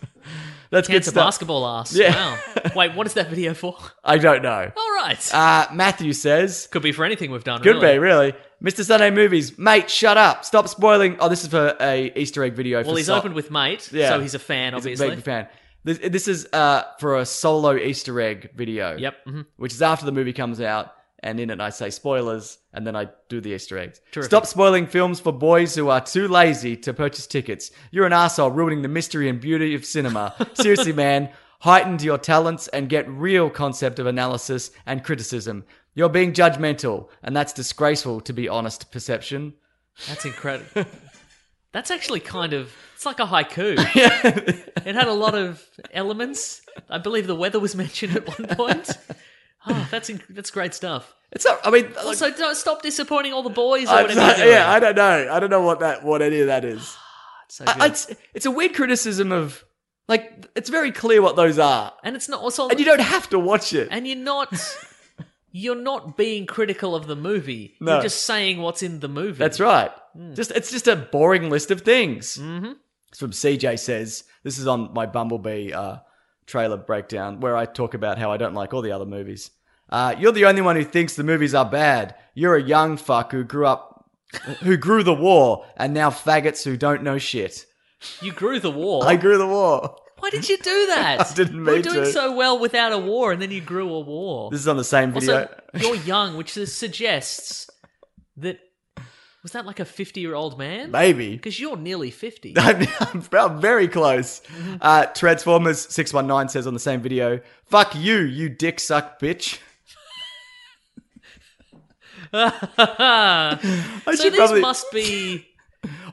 S1: That's (laughs)
S2: Cancer
S1: good stuff.
S2: basketball ass.
S1: Yeah.
S2: Wow. Wait, what is that video for?
S1: I don't know.
S2: All right.
S1: Uh, Matthew says,
S2: Could be for anything we've done.
S1: Could
S2: really.
S1: be, really. Mr. Sunday Movies, mate, shut up. Stop spoiling. Oh, this is for a Easter egg video.
S2: Well,
S1: for
S2: he's
S1: Sol-
S2: opened with mate,
S1: Yeah.
S2: so he's a fan,
S1: He's
S2: obviously.
S1: a big fan. This, this is uh, for a solo Easter egg video.
S2: Yep. mhm.
S1: Which is after the movie comes out, and in it I say spoilers, and then I do the Easter eggs.
S2: Terrific.
S1: Stop spoiling films for boys who are too lazy to purchase tickets. You're an asshole ruining the mystery and beauty of
S2: (laughs)
S1: cinema. Seriously, man, heighten your talents and get real concept of analysis and criticism. You're being judgmental, and that's disgraceful, to be honest, perception. (laughs)
S2: That's incredible. That's actually kind of it's like a haiku. It had a lot of elements. I believe the weather was (laughs) mentioned at one point. Oh, that's inc- that's great stuff.
S1: It's not, I mean, (laughs) like-
S2: Also, don't stop disappointing all the boys or
S1: I'm
S2: whatever.
S1: sorry,
S2: you're
S1: (laughs)
S2: doing.
S1: yeah, I don't know. I don't know what that, what any of that is.
S2: It's so
S1: I,
S2: good.
S1: it's, it's a weird criticism of, like, it's very clear what those are.
S2: and it's not also
S1: And you don't have to watch it.
S2: and you're not you're not being critical of the movie.
S1: No.
S2: You're just saying what's in the movie.
S1: That's right.
S2: Hmm.
S1: Just it's just a boring list of things. Mm-hmm. It's from CJ says this is on my Bumblebee uh, trailer breakdown where I talk about how I don't like all the other movies. Uh, you're the only one who thinks the movies are bad. You're a young fuck who grew up, (laughs) who grew the war, and now faggots who don't know shit.
S2: You grew the war.
S1: I grew the war.
S2: Why did you do
S1: (laughs)
S2: that?
S1: I didn't
S2: We're
S1: mean
S2: doing
S1: to.
S2: so well without a war, and then you grew a war.
S1: This is on the same video.
S2: Also, (laughs) you're young, which is- suggests that was that like a fifty-year-old man?
S1: Maybe.
S2: Because you're
S1: (laughs)
S2: nearly fifty.
S1: I'm, I'm about very close.
S2: Mm-hmm.
S1: Uh, Transformers 619 says on the same video, fuck you, you dick suck bitch.
S2: (laughs) so
S1: I
S2: these must be.
S1: (laughs)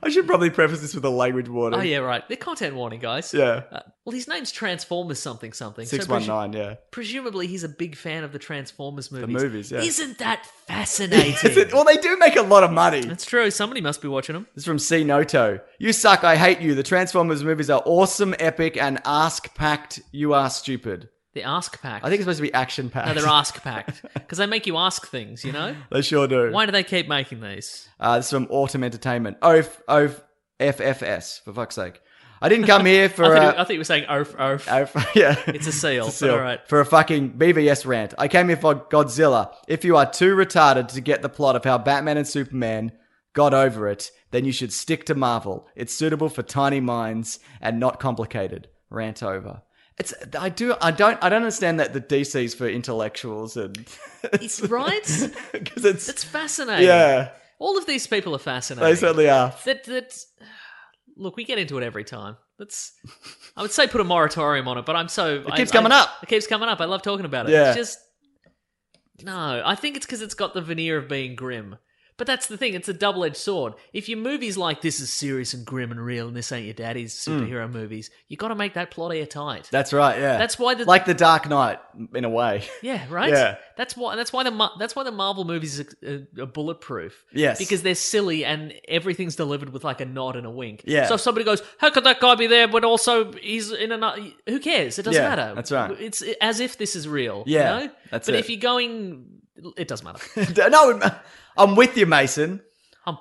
S1: I should probably preface this with a language warning.
S2: Oh yeah, right. The content warning, guys.
S1: Yeah.
S2: Uh, well, his name's Transformers something something. so presu-
S1: 619, yeah.
S2: presumably, he's a big fan of the Transformers movies.
S1: movies, yeah. (laughs)
S2: Isn't that fascinating?
S1: Is it- well, they do make a lot of money. This
S2: That's true. Somebody must be watching them.
S1: is from C. Noto. You suck, I hate you. The Transformers movies are awesome, epic, and ask packed. You are stupid.
S2: The Ask Pack.
S1: I think it's supposed to be action packed.
S2: no,
S1: (laughs)
S2: they're ask packed because they make you ask things. You know.
S1: They sure do.
S2: Why do they keep making these?
S1: Uh, this is from Autumn Entertainment. Oaf, oaf, FFS, for fuck's sake. I didn't come here for.
S2: (laughs) I,
S1: uh,
S2: thought, you- I thought you were saying oaf oaf.
S1: Oh, f- (laughs) yeah.
S2: It's a seal,
S1: It's
S2: but alright.
S1: For a fucking BVS rant. I came here for Godzilla. If you are too retarded to get the plot of how Batman and Superman got over it, then you should stick to Marvel. It's suitable for tiny minds and not complicated. Rant over. It's I do I don't I don't understand that the DC's for intellectuals and (laughs)
S2: It's right.
S1: because it's
S2: It's fascinating.
S1: yeah
S2: All of these people are fascinating.
S1: they certainly are
S2: that that look, we get into it every time. That's I would say put a moratorium on it, but I'm so it
S1: keeps coming up.
S2: It keeps coming up. I love talking about it.
S1: Yeah.
S2: It's just no. I think it's because it's got the veneer of being grim. But that's the thing, it's a double edged sword. If your movie's like this is serious and grim and real and this ain't your daddy's
S1: Hmm.
S2: superhero movies, you gotta make that plot airtight.
S1: That's right. Yeah.
S2: That's why the-
S1: like the Dark Knight in a way. (laughs)
S2: Yeah, right.
S1: Yeah.
S2: that's why. That's why the Mar- that's why the Marvel movies are, are bulletproof.
S1: Yes.
S2: because they're silly and everything's delivered with like a nod and a wink.
S1: Yeah.
S2: So if somebody goes, "How could that guy be there?" but also he's in another. Who cares? It doesn't
S1: Yeah,
S2: matter.
S1: that's right.
S2: It's as if this is real.
S1: Yeah,
S2: you know?
S1: that's
S2: But
S1: it.
S2: if you're going, it does matter. (laughs)
S1: no, I'm with you, Mason.
S2: I'm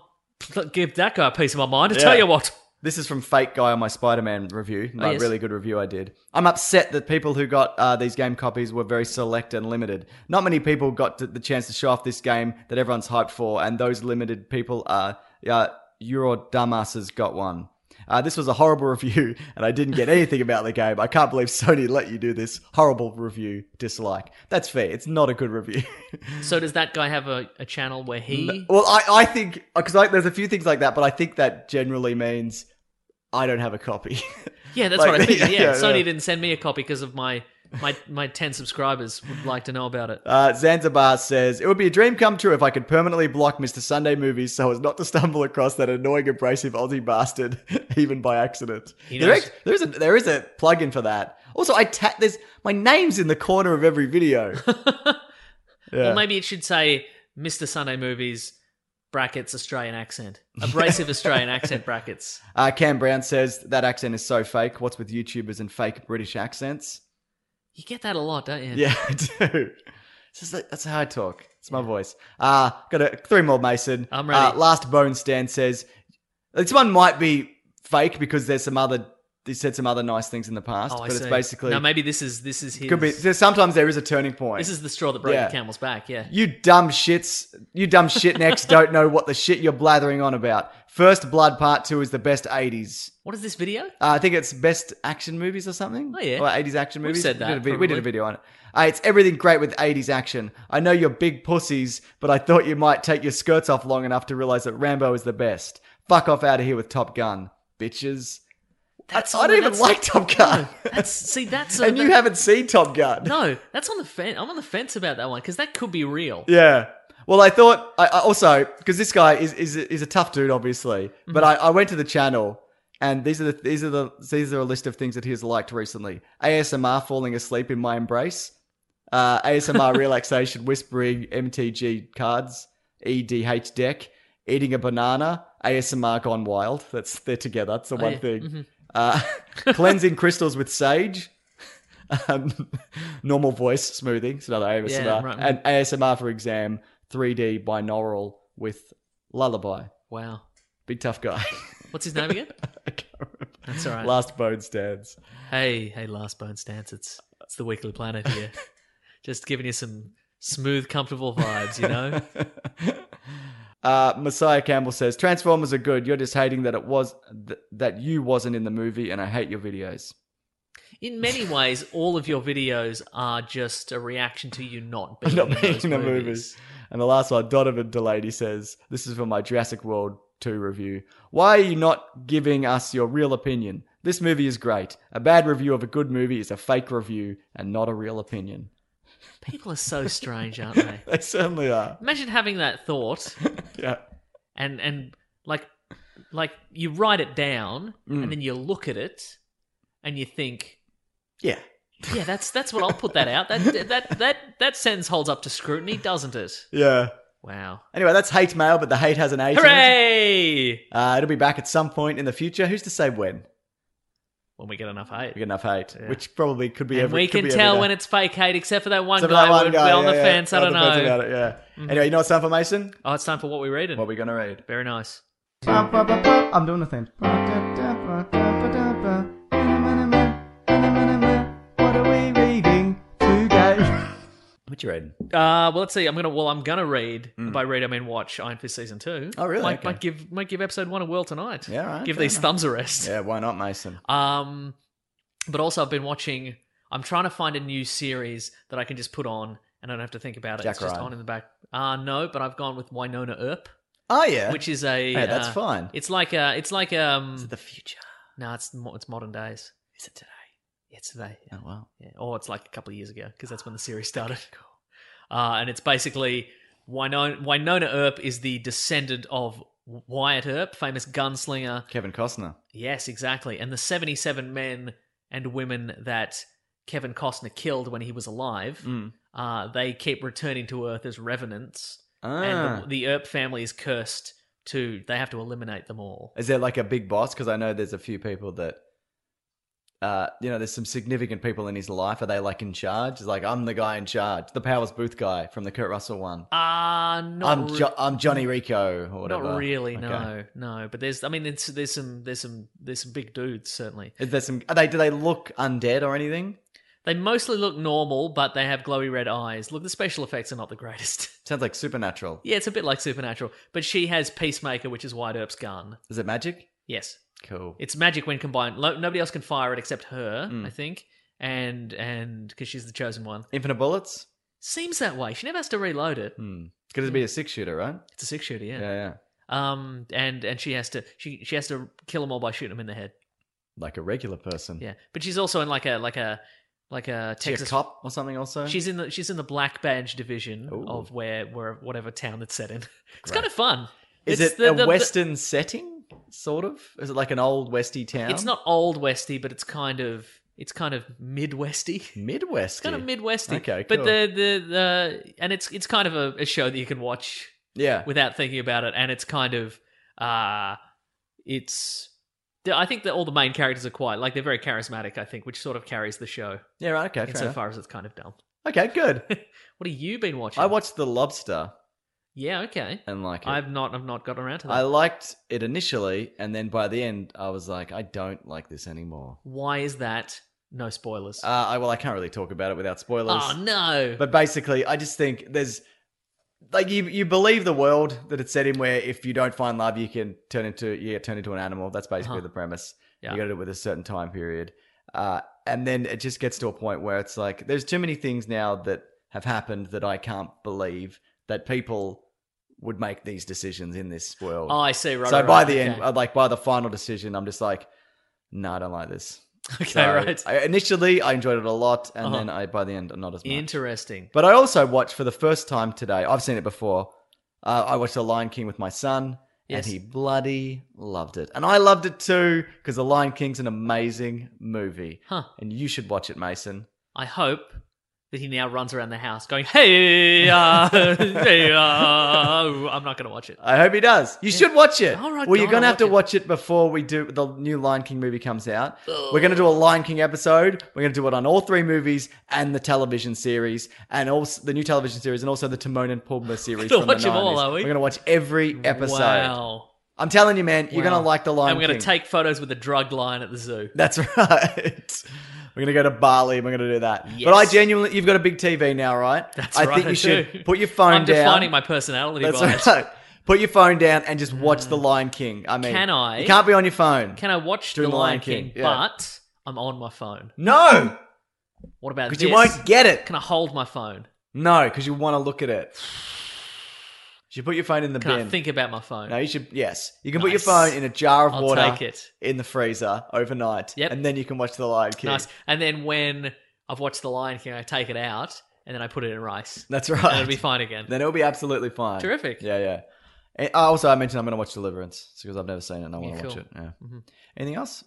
S2: give that guy a piece of my mind. I
S1: Yeah.
S2: tell you what.
S1: This is from Fake Guy on my Spider Man review, my
S2: yes.
S1: really good review I did. I'm upset that people who got uh, these game copies were very select and limited. Not many people got to, the chance to show off this game that everyone's hyped for, and those limited people are. Uh, your dumbasses got one. Uh, this was a horrible (laughs) review, and I didn't get anything about the game. I can't believe Sony let you do this. Horrible review, dislike. That's fair. It's not a good review.
S2: So does that guy have a, a channel where he?
S1: (laughs) Well, I, I think because I, there's a few things like that, but I think that generally means I don't have a copy. (laughs)
S2: Yeah, that's
S1: Like,
S2: what I think.
S1: (laughs)
S2: Yeah,
S1: yeah,
S2: Sony
S1: yeah.
S2: didn't send me a copy because of my my my ten subscribers would like to know about it.
S1: Uh, Zanzibar says it would be a dream come true if I could permanently block Mr. Sunday movies so as not to stumble across that annoying, abrasive Aussie bastard, (laughs) even by accident.
S2: He
S1: There
S2: knows-
S1: is, there is a there is a plugin for that. Also, I ta- there's my name's in the corner of every video. Yeah.
S2: Or maybe it should say Mr. Sunday Movies brackets
S1: (laughs)
S2: Australian accent. Abrasive Australian accent brackets.
S1: Uh, Cam Brown says that accent is so fake. What's with YouTubers and fake British accents?
S2: You get that a lot, don't you?
S1: (laughs) Yeah, I do. It's just like- that's how I talk. It's my voice. Uh, got a, three more, Mason.
S2: I'm ready.
S1: Uh, last bone stand says this one might be fake because there's some other. He said some other nice things in the past,
S2: Oh, I
S1: but it's
S2: see.
S1: basically
S2: No, maybe this is this is his
S1: could be. so Sometimes there is a turning point.
S2: this is the straw that broke
S1: Yeah.
S2: the camel's back, yeah.
S1: you dumb shits. You dumb shit
S2: (laughs)
S1: next don't know what the shit you're blathering on about. First Blood Part Two is the best '80s.
S2: What is
S1: (laughs)
S2: this video?
S1: Uh, I think it's best action movies or something.
S2: Oh, yeah.
S1: Or 80s action
S2: We've
S1: movies.
S2: said
S1: We did a
S2: that,
S1: video, we did a
S2: probably.
S1: video on it. Uh, it's everything great with 80s action. I know you're big pussies, but I thought you might take your skirts off long enough to realize that Rambo is the best. Fuck off out of here with Top Gun, bitches.
S2: That's
S1: I, I don't even
S2: that's-
S1: like Top
S2: (laughs)
S1: Gun.
S2: That's see that's a,
S1: and you
S2: that-
S1: haven't seen Top Gun.
S2: (laughs) No, that's on the fence. I'm on the fence about that one because that could be real.
S1: (laughs) Yeah. Well, I thought I, I also because this guy is is is a tough dude, obviously. But I, I went to the channel, and these are the these are the these are a list of things that he has liked recently: ASMR, falling asleep in my embrace, uh, ASMR relaxation, whispering MTG cards, EDH deck, eating a banana, ASMR gone wild. That's they're together. That's the one
S2: Oh, yeah. Mm-hmm.
S1: thing. Uh, (laughs) cleansing crystals with sage. Um, (laughs) normal voice smoothing. It's another ASMR.
S2: Yeah, right.
S1: And ASMR for exam, 3D binaural with lullaby.
S2: Wow.
S1: Big tough guy. (laughs)
S2: What's his name again?
S1: I can't remember.
S2: That's all right.
S1: Last bone stands.
S2: Hey, hey, Last Bone Stance. It's it's the Weekly
S1: (laughs)
S2: Planet here. Just giving you some smooth, comfortable vibes, you
S1: (laughs)
S2: know?
S1: Uh, Messiah Campbell says Transformers are good. You're just hating that it was th- that you wasn't in the movie, and I hate your videos.
S2: In many ways, all of your videos are just a reaction to you not
S1: (laughs)
S2: being
S1: Not
S2: in
S1: being
S2: those
S1: in the
S2: movies.
S1: movies. And the last one, Donovan Delaney says, This is for my Jurassic World 2 review. Why are you not giving us your real opinion? This movie is great. A bad review of a good movie is a fake review and not a real opinion. (laughs)
S2: People are so strange, aren't they?
S1: They certainly are.
S2: Imagine having that thought
S1: Yeah.
S2: and and like like you write it down
S1: Mm.
S2: and then you look at it and you think,
S1: Yeah.
S2: yeah, that's that's what I'll put that out. That that that that sentence holds up to scrutiny, doesn't it?
S1: Yeah.
S2: Wow.
S1: Anyway, that's hate mail, but the hate has an H. in it.
S2: Hooray!
S1: Uh, it'll be back at some point in the future. Who's to say when?
S2: When we get enough
S1: We
S2: hate.
S1: get enough hate, which probably could be
S2: And
S1: every
S2: we
S1: could
S2: can
S1: be every
S2: tell
S1: day.
S2: when it's fake hate, except for that one
S1: Except for
S2: guy.
S1: that one
S2: we're,
S1: guy,
S2: we're on the
S1: yeah, yeah.
S2: fence. I
S1: We're on
S2: don't
S1: the fence
S2: know. Mm-hmm.
S1: about it, yeah. Anyway, you know what's time for Mason?
S2: Oh, it's time for what we read.
S1: What are we going to read?
S2: Very nice.
S5: I'm doing the thing. What are we reading today?
S1: What you reading?
S2: Uh, well, let's see. I'm gonna. Well, I'm gonna read. By read, I mean watch Iron Fist season two.
S1: Hmm. Oh, really?
S2: Might,
S1: Okay.
S2: might give might give episode one a whirl tonight.
S1: Yeah, all right,
S2: Give
S1: fair
S2: these
S1: enough.
S2: thumbs a rest.
S1: Yeah, why not Mason?
S2: Um, but also I've been watching. I'm trying to find a new series that I can just put on and I don't have to think about it.
S1: Jack
S2: it's just
S1: Ryan.
S2: on in the back. Uh no, but I've gone with Winona Earp,
S1: Oh yeah,
S2: which is a.
S1: Hey, that's
S2: uh,
S1: fine.
S2: It's like a. It's like um.
S1: the future.
S2: No, it's mo- it's modern days. Is it today? It's today.
S1: Oh wow. (laughs)
S2: Yeah. Or it's like a couple of years ago because that's when the series started. Uh, and it's basically Winona, Winona Earp is the descendant of Wyatt Earp, famous gunslinger.
S1: Kevin Costner.
S2: Yes, exactly. And the 77 men and women that Kevin Costner killed when he was alive,
S1: Mm.
S2: uh, they keep returning to Earth as revenants.
S1: Ah.
S2: And the, the Earp family is cursed to, they have to eliminate them all.
S1: Is there like a big boss? Because I know there's a few people that, uh, you know, there's some significant people in his life. Are they like in charge? It's like I'm the guy in charge, the Powers Booth guy from the Kurt Russell one.
S2: Ah, not
S1: I'm
S2: re-
S1: jo- I'm Johnny Rico or whatever.
S2: Not really,
S1: Okay.
S2: no, no. But there's, I mean, it's, there's some, there's some, there's some big dudes certainly.
S1: Is there some? Are they? Do they look undead or anything?
S2: They mostly look normal, but they have glowy red eyes. Look, the special effects are not the greatest. (laughs)
S1: Sounds like supernatural.
S2: yeah, it's a bit like Supernatural, but she has Peacemaker, which is White Earp's gun.
S1: Is it magic?
S2: Yes,
S1: Cool.
S2: it's magic when combined. Lo- nobody else can fire it except her,
S1: Hmm.
S2: I think, and and because she's the chosen one.
S1: Infinite bullets.
S2: Seems that way. She never has to reload it.
S1: Hmm. It's gonna be a six shooter, right?
S2: It's a six shooter, yeah.
S1: yeah, yeah.
S2: Um, and and she has to she she has to kill them all by shooting them in the head.
S1: Like a regular person.
S2: Yeah, but she's also in like a like a like a
S1: Is she a
S2: Texas
S1: cop or something. Also,
S2: She's in the she's in the black badge division
S1: Ooh.
S2: of where where whatever town that's set in. (laughs) It's
S1: Great.
S2: kind of fun.
S1: Is
S2: It's
S1: it a
S2: the- the- the-
S1: western setting? Sort of. Is it like an old westy town?
S2: It's not old westy, but it's kind of it's kind of midwesty. (laughs)
S1: Midwest.
S2: It's kind of midwesty.
S1: Okay,
S2: But
S1: cool.
S2: the the the and it's it's kind of a, a show that you can watch
S1: yeah.
S2: without thinking about it, and it's kind of uh it's. I think that all the main characters are quite like they're very charismatic. I think, which sort of carries the show
S1: yeah. Right. Okay. Fair enough.
S2: insofar as it's kind of dumb.
S1: Okay. Good.
S2: What have you been watching?
S1: I watched The Lobster
S2: Yeah, okay.
S1: and like it.
S2: I've not. I've not got around to that.
S1: I liked it initially, and then by the end, I was like, I don't like this anymore.
S2: Why is that? No spoilers.
S1: Uh, I, well, I can't really talk about it without spoilers.
S2: oh no!
S1: But basically, I just think there's like you you believe the world that it's set in, where if you don't find love, you can turn into yeah turn into an animal. That's basically
S2: Uh-huh.
S1: the premise.
S2: Yeah.
S1: You got to do it with a certain time period, uh, and then it just gets to a point where it's like there's too many things now that have happened that I can't believe that people would make these decisions in this world.
S2: oh, I see. Right.
S1: so
S2: right,
S1: by
S2: right,
S1: the
S2: okay.
S1: end, uh, like by the final decision, I'm just like, no, I don't like this.
S2: (laughs) okay,
S1: So
S2: right.
S1: I, initially, I enjoyed it a lot, and
S2: Uh-huh.
S1: then I by the end, not as much.
S2: Interesting.
S1: But I also watched for the first time today. I've seen it before. Uh, I watched The Lion King with my son,
S2: Yes.
S1: and he bloody loved it, and I loved it too because The Lion King's an amazing movie,
S2: Huh.
S1: and you should watch it, Mason.
S2: I hope that he now runs around the house going, "Hey, uh, (laughs) hey, uh, oh," I'm not going to watch it.
S1: I hope he does. You should watch it.
S2: All right,
S1: well, you're
S2: God, I'll
S1: gonna have to watch
S2: watch
S1: it before we do the new Lion King movie comes out. We're gonna
S2: Oh.
S1: do a Lion King episode. We're gonna do it on all three movies and the television series, and also the new television series, and also the Timon and Pumbaa series.
S2: Gonna
S1: from the
S2: watch 'em all,
S1: 90s.
S2: are we?
S1: We're gonna watch every episode.
S2: Wow.
S1: I'm telling you, man, you're
S2: Wow.
S1: gonna like the Lion
S2: I'm going to
S1: King.
S2: take photos with a drug line at the zoo.
S1: (laughs) That's right. We're gonna go to Bali. We're gonna do that. But I
S2: Yes.
S1: genuinely, you've got a big TV now, right?
S2: That's
S1: I
S2: right.
S1: think you
S2: I
S1: should
S2: do.
S1: put your phone
S2: I'm
S1: down.
S2: defining my personality by
S1: That's
S2: it.
S1: right. Put your phone down and just watch The Lion King. I mean,
S2: Mm. Can I-
S1: You can't be on your phone.
S2: Can I watch The
S1: Doing
S2: Lion, King?
S1: yeah.
S2: But I'm on my phone.
S1: no,
S2: What about
S1: because
S2: this?
S1: you won't get it.
S2: Can I hold my phone?
S1: No, because you want to look at it. You should put your phone in the
S2: Can
S1: bin.
S2: I think about my phone?
S1: no, you should. Yes, you can put your
S2: Nice.
S1: phone in a jar of
S2: I'll
S1: water
S2: take it.
S1: in the freezer overnight,
S2: Yep.
S1: and then you can watch The Lion King.
S2: Nice. And then when I've watched The Lion King, I take it out and then I put it in rice.
S1: That's right.
S2: And it'll be fine again.
S1: Then it'll be absolutely fine.
S2: Terrific.
S1: Yeah, yeah. And I also, I mentioned I'm going to watch Deliverance It's because I've never seen it and I
S2: Yeah,
S1: want to watch
S2: cool. Mm-hmm.
S1: it. Yeah. Anything else?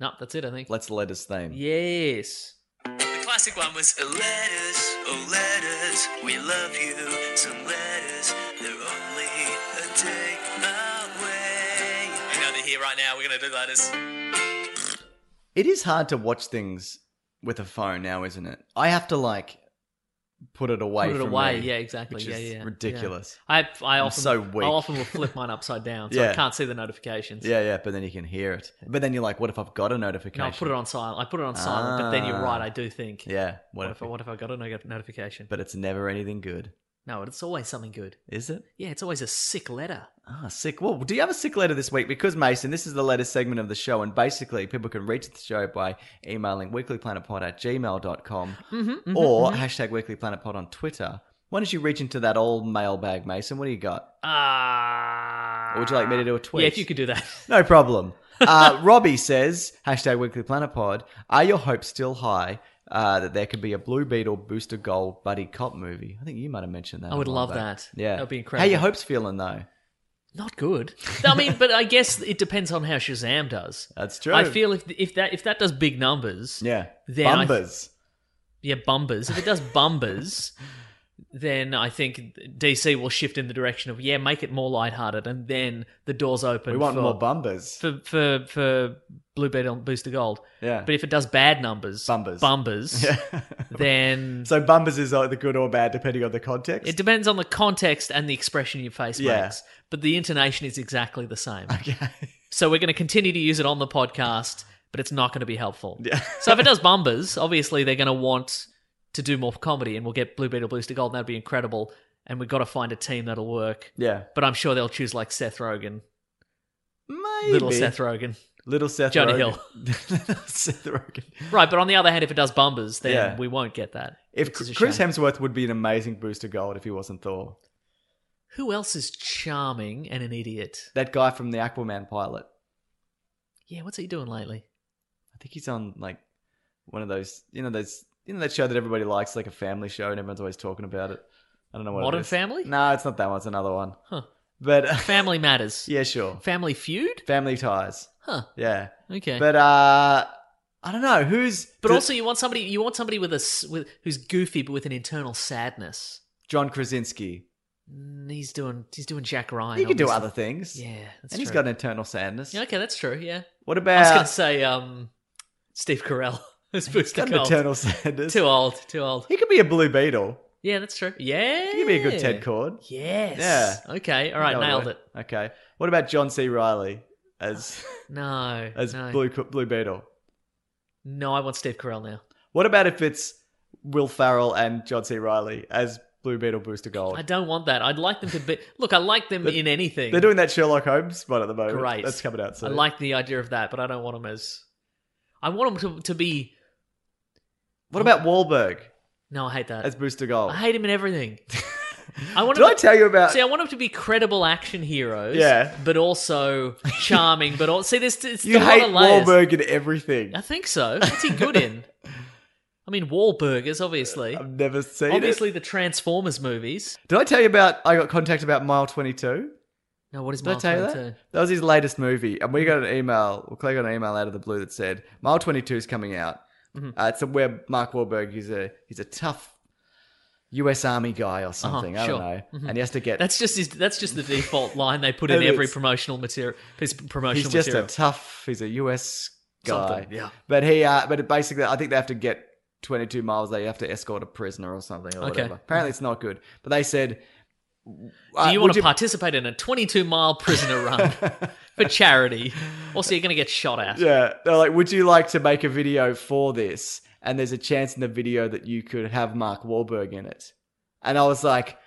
S2: No, that's it, I think.
S1: Let's let us theme.
S2: Yes.
S3: The classic one was letters, oh letters, we love you. Some letters, they're only a day away. You know they're here right now. We're gonna do letters.
S1: It is hard to watch things with a phone now, isn't it? I have to like put it away.
S2: Put it
S1: from
S2: away.
S1: me,
S2: Yeah, exactly.
S1: Which
S2: yeah,
S1: is
S2: yeah.
S1: Ridiculous.
S2: Yeah. I I often
S1: so weak.
S2: I often will flip mine upside down so
S1: Yeah.
S2: I can't see the notifications.
S1: Yeah. yeah, But then you can hear it. But then you're like, what if I've got a notification?
S2: No, I put it on silent. I put it on silent, but then you're
S1: Ah.
S2: right, I do think.
S1: Yeah.
S2: What, if, I what if I got a no- notification?
S1: But it's never anything good,
S2: no, it's always something good.
S1: is it?
S2: Yeah, it's always a sick letter.
S1: Ah, sick. Well, do you have a sick letter this week? Because, Mason, this is the latest segment of the show, and basically people can reach the show by emailing weeklyplanetpod at gmail.com
S2: Mm-hmm,
S1: or hashtag weeklyplanetpod on Twitter. Why don't you reach into that old mailbag, Mason? What do you got?
S2: Ah.
S1: Or would you like me to do a tweet?
S2: Yeah, if you could do that.
S1: No (laughs) problem. Uh, Robbie says, hashtag weeklyplanetpod, are your hopes still high uh, that there could be a Blue Beetle Booster Gold Buddy Cop movie. I think you might have mentioned that.
S2: I would
S1: a while
S2: love
S1: back.
S2: that.
S1: Yeah,
S2: That would be
S1: How
S2: incredible.
S1: your hopes feeling though?
S2: Not good. I mean, but I guess it depends on how Shazam does.
S1: That's true.
S2: I feel if if that if that does big numbers,
S1: Yeah,
S2: Then I-
S1: bumbers.
S2: yeah, bumbers. If it does bumbers, (laughs) then I think DC will shift in the direction of yeah, make it more lighthearted, and then the doors open.
S1: we want
S2: for,
S1: more bumbers.
S2: for for for Blue Beetle Booster Gold.
S1: yeah,
S2: But if it does bad numbers,
S1: Bumbers. (laughs)
S2: bumbers, then
S1: so bumbers is either good or bad depending on the context.
S2: it depends on the context and the expression your face
S1: Yeah.
S2: makes. But the intonation is exactly the same.
S1: okay. (laughs)
S2: So we're going to continue to use it on the podcast, but it's not going to be helpful. so if it does bumbers, obviously they're going to want to do more comedy, and we'll get Blue Beetle Blues to Gold, and that'd be incredible. And we've got to find a team that'll work.
S1: Yeah,
S2: But I'm sure they'll choose like Seth Rogen,
S1: maybe
S2: little Seth Rogen.
S1: little Seth,
S2: Jonah
S1: Rogen.
S2: Hill.
S1: (laughs) Little Seth Rogen.
S2: Right, but on the other hand, if it does bumbers, then
S1: Yeah.
S2: we won't get that.
S1: If
S2: Which is a
S1: Chris
S2: shame.
S1: Hemsworth would be an amazing Booster Gold if he wasn't Thor.
S2: Who else is charming and an idiot?
S1: That guy from the Aquaman pilot.
S2: Yeah, what's he doing lately?
S1: I think he's on like one of those, you know, those, you know, that show that everybody likes, like a family show, and everyone's always talking about it. I don't know what
S2: Modern
S1: it is.
S2: Family?
S1: No, it's not that one. It's another one.
S2: Huh.
S1: But (laughs)
S2: Family Matters.
S1: yeah, sure.
S2: Family Feud?
S1: Family ties.
S2: Huh.
S1: Yeah.
S2: Okay.
S1: But uh, I don't know who's.
S2: But
S1: d-
S2: also, you want somebody you want somebody with a s- with who's goofy but with an internal sadness.
S1: John Krasinski.
S2: Mm, He's doing he's doing Jack Ryan.
S1: He can do
S2: obviously.
S1: other things.
S2: Yeah, that's
S1: and
S2: true.
S1: he's got an internal sadness.
S2: Yeah, okay, that's true. Yeah,
S1: What
S2: I was
S1: about?
S2: gonna say um, Steve Carell (laughs) as
S1: he's
S2: Booster
S1: got an
S2: Gold.
S1: internal sadness.
S2: Too old, too old.
S1: He could be a Blue Beetle.
S2: Yeah, that's true. Yeah,
S1: He could be a good Ted Cord.
S2: Yes. Yeah. Okay. All right.
S1: That would
S2: nailed it.
S1: work. Okay. What about John C. Riley
S2: (laughs)
S1: as
S2: No.
S1: as
S2: no.
S1: Blue Blue Beetle?
S2: No, I want Steve Carell now.
S1: What about if it's Will Farrell and John C. Riley as Blue Beetle Booster Gold?
S2: I don't want that. I'd like them to be. Look, I like them in anything.
S1: They're doing that Sherlock Holmes one at the moment.
S2: Great.
S1: That's coming out soon.
S2: I like the idea of that, but I don't want them as. I want them to, to be.
S1: What about Wahlberg
S2: No, I hate that.
S1: as Booster Gold?
S2: I hate him
S1: (laughs)
S2: in everything. I want
S1: Did
S2: him
S1: I tell you about?
S2: See, I want him to be credible action heroes,
S1: Yeah.
S2: but also charming. But all, see, there's it's
S1: you
S2: a
S1: hate
S2: lot of layers.
S1: Wahlberg in everything.
S2: I think so. What's he
S1: (laughs)
S2: good in? I mean, Wahlburgers, obviously.
S1: I've never seen
S2: Obviously, the Transformers movies.
S1: it. Did I tell you about? I got contact about Mile Twenty Two.
S2: No, what is
S1: Did I
S2: Mile
S1: tell you
S2: Twenty
S1: that?
S2: Two?
S1: That was his latest movie, and we got an email. Well, Clay got an email out of the blue that said Mile Twenty Two is coming out.
S2: Mm-hmm.
S1: Uh, it's a, where Mark Wahlberg is a he's a tough U.S. Army guy or something. I
S2: Uh-huh, sure. Mm-hmm.
S1: don't know, and he has to get.
S2: That's just his, that's just the default line they
S1: (laughs)
S2: put
S1: It
S2: in every
S1: is.
S2: promotional material. His promotional
S1: he's just
S2: material.
S1: a tough. He's a U.S. guy.
S2: Something, yeah.
S1: but he. Uh, but it basically, I think they have to get twenty two miles. They have to escort a prisoner or something or
S2: Okay.
S1: whatever. Apparently, it's not good. But they said.
S2: Do you want to participate in a 22 mile prisoner
S1: (laughs)
S2: run for charity? Also, you're going to get shot at.
S1: Yeah, they're like, would you like to make a video for this? And there's a chance in the video that you could have Mark Wahlberg in it. And I was like,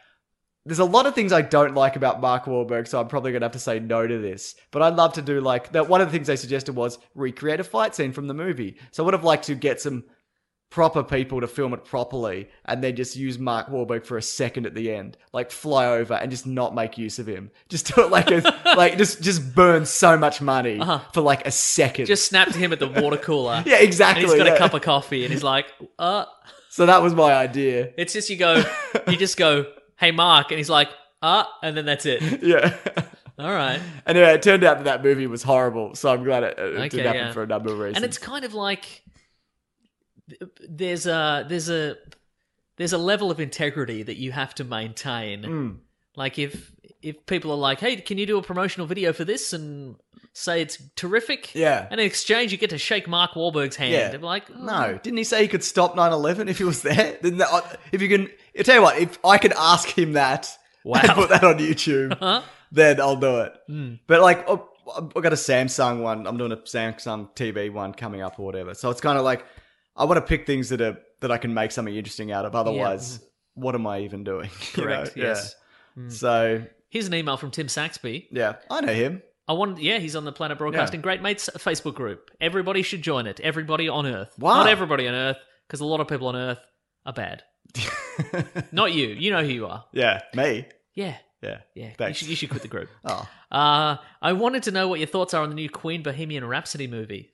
S1: there's a lot of things I don't like about Mark Wahlberg, so I'm probably gonna have to say no to this. But I'd love to do like that. One of the things they suggested was recreate a fight scene from the movie. So I would have liked to get some proper people to film it properly, and then just use Mark Wahlberg for a second at the end, like fly over and just not make use of him. Just do it like a like just just burn so much money for like a second.
S2: Just snapped him at the water cooler.
S1: (laughs) Yeah, exactly,
S2: And he's got
S1: yeah.
S2: a cup of coffee and he's like, uh,
S1: so that was my idea.
S2: it's just you go, you just go, hey, Mark. And he's like, uh, and then
S1: (laughs)
S2: that's it.
S1: Yeah.
S2: All right.
S1: Anyway, it turned out that that movie was horrible, so I'm glad it, it
S2: Okay,
S1: didn't happen
S2: yeah.
S1: for a number of reasons.
S2: And it's kind of like there's a, there's a, there's a level of integrity that you have to maintain.
S1: Hmm.
S2: Like if, if people are like, hey, can you do a promotional video for this and say it's terrific?
S1: Yeah.
S2: And in exchange, you get to shake Mark Wahlberg's hand.
S1: Yeah.
S2: They're like, "Oh,
S1: No, didn't he say he could stop 9/11 if he was there? (laughs) Then that, if you can, I tell you what, if I could ask him that, (laughs)
S2: Wow. Uh-huh.
S1: and put that on
S2: (laughs)
S1: YouTube, then I'll do it. But like, oh, I've got a Samsung one. I'm doing a Samsung TV one coming up or whatever. So it's kind of like I want to pick things that are that I can make something interesting out of. Otherwise, what am I even doing? (laughs) You know?
S2: Correct, yes.
S1: Yeah. So
S2: Here's an email from Tim Saxby.
S1: yeah, I know him.
S2: I want, yeah, he's on the Planet Broadcasting Great Mates Facebook group. Everybody should join it. Everybody on Earth.
S1: Wow.
S2: Not everybody on Earth, because a lot of people on Earth
S1: (laughs)
S2: are bad. Not you. You know who you are.
S1: Yeah, me.
S2: Yeah.
S1: Yeah,
S2: Yeah. You
S1: Thanks.
S2: should, you should quit the group.
S1: Oh.
S2: Uh, I wanted to know what your thoughts are on the new Queen Bohemian Rhapsody movie.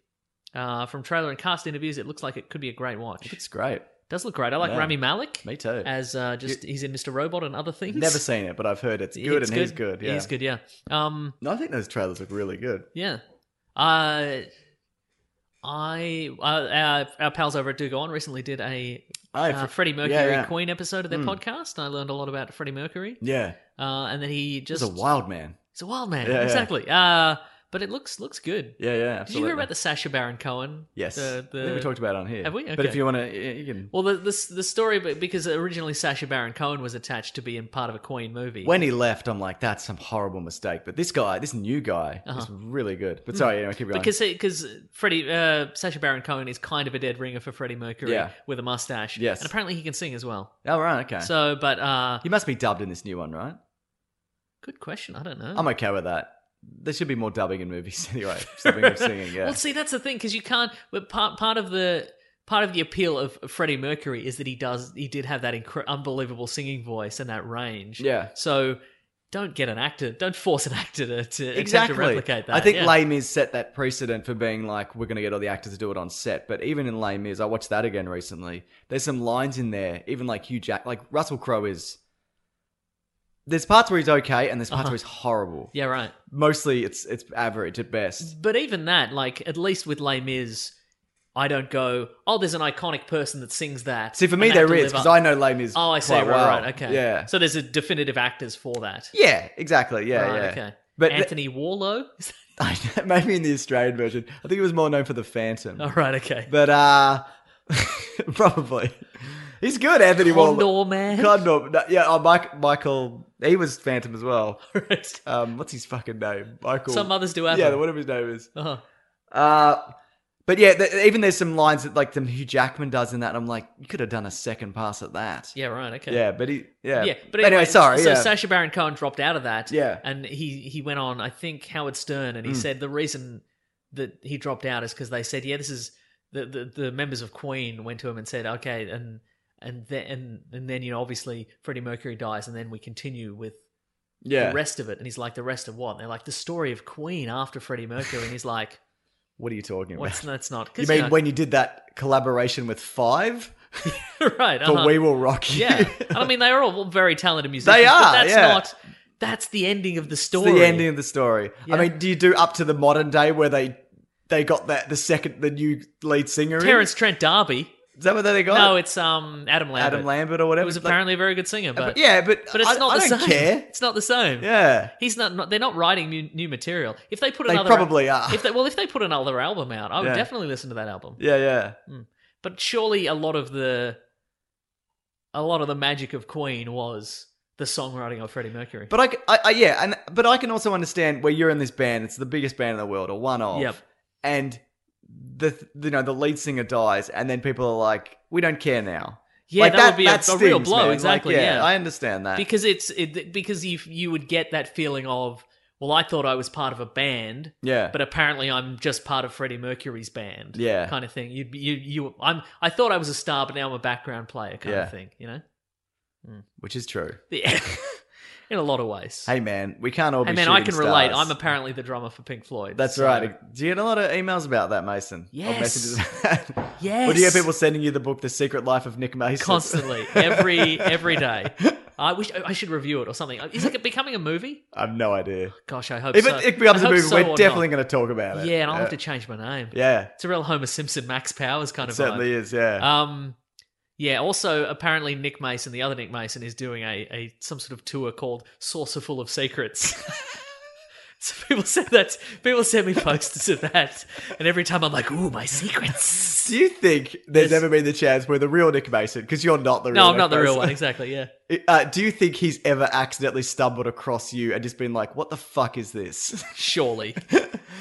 S2: Uh, from trailer and cast interviews, it looks like it could be a great watch. It
S1: It's great.
S2: does look great. I like
S1: Yeah.
S2: Rami Malik.
S1: Me too.
S2: As uh, just he's in Mr. Robot and other things.
S1: Never seen it, but I've heard it's good
S2: It's
S1: and he's good. Yeah.
S2: He's good. Yeah. Um.
S1: No, I think those trailers look really good.
S2: Yeah. Uh. I uh, our, our pals over at Do Go On recently did a
S1: I
S2: uh,
S1: fr-
S2: Freddie Mercury
S1: yeah, yeah. Hmm.
S2: Queen episode of their podcast. And I learned a lot about Freddie Mercury.
S1: Yeah.
S2: Uh, and then he
S1: He's
S2: just
S1: a wild man.
S2: he's a wild man.
S1: Yeah, yeah.
S2: exactly. Uh, but it looks looks good.
S1: Yeah, yeah. Absolutely.
S2: Did you hear about the Sasha Baron Cohen?
S1: Yes.
S2: The,
S1: I think we
S2: the-
S1: talked about it on here.
S2: Have we?
S1: But if
S2: Okay.
S1: you want to, you can.
S2: Well, the, the the story, but because originally Sasha Baron Cohen was attached to being part of a Queen movie.
S1: When he left, I'm like, that's some horrible mistake. But this guy, this new guy, is really good. But sorry, anyway, keep going.
S2: Uh-huh. Hmm. because because Freddie uh, Sasha Baron Cohen is kind of a dead ringer for Freddie Mercury
S1: Yeah.
S2: with a mustache.
S1: Yes.
S2: and apparently he can sing as well.
S1: oh, right, okay. So
S2: So, Uh-huh. but uh,
S1: he must be dubbed in this new one, right?
S2: good question. I don't know.
S1: I'm okay with that. There should be more dubbing in movies (laughs) anyway. Something of singing,
S2: (laughs)
S1: yeah.
S2: Well, see, that's the thing because you can't. But part part of the part of the appeal of Freddie Mercury is that he does he did have that incre- unbelievable singing voice and that range.
S1: Yeah.
S2: So don't get an actor. Don't force an actor to, to attempt
S1: exactly.
S2: to replicate that.
S1: I think
S2: yeah.
S1: Lame is set that precedent for being like, we're going to get all the actors to do it on set. But even in Lame is, I watched that again recently. There's some lines in there, even like Hugh Jack, like Russell Crowe is. There's parts where he's okay, and there's parts where he's horrible.
S2: Uh-huh. Yeah. Mm. Right.
S1: Mostly, it's it's average at best.
S2: But even that, like at least with Les Mis, I don't go. Oh, there's an iconic person that sings that.
S1: See, for me,
S2: and they have
S1: there
S2: to
S1: is
S2: live up-
S1: because I know Lame is.
S2: Oh, I see.
S1: quite
S2: Right,
S1: well.
S2: right. Okay.
S1: Yeah.
S2: So there's a definitive actors for that.
S1: yeah. Exactly. Yeah.
S2: Right,
S1: yeah. (laughs)
S2: Okay.
S1: But th-
S2: Anthony Warlow. (laughs) Is that-
S1: maybe in the Australian version, I think it was more known for the Phantom.
S2: All right. Okay.
S1: But uh (laughs) probably. He's good, Anthony Waller. (laughs)
S2: Condor Man.
S1: Condor. No, yeah, oh, Mike, Michael. He was Phantom as well.
S2: (laughs) Right.
S1: Um, what's his fucking name? Michael.
S2: Some others do have
S1: Yeah,
S2: them.
S1: whatever his name is.
S2: Uh-huh.
S1: Uh, but yeah, th- even there's some lines that like them Hugh Jackman does in that. and I'm like, you could have done a second pass at that.
S2: Yeah. Right. Okay.
S1: Yeah, but he. Yeah.
S2: Yeah, but anyway,
S1: sorry.
S2: So
S1: yeah.
S2: Sasha Baron Cohen dropped out of that.
S1: Yeah. Mm.
S2: and he he went on. I think Howard Stern, and he said the reason that he dropped out is because they said, yeah, this is the, the the members of Queen went to him and said, okay, and and then and, and then you know obviously Freddie Mercury dies, and then we continue with
S1: yeah.
S2: the rest of it. And he's like, the rest of what? And they're like, the story of Queen after Freddie Mercury, and he's like,
S1: what are you talking
S2: (laughs) what's
S1: about?
S2: that's not
S1: You
S2: because
S1: mean when you did that collaboration with Five?
S2: (laughs) right?
S1: The
S2: uh-huh.
S1: We Will Rock You. (laughs)
S2: (laughs) yeah, and I mean they are all very talented musicians.
S1: They
S2: but
S1: are,
S2: that's
S1: yeah.
S2: not. That's the ending of the story.
S1: It's the ending of the story.
S2: Yeah.
S1: I mean, do you do up to the modern day where they they got that the second the new lead singer?
S2: Terence Trent D'Arby.
S1: in? is that what they got?
S2: No, it's um Adam Lambert.
S1: Adam Lambert or whatever.
S2: Who was
S1: Like-
S2: apparently a very good singer, but,
S1: but, yeah, but
S2: but it's
S1: I,
S2: not
S1: I
S2: the
S1: don't
S2: same.
S1: care.
S2: (laughs) It's not the same.
S1: Yeah,
S2: he's not, not. They're not writing new, new material. If they put
S1: They
S2: another,
S1: probably are.
S2: If they, well, if they put another album out, I would
S1: Yeah.
S2: definitely listen to that album.
S1: yeah, yeah.
S2: But surely a lot of the, a lot of the magic of Queen was the songwriting of Freddie Mercury.
S1: But I, c- I- I- yeah, and but I can also understand where you're in this band. It's the biggest band in the world, or one of.
S2: Yep.
S1: And the th- you know the lead singer dies, and then people are like, we don't care now.
S2: yeah,
S1: like,
S2: that, would be a, a real
S1: stings,
S2: blow.
S1: man. Like,
S2: Exactly. yeah,
S1: I understand that.
S2: because it's it, because you you would get that feeling of well, I thought I was part of a band.
S1: yeah,
S2: but apparently I'm just part of Freddie Mercury's band.
S1: Yeah.
S2: kind of thing. You you you. I'm. I thought I was a star, but now I'm a background player, kind
S1: Yeah.
S2: of thing. You know,
S1: which is true.
S2: yeah. (laughs) in a lot of ways.
S1: Hey man, we can't all
S2: Hey,
S1: be.
S2: man, I
S1: shooting
S2: can relate.
S1: stars.
S2: I'm (laughs) apparently the drummer for Pink Floyd.
S1: That's
S2: so-
S1: right. Do you get a lot of emails about that, Mason? Or
S2: Yes.
S1: messages. (laughs)
S2: Yes.
S1: Or do you have people sending you the book, The Secret Life of Nick Mason?
S2: Constantly, every every day. I wish I should review it or something. Is it becoming a movie?
S1: (laughs) I have no idea.
S2: Gosh, I hope
S1: If
S2: so.
S1: it, it becomes a
S2: I hope
S1: movie,
S2: so or
S1: we're
S2: not.
S1: definitely going to talk about it.
S2: Yeah, and I'll have to change my name.
S1: uh, Yeah,
S2: It's a real Homer Simpson, Max Powers kind
S1: it
S2: of vibe.
S1: certainly is. Yeah.
S2: Um, yeah. Also, apparently Nick Mason, the other Nick Mason, is doing a, a some sort of tour called "Saucer Full of Secrets." (laughs) so people said that people send me posters of that, and every time I'm like, "Ooh, my secrets."
S1: do you think there's
S2: Yes.
S1: ever been the chance where the real Nick Mason, because you're not the (laughs) real
S2: No, I'm
S1: Nick
S2: not the real
S1: Mason.
S2: one. Exactly. Yeah.
S1: (laughs) Uh, do you think he's ever accidentally stumbled across you and just been like, what the fuck is this? (laughs)
S2: Surely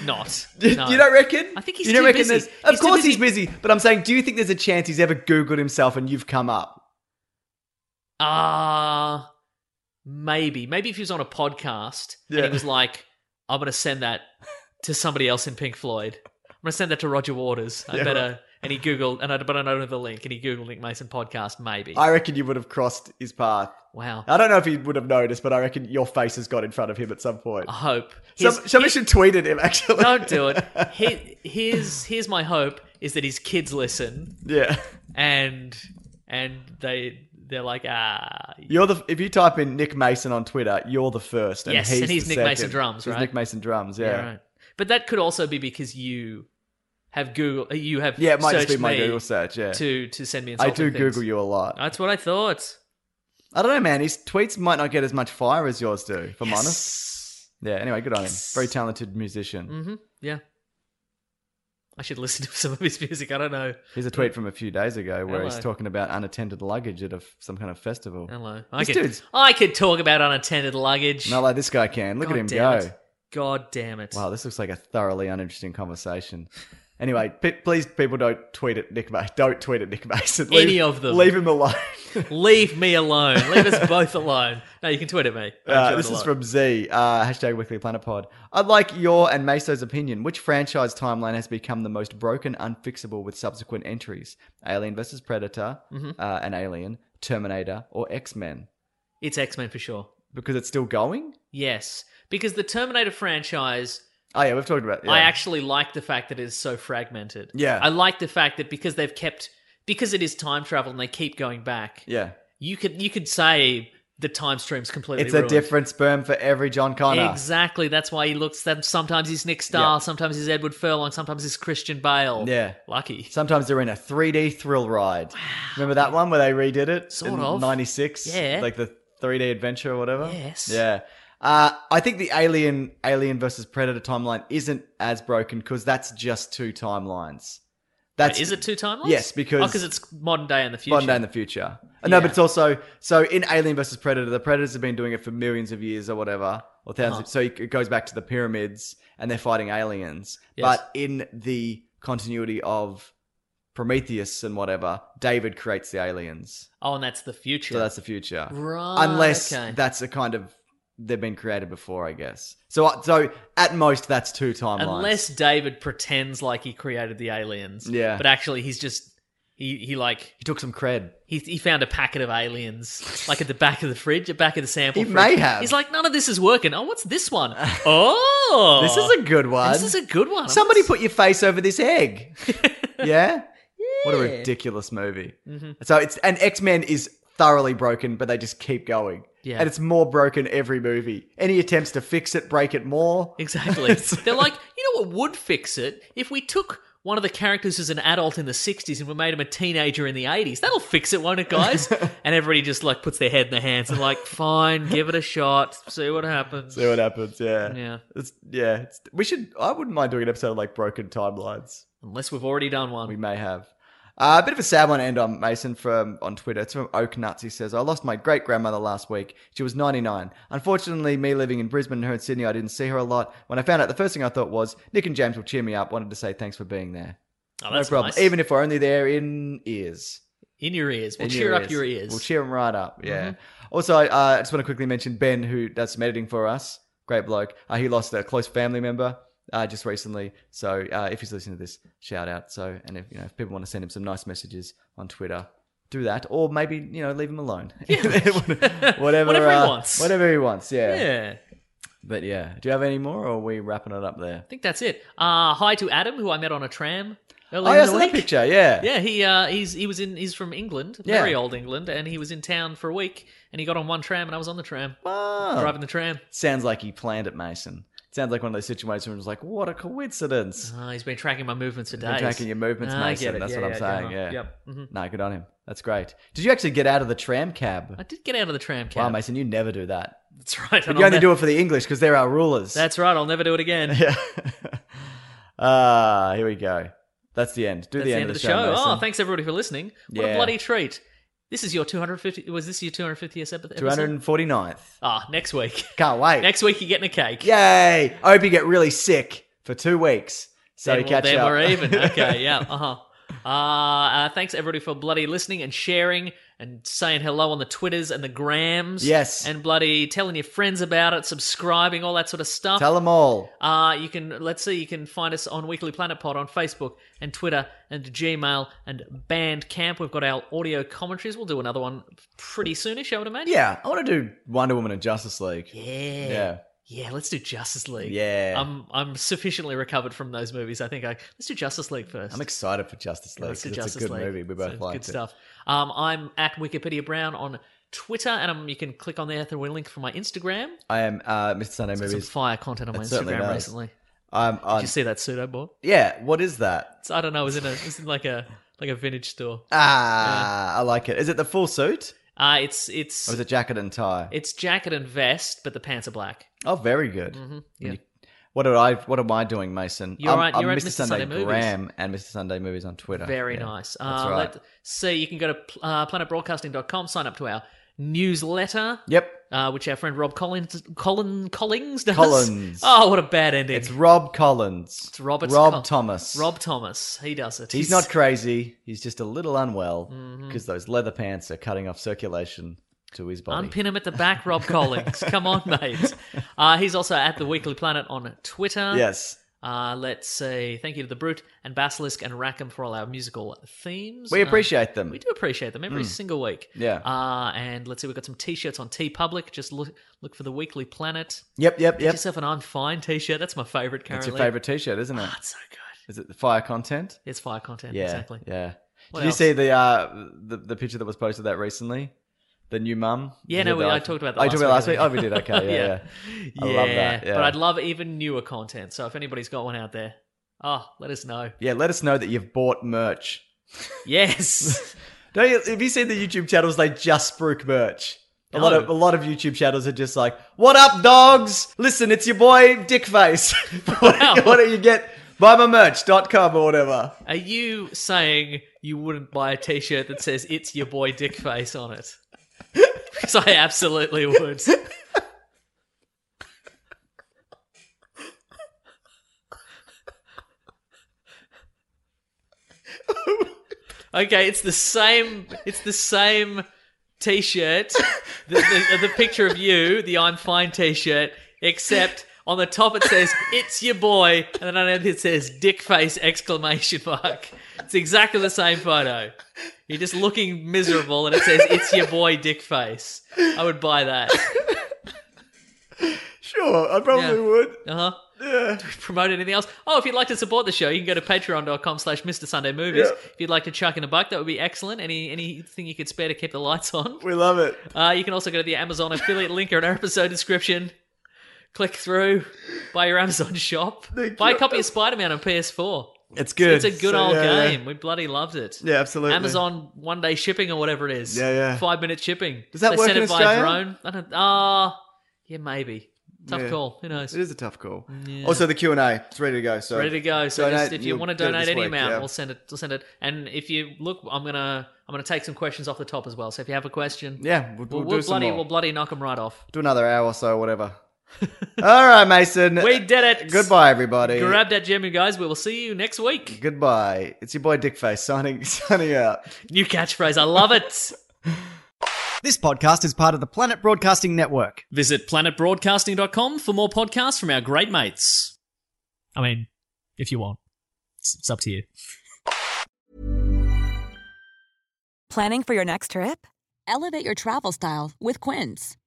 S2: not.
S1: You-
S2: No.
S1: You don't reckon?
S2: I think he's
S1: you don't
S2: too
S1: reckon
S2: busy.
S1: there's- Of
S2: He's too
S1: course he's
S2: busy.
S1: busy, but I'm saying, do you think there's a chance he's ever Googled himself and you've come up?
S2: Ah, maybe. Maybe if he was on a podcast and
S1: Yeah.
S2: he was like, "I'm going to send that to somebody else in Pink Floyd. I'm going to send that to Roger Waters. I
S1: Yeah,
S2: better." and he googled, and I but I don't know the link, and he googled Nick Mason podcast. Maybe.
S1: I reckon you would have crossed his path.
S2: wow.
S1: I don't know if he would have noticed, but I reckon your face has got in front of him at some point.
S2: I hope.
S1: Some,
S2: Here's-
S1: somebody should tweet at him, actually.
S2: Oh, (laughs) don't do it. He, here's here's my hope is that his kids listen
S1: (laughs) Yeah.
S2: and and they they're like ah
S1: You're the if you type in Nick Mason on Twitter, you're the first. And
S2: Yes,
S1: he's
S2: and he's
S1: the
S2: Nick
S1: second.
S2: Mason drums,
S1: He's
S2: right?
S1: Nick Mason drums, yeah.
S2: yeah, right. But that could also be because you have Google. uh, You have
S1: Yeah, it might just be
S2: searched
S1: my
S2: me
S1: Google search, yeah.
S2: to to send me.
S1: I
S2: Insulting
S1: do
S2: things.
S1: Google you a lot.
S2: That's what I thought.
S1: I don't know, man. His tweets might not get as much fire as yours do, if I'm honest.
S2: Yes.
S1: Yeah, anyway, good on him. Very talented musician.
S2: Mm-hmm. Yeah. I should listen (laughs) to some of his music. I don't know.
S1: Here's a tweet from a few days ago where he's
S2: Hello.
S1: talking about unattended luggage at a, f- some kind of festival.
S2: Hello. I
S1: This
S2: could,
S1: dude's-
S2: I could talk about unattended luggage.
S1: Not like this guy can. Look
S2: God
S1: at him
S2: damn
S1: go.
S2: It. God damn it.
S1: Wow, (laughs) this looks like a thoroughly uninteresting conversation. Anyway, pe- please, people, don't tweet at Nick Mason. Don't tweet at Nick Mason.
S2: Any of them.
S1: Leave him alone.
S2: Leave me alone. Leave us both alone. No, you can tweet at me.
S1: (laughs)
S2: I
S1: Uh,
S2: enjoy
S1: this
S2: it a
S1: is
S2: lot.
S1: from Z, uh, hashtag Weekly Planet Pod. I'd like your and Meso's opinion. Which franchise timeline has become the most broken, unfixable with subsequent entries? Alien versus Predator,
S2: Mm-hmm.
S1: uh, an Alien, Terminator, or X Men?
S2: It's X Men for sure.
S1: Because it's still going?
S2: Yes, because the Terminator franchise,
S1: Oh, yeah, we've talked about yeah.
S2: I actually like the fact that it is so fragmented.
S1: Yeah.
S2: I like the fact that because they've kept because it is time travel and they keep going back.
S1: Yeah.
S2: You could you could say the time stream's completely
S1: It's
S2: ruined.
S1: a different sperm for every John Connor.
S2: Exactly. That's why he looks. That sometimes he's Nick Starr,
S1: Yeah.
S2: sometimes he's Edward Furlong, sometimes he's Christian Bale.
S1: Yeah.
S2: lucky.
S1: Sometimes they're in a 3D thrill ride. Remember that one where they redid it?
S2: Sort
S1: in
S2: of.
S1: 96?
S2: Yeah.
S1: Like the 3D adventure or whatever?
S2: Yes.
S1: Yeah. Uh, I think the Alien Alien versus Predator timeline isn't as broken because that's just two timelines. That's
S2: Is it two timelines?
S1: Yes, because-
S2: because it's modern day and the future.
S1: modern day in the future. Uh, No,
S2: Yeah.
S1: but it's also so in Alien versus Predator, the Predators have been doing it for millions of years or whatever, or 1000s
S2: Uh-huh.
S1: So it goes back to the pyramids and they're fighting aliens.
S2: Yes.
S1: But in the continuity of Prometheus and whatever, David creates the aliens.
S2: oh, and that's the future.
S1: So that's the future,
S2: Right,
S1: Unless
S2: okay.
S1: that's a kind of they've been created before, I guess. So uh, so at most that's two timelines.
S2: Unless David pretends like he created the aliens.
S1: Yeah.
S2: But actually, he's just he he like
S1: he took some cred.
S2: he he found a packet of aliens like at the back of the fridge, at back of the sample.
S1: He
S2: fridge.
S1: may have.
S2: He's like, none of this is working. Oh, what's this
S1: (laughs)
S2: one? Oh,
S1: This is a good one.
S2: This is a good one.
S1: Somebody put your face over this (laughs) egg. yeah? What a ridiculous movie. So it's and X Men is thoroughly broken, but they just keep going.
S2: Yeah.
S1: And it's more broken every movie. Any attempts to fix it, break it more.
S2: (laughs)
S1: (laughs)
S2: Exactly. They're like, you know what would fix it? If we took one of the characters as an adult in the 60s and we made him a teenager in the 80s, that'll fix it, won't
S1: (laughs)
S2: it, guys? and everybody just like puts their head in their hands and like, fine, give it a shot, see what happens.
S1: See what happens. Yeah.
S2: Yeah.
S1: It's, yeah. It's, we should. I wouldn't mind doing an episode of like broken timelines.
S2: Unless we've already done one.
S1: We may have. Uh, a bit of a sad one to end on, Mason, from on Twitter. It's from Oak Nuts. He says, I lost my great grandmother last week. She was 99. Unfortunately, me living in Brisbane and her in Sydney, I didn't see her a lot. When I found out, the first thing I thought was, Nick and James will cheer me up. Wanted to say thanks for being there.
S2: Oh,
S1: no
S2: that's
S1: problem.
S2: nice.
S1: Even if we're only there in ears.
S2: in your ears. We'll
S1: In
S2: cheer up your ears.
S1: We'll cheer them right up. Yeah. Also, I uh, just want to quickly mention Ben, who does some editing for us. Great bloke. Uh, he lost a close family member uh, just recently. So uh, if he's listening to this, shout out. So and if you know if people want to send him some nice messages on Twitter, do that, or maybe you know leave him alone. (laughs) whatever.
S2: Whatever he
S1: uh,
S2: wants.
S1: Whatever he wants. Yeah.
S2: Yeah.
S1: But yeah, do you have any more, or are we wrapping it up there?
S2: I think that's it. Uh, hi to Adam, who I met on a tram earlier
S1: Oh, yeah, I
S2: in the
S1: saw that
S2: week.
S1: picture. Yeah.
S2: Yeah, he uh, he's he was in he's from England,
S1: Yeah.
S2: very old England, and he was in town for a week, and he got on one tram, and I was on the tram,
S1: Wow.
S2: driving the tram.
S1: Ah. Sounds like he planned it, Mason. Sounds like one of those situations where it's like, what a coincidence.
S2: Ah, he's been tracking my movements for days.
S1: Been tracking your movements,
S2: Ah, I get
S1: Mason.
S2: it.
S1: That's
S2: Yeah,
S1: what I'm
S2: yeah,
S1: saying.
S2: yeah.
S1: Yeah.
S2: Yep. Mhm.
S1: No, good on him. That's great. Did you actually get out of the tram
S2: I
S1: cab?
S2: did get out of the tram cab.
S1: Wow, Mason, you never do that.
S2: (laughs) That's right.
S1: But you only do it for the English because they're our rulers.
S2: That's right. I'll never do it again.
S1: (laughs) yeah. Ah, here we go. That's the end. Do
S2: That's
S1: the, end, of the show.
S2: Oh,
S1: Mason.
S2: thanks everybody for listening. What
S1: Yeah.
S2: a bloody treat! This is your 250. Was this your 250th epi- episode?
S1: 249th.
S2: Ah, next week. (laughs)
S1: Can't wait.
S2: next week you're getting a cake.
S1: Yay! I hope you get really sick for two weeks. So
S2: Then,
S1: you
S2: we'll-
S1: catch
S2: then
S1: up. (laughs)
S2: we're even. Okay. Yeah. Uh-huh. Uh, uh, thanks everybody for bloody listening and sharing and saying hello on the Twitters and the Grams.
S1: Yes.
S2: And bloody telling your friends about it, subscribing, all that sort of stuff.
S1: Tell them all.
S2: Uh, you can let's see. You can find us on Weekly Planet Pod on Facebook and Twitter and Gmail and Bandcamp. We've got our audio commentaries. We'll do another one pretty soonish, I would imagine.
S1: Yeah, I want to do Wonder Woman and Justice League.
S2: Yeah.
S1: Yeah.
S2: Yeah, Let's do Justice League.
S1: Yeah.
S2: I'm I'm sufficiently recovered from those movies. I think I let's do Justice League first.
S1: I'm excited for Justice
S2: Yeah,
S1: League.
S2: let's
S1: 'cause
S2: do
S1: It's
S2: Justice
S1: a good
S2: League.
S1: movie. We both
S2: So,
S1: liked
S2: good
S1: it.
S2: stuff. Um, I'm at Wikipedia Brown on Twitter, and um, you can click on there through a link for my Instagram.
S1: I am uh, Mr. Sunday
S2: Got Some
S1: Movies.
S2: fire content on
S1: It
S2: my
S1: certainly
S2: Instagram
S1: does.
S2: recently.
S1: I'm
S2: Did
S1: on.
S2: you see that pseudo board?
S1: Yeah, what is that?
S2: It's, I don't know. It was in a it was in like a like a vintage store.
S1: Ah, I like it. Is it the full suit
S2: Uh, it's it's
S1: or Oh, is it jacket and tie?
S2: it's jacket and vest, but the pants are black.
S1: Oh, very good.
S2: Mm-hmm. yeah.
S1: You- What are I? What am I doing, Mason?
S2: You're
S1: I'm,
S2: right,
S1: I'm
S2: you're at
S1: Mr.
S2: Mr.
S1: Sunday,
S2: Sunday Movies.
S1: Graham and Mr. Sunday Movies on Twitter.
S2: Very
S1: Oh, Yeah,
S2: nice.
S1: That's
S2: uh,
S1: right.
S2: Let's see. You can go to uh, planetbroadcasting.com, sign up to our newsletter.
S1: Yep.
S2: Uh, which our friend Rob Collins, Colin Collings does.
S1: Collins.
S2: Oh, what a bad ending!
S1: It's Rob Collins.
S2: It's Robert
S1: Rob
S2: Col-
S1: Thomas.
S2: Rob Thomas. He does it.
S1: He's not crazy. He's just a little unwell
S2: Mm-hmm.
S1: because those leather pants are cutting off circulation to his body.
S2: Unpin him at the back,
S1: (laughs)
S2: Rob Collins. Come on, mate. Uh, he's also at the Weekly Planet on Twitter.
S1: yes.
S2: Uh, let's see. Thank you to the Brute and Basilisk and Rackham for all our musical themes.
S1: We
S2: Uh,
S1: appreciate them.
S2: we do appreciate them every single week.
S1: Yeah.
S2: Uh, and let's see, we've got some t-shirts on T Public. Just look look for the Weekly Planet.
S1: Yep, yep,
S2: Get
S1: yep.
S2: yourself an I'm Fine t-shirt. That's my favorite
S1: That's
S2: currently.
S1: your favorite T-shirt, isn't it?
S2: Ah, it's so good.
S1: Is it the fire content?
S2: It's fire content.
S1: Yeah,
S2: Exactly.
S1: Yeah.
S2: What
S1: Did
S2: else?
S1: you see the, uh, the the picture that was posted that recently? The new mum.
S2: Yeah,
S1: Did
S2: no,
S1: you
S2: we,
S1: hear
S2: I
S1: that?
S2: talked about that.
S1: Oh, you talked about last week. Oh, we did. Okay,
S2: (laughs)
S1: yeah, yeah. I love that, yeah.
S2: But I'd love even newer content. So if anybody's got one out there, oh, let us know.
S1: Yeah, let us know that you've bought merch. (laughs)
S2: Yes.
S1: Don't you, have you seen the YouTube channels? They just spruik merch. A lot of a
S2: No.
S1: lot of YouTube channels are just like, "What up, dogs? Listen, it's your boy Dickface. (laughs) what,
S2: Wow.
S1: what do you get? Buymymerch.com or whatever."
S2: Are you saying you wouldn't buy a t-shirt that says "It's your boy Dick Face" on it? (laughs) Because I
S1: (laughs)
S2: absolutely would. okay, it's the same. It's the same t-shirt. The, the, the picture of you, the I'm fine t-shirt, except on the top it says "It's your boy," and then underneath it says "Dick face!" exclamation mark. It's exactly the same photo. You're just looking miserable, and it says "It's your boy, Dick face." I would buy that.
S1: Sure, I probably
S2: Yeah.
S1: would.
S2: Uh huh. Do we promote anything else? Oh, if you'd like to support the show, you can go to patreon.com slash Mr. Sunday Movies. If you'd like to chuck in a buck, that would be excellent. Any anything you could spare to keep the lights on.
S1: We love it.
S2: Uh, you can also go to the Amazon affiliate link in our episode description. Click through, buy your Amazon (laughs) shop, buy a copy of Spider Man on PS4.
S1: It's good.
S2: It's a good
S1: So,
S2: old
S1: yeah, yeah.
S2: game. We bloody loved it.
S1: Yeah, absolutely.
S2: Amazon one day shipping or whatever it is.
S1: Yeah, yeah.
S2: Five minute shipping.
S1: Does that
S2: they
S1: work
S2: send
S1: in
S2: it by
S1: Australia?
S2: drone? I don't. Ah, yeah, maybe. Tough
S1: Yeah.
S2: call. Who knows?
S1: It is a tough call. Also, the Q and A. It's ready to go. So
S2: ready to go. So
S1: donate
S2: just, if you
S1: and
S2: want to
S1: you'll get it
S2: donate
S1: this
S2: any
S1: week,
S2: amount,
S1: yeah.
S2: we'll send it. We'll send it. And if you look, I'm gonna I'm gonna take some questions off the top as well. So if you have a question,
S1: yeah, we'll,
S2: we'll,
S1: we'll
S2: we'll
S1: do some
S2: bloody
S1: more.
S2: we'll bloody knock them right off.
S1: do another hour or so, whatever. (laughs) All right, Mason.
S2: (laughs) We did it.
S1: Goodbye, everybody.
S2: Grab that gem, you guys. We will see you next week.
S1: Goodbye. It's your boy Dickface signing (laughs) signing out.
S2: New catchphrase. I love it. (laughs)
S5: This podcast is part of the Planet Broadcasting Network.
S2: Visit planetbroadcasting.com for more podcasts from our great mates. I mean, if you want, it's, it's up to you.
S7: Planning for your next trip? Elevate your travel style with Quince.